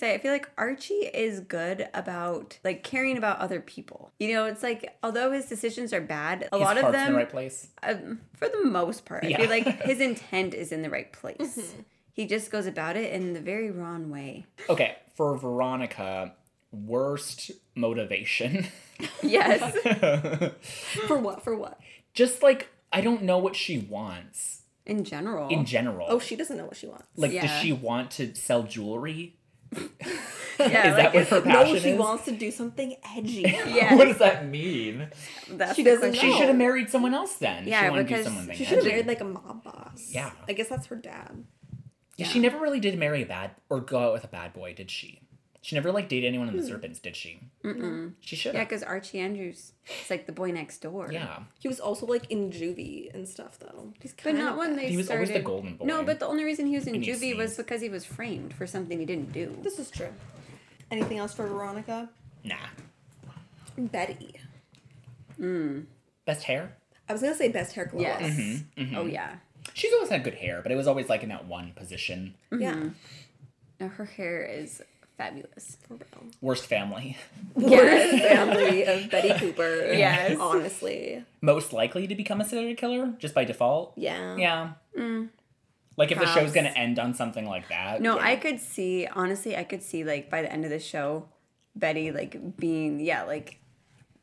[SPEAKER 3] Say, I feel like Archie is good about like caring about other people. You know, it's like although his decisions are bad, a
[SPEAKER 1] His
[SPEAKER 3] lot of
[SPEAKER 1] heart's in
[SPEAKER 3] them,
[SPEAKER 1] the right place.
[SPEAKER 3] um, for the most part,
[SPEAKER 1] Yeah.
[SPEAKER 3] I feel like his intent is in the right place. He just goes about it in the very wrong way.
[SPEAKER 1] Okay, for Veronica, worst motivation.
[SPEAKER 3] Yes.
[SPEAKER 2] For what? For what?
[SPEAKER 1] Just like I don't know what she wants
[SPEAKER 3] in general.
[SPEAKER 1] in general.
[SPEAKER 2] Oh, she doesn't know what she wants.
[SPEAKER 1] like, does
[SPEAKER 3] yeah.
[SPEAKER 1] she want to sell jewelry?
[SPEAKER 3] yeah,
[SPEAKER 1] is
[SPEAKER 3] like,
[SPEAKER 1] that what her passion
[SPEAKER 2] no, she
[SPEAKER 1] is?
[SPEAKER 2] wants to do something edgy.
[SPEAKER 3] yeah,
[SPEAKER 1] What does that mean?
[SPEAKER 3] that's
[SPEAKER 2] she
[SPEAKER 3] the
[SPEAKER 2] doesn't
[SPEAKER 3] question.
[SPEAKER 1] She
[SPEAKER 2] No.
[SPEAKER 1] should have married someone else then.
[SPEAKER 3] Yeah,
[SPEAKER 1] she wanted to do
[SPEAKER 3] because
[SPEAKER 1] someone
[SPEAKER 2] She should have
[SPEAKER 1] edgy.
[SPEAKER 2] married like a mob boss.
[SPEAKER 1] Yeah.
[SPEAKER 2] I guess that's her dad.
[SPEAKER 1] Yeah, She never really did marry a bad or go out with a bad boy, did she? She never like dated anyone in the Serpents, did she? Mm-mm. She should
[SPEAKER 3] Hmm. Yeah,
[SPEAKER 1] have.
[SPEAKER 3] because Archie Andrews is like the boy next door.
[SPEAKER 1] yeah.
[SPEAKER 2] He was also like in juvie and stuff though. He's
[SPEAKER 3] But
[SPEAKER 2] kind
[SPEAKER 3] not
[SPEAKER 2] of
[SPEAKER 3] when
[SPEAKER 2] bad.
[SPEAKER 3] they
[SPEAKER 1] He was
[SPEAKER 3] started.
[SPEAKER 1] always the golden boy.
[SPEAKER 3] No, but the only reason he was in
[SPEAKER 1] And he's
[SPEAKER 3] juvie was
[SPEAKER 1] seen.
[SPEAKER 3] because he was framed for something he didn't do.
[SPEAKER 2] This is true. Anything else for Veronica?
[SPEAKER 1] nah.
[SPEAKER 2] Betty.
[SPEAKER 1] Best hair.
[SPEAKER 2] I was gonna say best hair glow.
[SPEAKER 3] Yes.
[SPEAKER 2] up.
[SPEAKER 3] Oh
[SPEAKER 1] Mm.
[SPEAKER 3] yeah.
[SPEAKER 1] She's always had good hair, but it was always like in that one position.
[SPEAKER 2] Yeah.
[SPEAKER 3] No, her hair is fabulous.
[SPEAKER 2] For real.
[SPEAKER 1] Worst family.
[SPEAKER 2] Worst family of Betty Cooper.
[SPEAKER 3] Yes.
[SPEAKER 2] Honestly.
[SPEAKER 1] Most likely to become a serial killer just by default.
[SPEAKER 2] Yeah.
[SPEAKER 1] Yeah. Like if the show's
[SPEAKER 3] Props.
[SPEAKER 1] gonna end on something like that.
[SPEAKER 3] Mm. No, I could see honestly, I could see like by the end of the show, Betty like being yeah like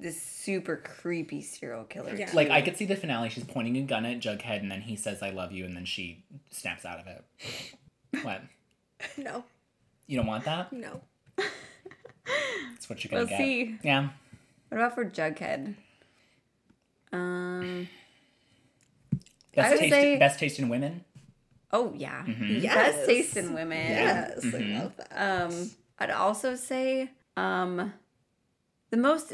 [SPEAKER 3] this super creepy serial killer.
[SPEAKER 2] Yeah.
[SPEAKER 1] Like I could see the finale. She's pointing a gun at Jughead, and then he says "I love you," and then she snaps out of it. what?
[SPEAKER 2] No.
[SPEAKER 1] You don't want that?
[SPEAKER 2] No.
[SPEAKER 1] That's what you're gonna
[SPEAKER 3] We'll
[SPEAKER 1] get.
[SPEAKER 3] see.
[SPEAKER 1] Yeah.
[SPEAKER 3] What about for Jughead? Um.
[SPEAKER 1] Best
[SPEAKER 3] would
[SPEAKER 1] taste.
[SPEAKER 3] say-
[SPEAKER 1] Best taste in women.
[SPEAKER 3] Oh yeah.
[SPEAKER 1] Mm-hmm.
[SPEAKER 2] Yes.
[SPEAKER 3] Best taste in women.
[SPEAKER 2] Yes. I love that.
[SPEAKER 3] Um. I'd also say um the most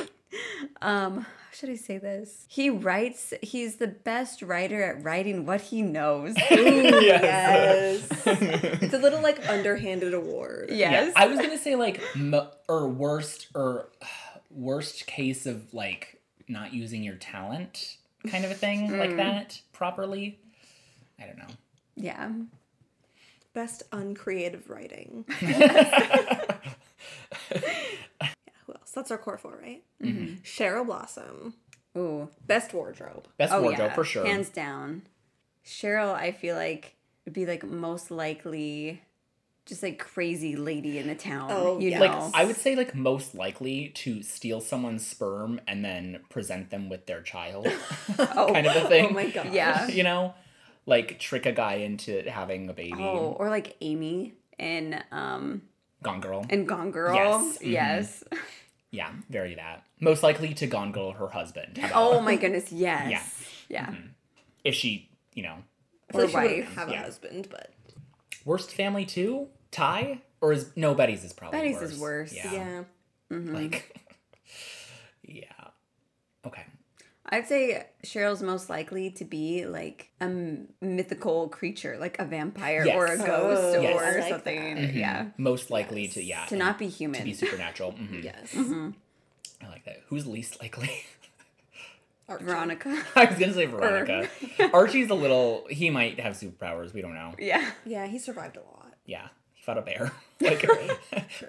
[SPEAKER 3] um how should I say this? He writes he's the best writer at writing what he knows.
[SPEAKER 2] Yes. it's a little like underhanded award.
[SPEAKER 3] yes.
[SPEAKER 1] I was gonna say like mo- or worst or worst case of like not using your talent kind of a thing
[SPEAKER 3] Hmm.
[SPEAKER 1] like that properly. I don't know.
[SPEAKER 3] yeah.
[SPEAKER 2] Best uncreative writing. yeah, who else? That's our core four, right?
[SPEAKER 1] Mm-hmm.
[SPEAKER 2] Cheryl Blossom.
[SPEAKER 3] Ooh.
[SPEAKER 2] Best wardrobe.
[SPEAKER 1] Best wardrobe for sure.
[SPEAKER 3] Oh, Hands down. Cheryl, I feel like would be like most likely just like crazy lady in the town.
[SPEAKER 2] Oh,
[SPEAKER 3] you
[SPEAKER 2] yeah.
[SPEAKER 1] like
[SPEAKER 3] know.
[SPEAKER 1] I would say like most likely to steal someone's sperm and then present them with their child
[SPEAKER 3] oh,
[SPEAKER 1] kind of a thing.
[SPEAKER 2] Oh my god.
[SPEAKER 3] Yeah.
[SPEAKER 1] You know, like trick a guy into having a baby.
[SPEAKER 3] oh, or like Amy and um
[SPEAKER 1] Gone girl.
[SPEAKER 3] and Gone Girl.
[SPEAKER 1] Yes. Mhm.
[SPEAKER 3] Yes.
[SPEAKER 1] yeah, very that. Most likely to gone girl her husband. How about-
[SPEAKER 3] Oh my goodness, yes.
[SPEAKER 1] Yeah. Mm-hmm.
[SPEAKER 3] Yeah.
[SPEAKER 1] If she, you know,
[SPEAKER 2] I feel like she
[SPEAKER 3] Or
[SPEAKER 2] wouldn't
[SPEAKER 3] wife,
[SPEAKER 2] have a
[SPEAKER 1] yeah.
[SPEAKER 2] husband, but
[SPEAKER 1] worst family too. Ty or is no Betty's is probably
[SPEAKER 3] Betty's
[SPEAKER 1] worse.
[SPEAKER 3] is worse,
[SPEAKER 1] Yeah.
[SPEAKER 2] yeah.
[SPEAKER 1] Like,
[SPEAKER 3] Mm-hmm.
[SPEAKER 1] yeah. Okay.
[SPEAKER 3] I'd say Cheryl's most likely to be like a m- mythical creature, like a vampire or a
[SPEAKER 1] Yes.
[SPEAKER 3] ghost
[SPEAKER 2] Oh,
[SPEAKER 1] Yes.
[SPEAKER 3] or
[SPEAKER 2] I like
[SPEAKER 3] something.
[SPEAKER 1] Mhm.
[SPEAKER 3] Yeah.
[SPEAKER 1] Most likely to yeah
[SPEAKER 3] Mm-hmm. To not be human.
[SPEAKER 1] to be supernatural. Mhm.
[SPEAKER 2] Yes.
[SPEAKER 3] Mm-hmm.
[SPEAKER 1] I like that. Who's least likely?
[SPEAKER 2] Archie.
[SPEAKER 3] Veronica.
[SPEAKER 1] I was gonna say Veronica. Archie's a little. He might have superpowers. We don't know.
[SPEAKER 3] yeah.
[SPEAKER 2] Yeah, he survived a lot.
[SPEAKER 1] Yeah, he fought a bear. Like,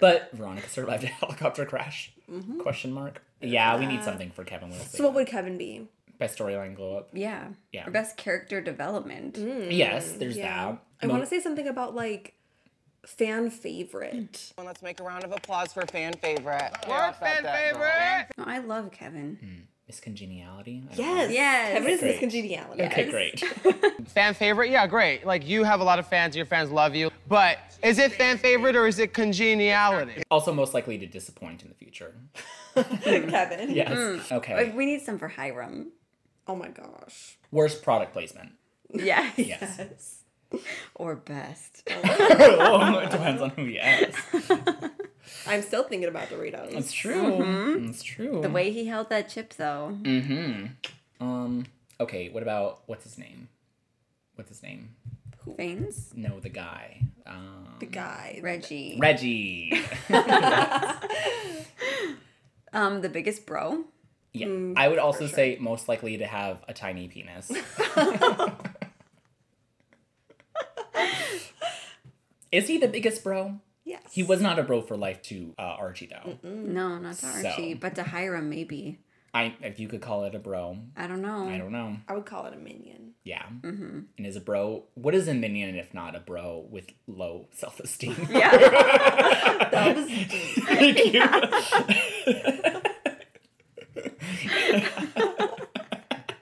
[SPEAKER 1] but Veronica survived a helicopter crash.
[SPEAKER 3] Mm-hmm.
[SPEAKER 1] Question mark. Yeah, we need something for Kevin Wilson.
[SPEAKER 2] So what would Kevin be?
[SPEAKER 1] Best storyline glow up.
[SPEAKER 3] Yeah.
[SPEAKER 1] Yeah.
[SPEAKER 3] Or best character development.
[SPEAKER 2] Mm.
[SPEAKER 1] Yes, there's that.
[SPEAKER 2] I want to say something about like fan favorite.
[SPEAKER 6] And let's make a round of applause for fan favorite.
[SPEAKER 7] Work fan favorite.
[SPEAKER 3] No, Oh, I love Kevin.
[SPEAKER 1] miscongeniality. I don't
[SPEAKER 2] Yes.
[SPEAKER 3] Yes.
[SPEAKER 2] Kevin is
[SPEAKER 1] Great.
[SPEAKER 2] Miss Congeniality.
[SPEAKER 1] know. Okay, great.
[SPEAKER 7] Fan favorite? Yeah, great. Like you have a lot of fans, your fans love you. But is it fan favorite or is it congeniality?
[SPEAKER 1] also, most likely to disappoint in the future.
[SPEAKER 2] Kevin.
[SPEAKER 1] Yes. Okay.
[SPEAKER 3] Like, Uh, we need some for Hiram.
[SPEAKER 2] Oh my gosh.
[SPEAKER 1] Worst product placement.
[SPEAKER 3] Yes.
[SPEAKER 1] Yes.
[SPEAKER 3] Or best.
[SPEAKER 1] oh, it depends on who you ask.
[SPEAKER 2] I'm still thinking about Doritos.
[SPEAKER 1] It's true. It's true. Mm-hmm.
[SPEAKER 3] the way he held that chip though.
[SPEAKER 1] Mm. Um. Okay. What about what's his name? What's his name?
[SPEAKER 3] Veins.
[SPEAKER 1] No, the guy. Um,
[SPEAKER 2] The guy.
[SPEAKER 3] Reggie.
[SPEAKER 1] Reggie.
[SPEAKER 3] um, the biggest bro.
[SPEAKER 1] Yeah. I would also say most likely to have a tiny penis. Is he the biggest bro?
[SPEAKER 2] Yes.
[SPEAKER 1] He was not a bro for life to uh, Archie though.
[SPEAKER 3] No, not to Archie,
[SPEAKER 1] So.
[SPEAKER 3] but to Hiram maybe.
[SPEAKER 1] I, if you could call it a bro,
[SPEAKER 3] I don't know.
[SPEAKER 1] I don't know.
[SPEAKER 2] I would call it a minion.
[SPEAKER 1] Yeah. And is a bro? What is a minion if not a bro with low self esteem?
[SPEAKER 3] Yeah.
[SPEAKER 2] That was deep.
[SPEAKER 1] Thank you.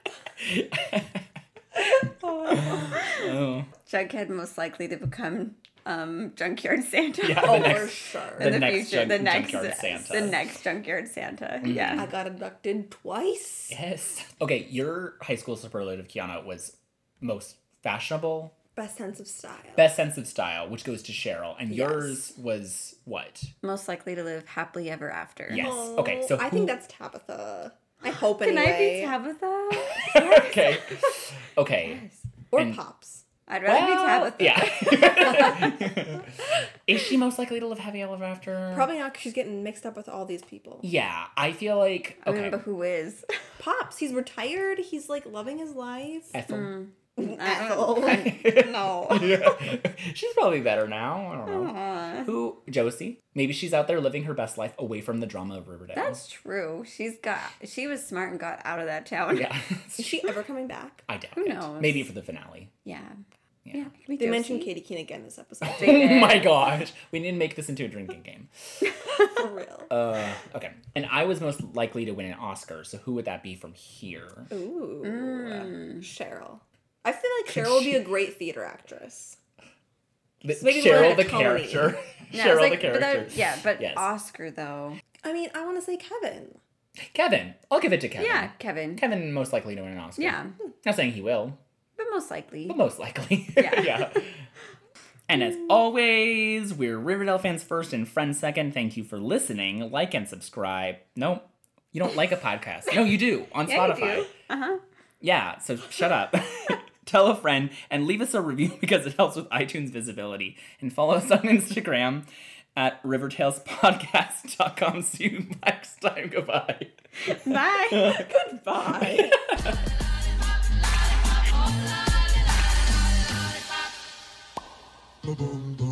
[SPEAKER 1] oh,
[SPEAKER 3] Jughead most likely to become um junkyard Santa.
[SPEAKER 1] yeah.
[SPEAKER 2] Oh,
[SPEAKER 1] the
[SPEAKER 2] for
[SPEAKER 1] next,
[SPEAKER 2] sure.
[SPEAKER 1] the next junk- junkyard Santa. Mm-hmm.
[SPEAKER 3] The next junkyard Santa. Yeah.
[SPEAKER 2] I got abducted twice.
[SPEAKER 1] yes. Okay, your high school superlative, Kiana, was most fashionable,
[SPEAKER 2] Best sense of style.
[SPEAKER 1] best sense of style, which goes to Cheryl, and yours was what?
[SPEAKER 3] Most likely to live happily ever after.
[SPEAKER 1] Yes.
[SPEAKER 2] Oh,
[SPEAKER 1] okay. So
[SPEAKER 2] I
[SPEAKER 1] who-
[SPEAKER 2] think that's Tabitha. I hope
[SPEAKER 3] Can
[SPEAKER 2] anyway.
[SPEAKER 3] I be Tabitha?
[SPEAKER 1] okay. Okay.
[SPEAKER 2] or
[SPEAKER 1] and-
[SPEAKER 2] Pops.
[SPEAKER 3] I'd rather
[SPEAKER 1] Well,
[SPEAKER 3] be Tabitha.
[SPEAKER 1] Yeah. Is she most likely to live happy ever after?
[SPEAKER 2] Probably not 'cause she's getting mixed up with all these people.
[SPEAKER 1] Yeah, I feel like
[SPEAKER 3] I
[SPEAKER 1] okay.
[SPEAKER 3] remember who is.
[SPEAKER 2] Pops, he's retired. He's like loving his life.
[SPEAKER 1] Ethel.
[SPEAKER 2] Ethel.
[SPEAKER 3] no.
[SPEAKER 1] Yeah. she's probably better now. I don't
[SPEAKER 3] Mm.
[SPEAKER 1] know.
[SPEAKER 3] Aw.
[SPEAKER 1] Who? Josie? Maybe she's out there living her best life away from the drama of Riverdale.
[SPEAKER 3] That's true. She's got she was smart and got out of that town.
[SPEAKER 1] yeah.
[SPEAKER 2] Is she ever coming back?
[SPEAKER 1] I doubt
[SPEAKER 3] Who
[SPEAKER 1] it.
[SPEAKER 3] knows?
[SPEAKER 1] Maybe for the finale.
[SPEAKER 3] Yeah.
[SPEAKER 1] Yeah.
[SPEAKER 3] we
[SPEAKER 2] They
[SPEAKER 3] go
[SPEAKER 2] mentioned
[SPEAKER 3] see.
[SPEAKER 2] Katie Keene again this episode.
[SPEAKER 1] Oh my gosh, we need to make this into a drinking game.
[SPEAKER 2] For real.
[SPEAKER 1] Uh, okay, and I was most likely to win an Oscar, so who would that be from here?
[SPEAKER 2] Ooh.
[SPEAKER 1] mm.
[SPEAKER 2] Cheryl. I feel like Cheryl would be a great theater actress.
[SPEAKER 1] The-
[SPEAKER 2] maybe
[SPEAKER 1] Cheryl
[SPEAKER 2] Lana
[SPEAKER 1] the
[SPEAKER 2] Cullen.
[SPEAKER 1] character.
[SPEAKER 3] No,
[SPEAKER 1] Cheryl
[SPEAKER 3] it's
[SPEAKER 1] the
[SPEAKER 3] like- but
[SPEAKER 1] character.
[SPEAKER 3] that- yeah, but
[SPEAKER 1] Yes.
[SPEAKER 3] Oscar though.
[SPEAKER 2] I mean, I want to say Kevin.
[SPEAKER 1] Kevin. I'll give it to Kevin.
[SPEAKER 3] Yeah, Kevin.
[SPEAKER 1] Kevin most likely to win an Oscar.
[SPEAKER 3] Yeah,
[SPEAKER 1] Not saying he will,
[SPEAKER 3] but most likely.
[SPEAKER 1] but most likely.
[SPEAKER 3] Yeah.
[SPEAKER 1] yeah. And as always, we're Riverdale fans first and friends second. Thank you for listening. Like and subscribe. No, you don't like a podcast. No, you do on
[SPEAKER 3] Yeah, you
[SPEAKER 1] Spotify.
[SPEAKER 3] do. Uh-huh.
[SPEAKER 1] Yeah, so shut up. Tell a friend and leave us a review because it helps with iTunes visibility. And follow us on Instagram at rivertalespodcast.com. See you next time. Goodbye.
[SPEAKER 3] Bye.
[SPEAKER 1] Goodbye.
[SPEAKER 5] Boom, boom.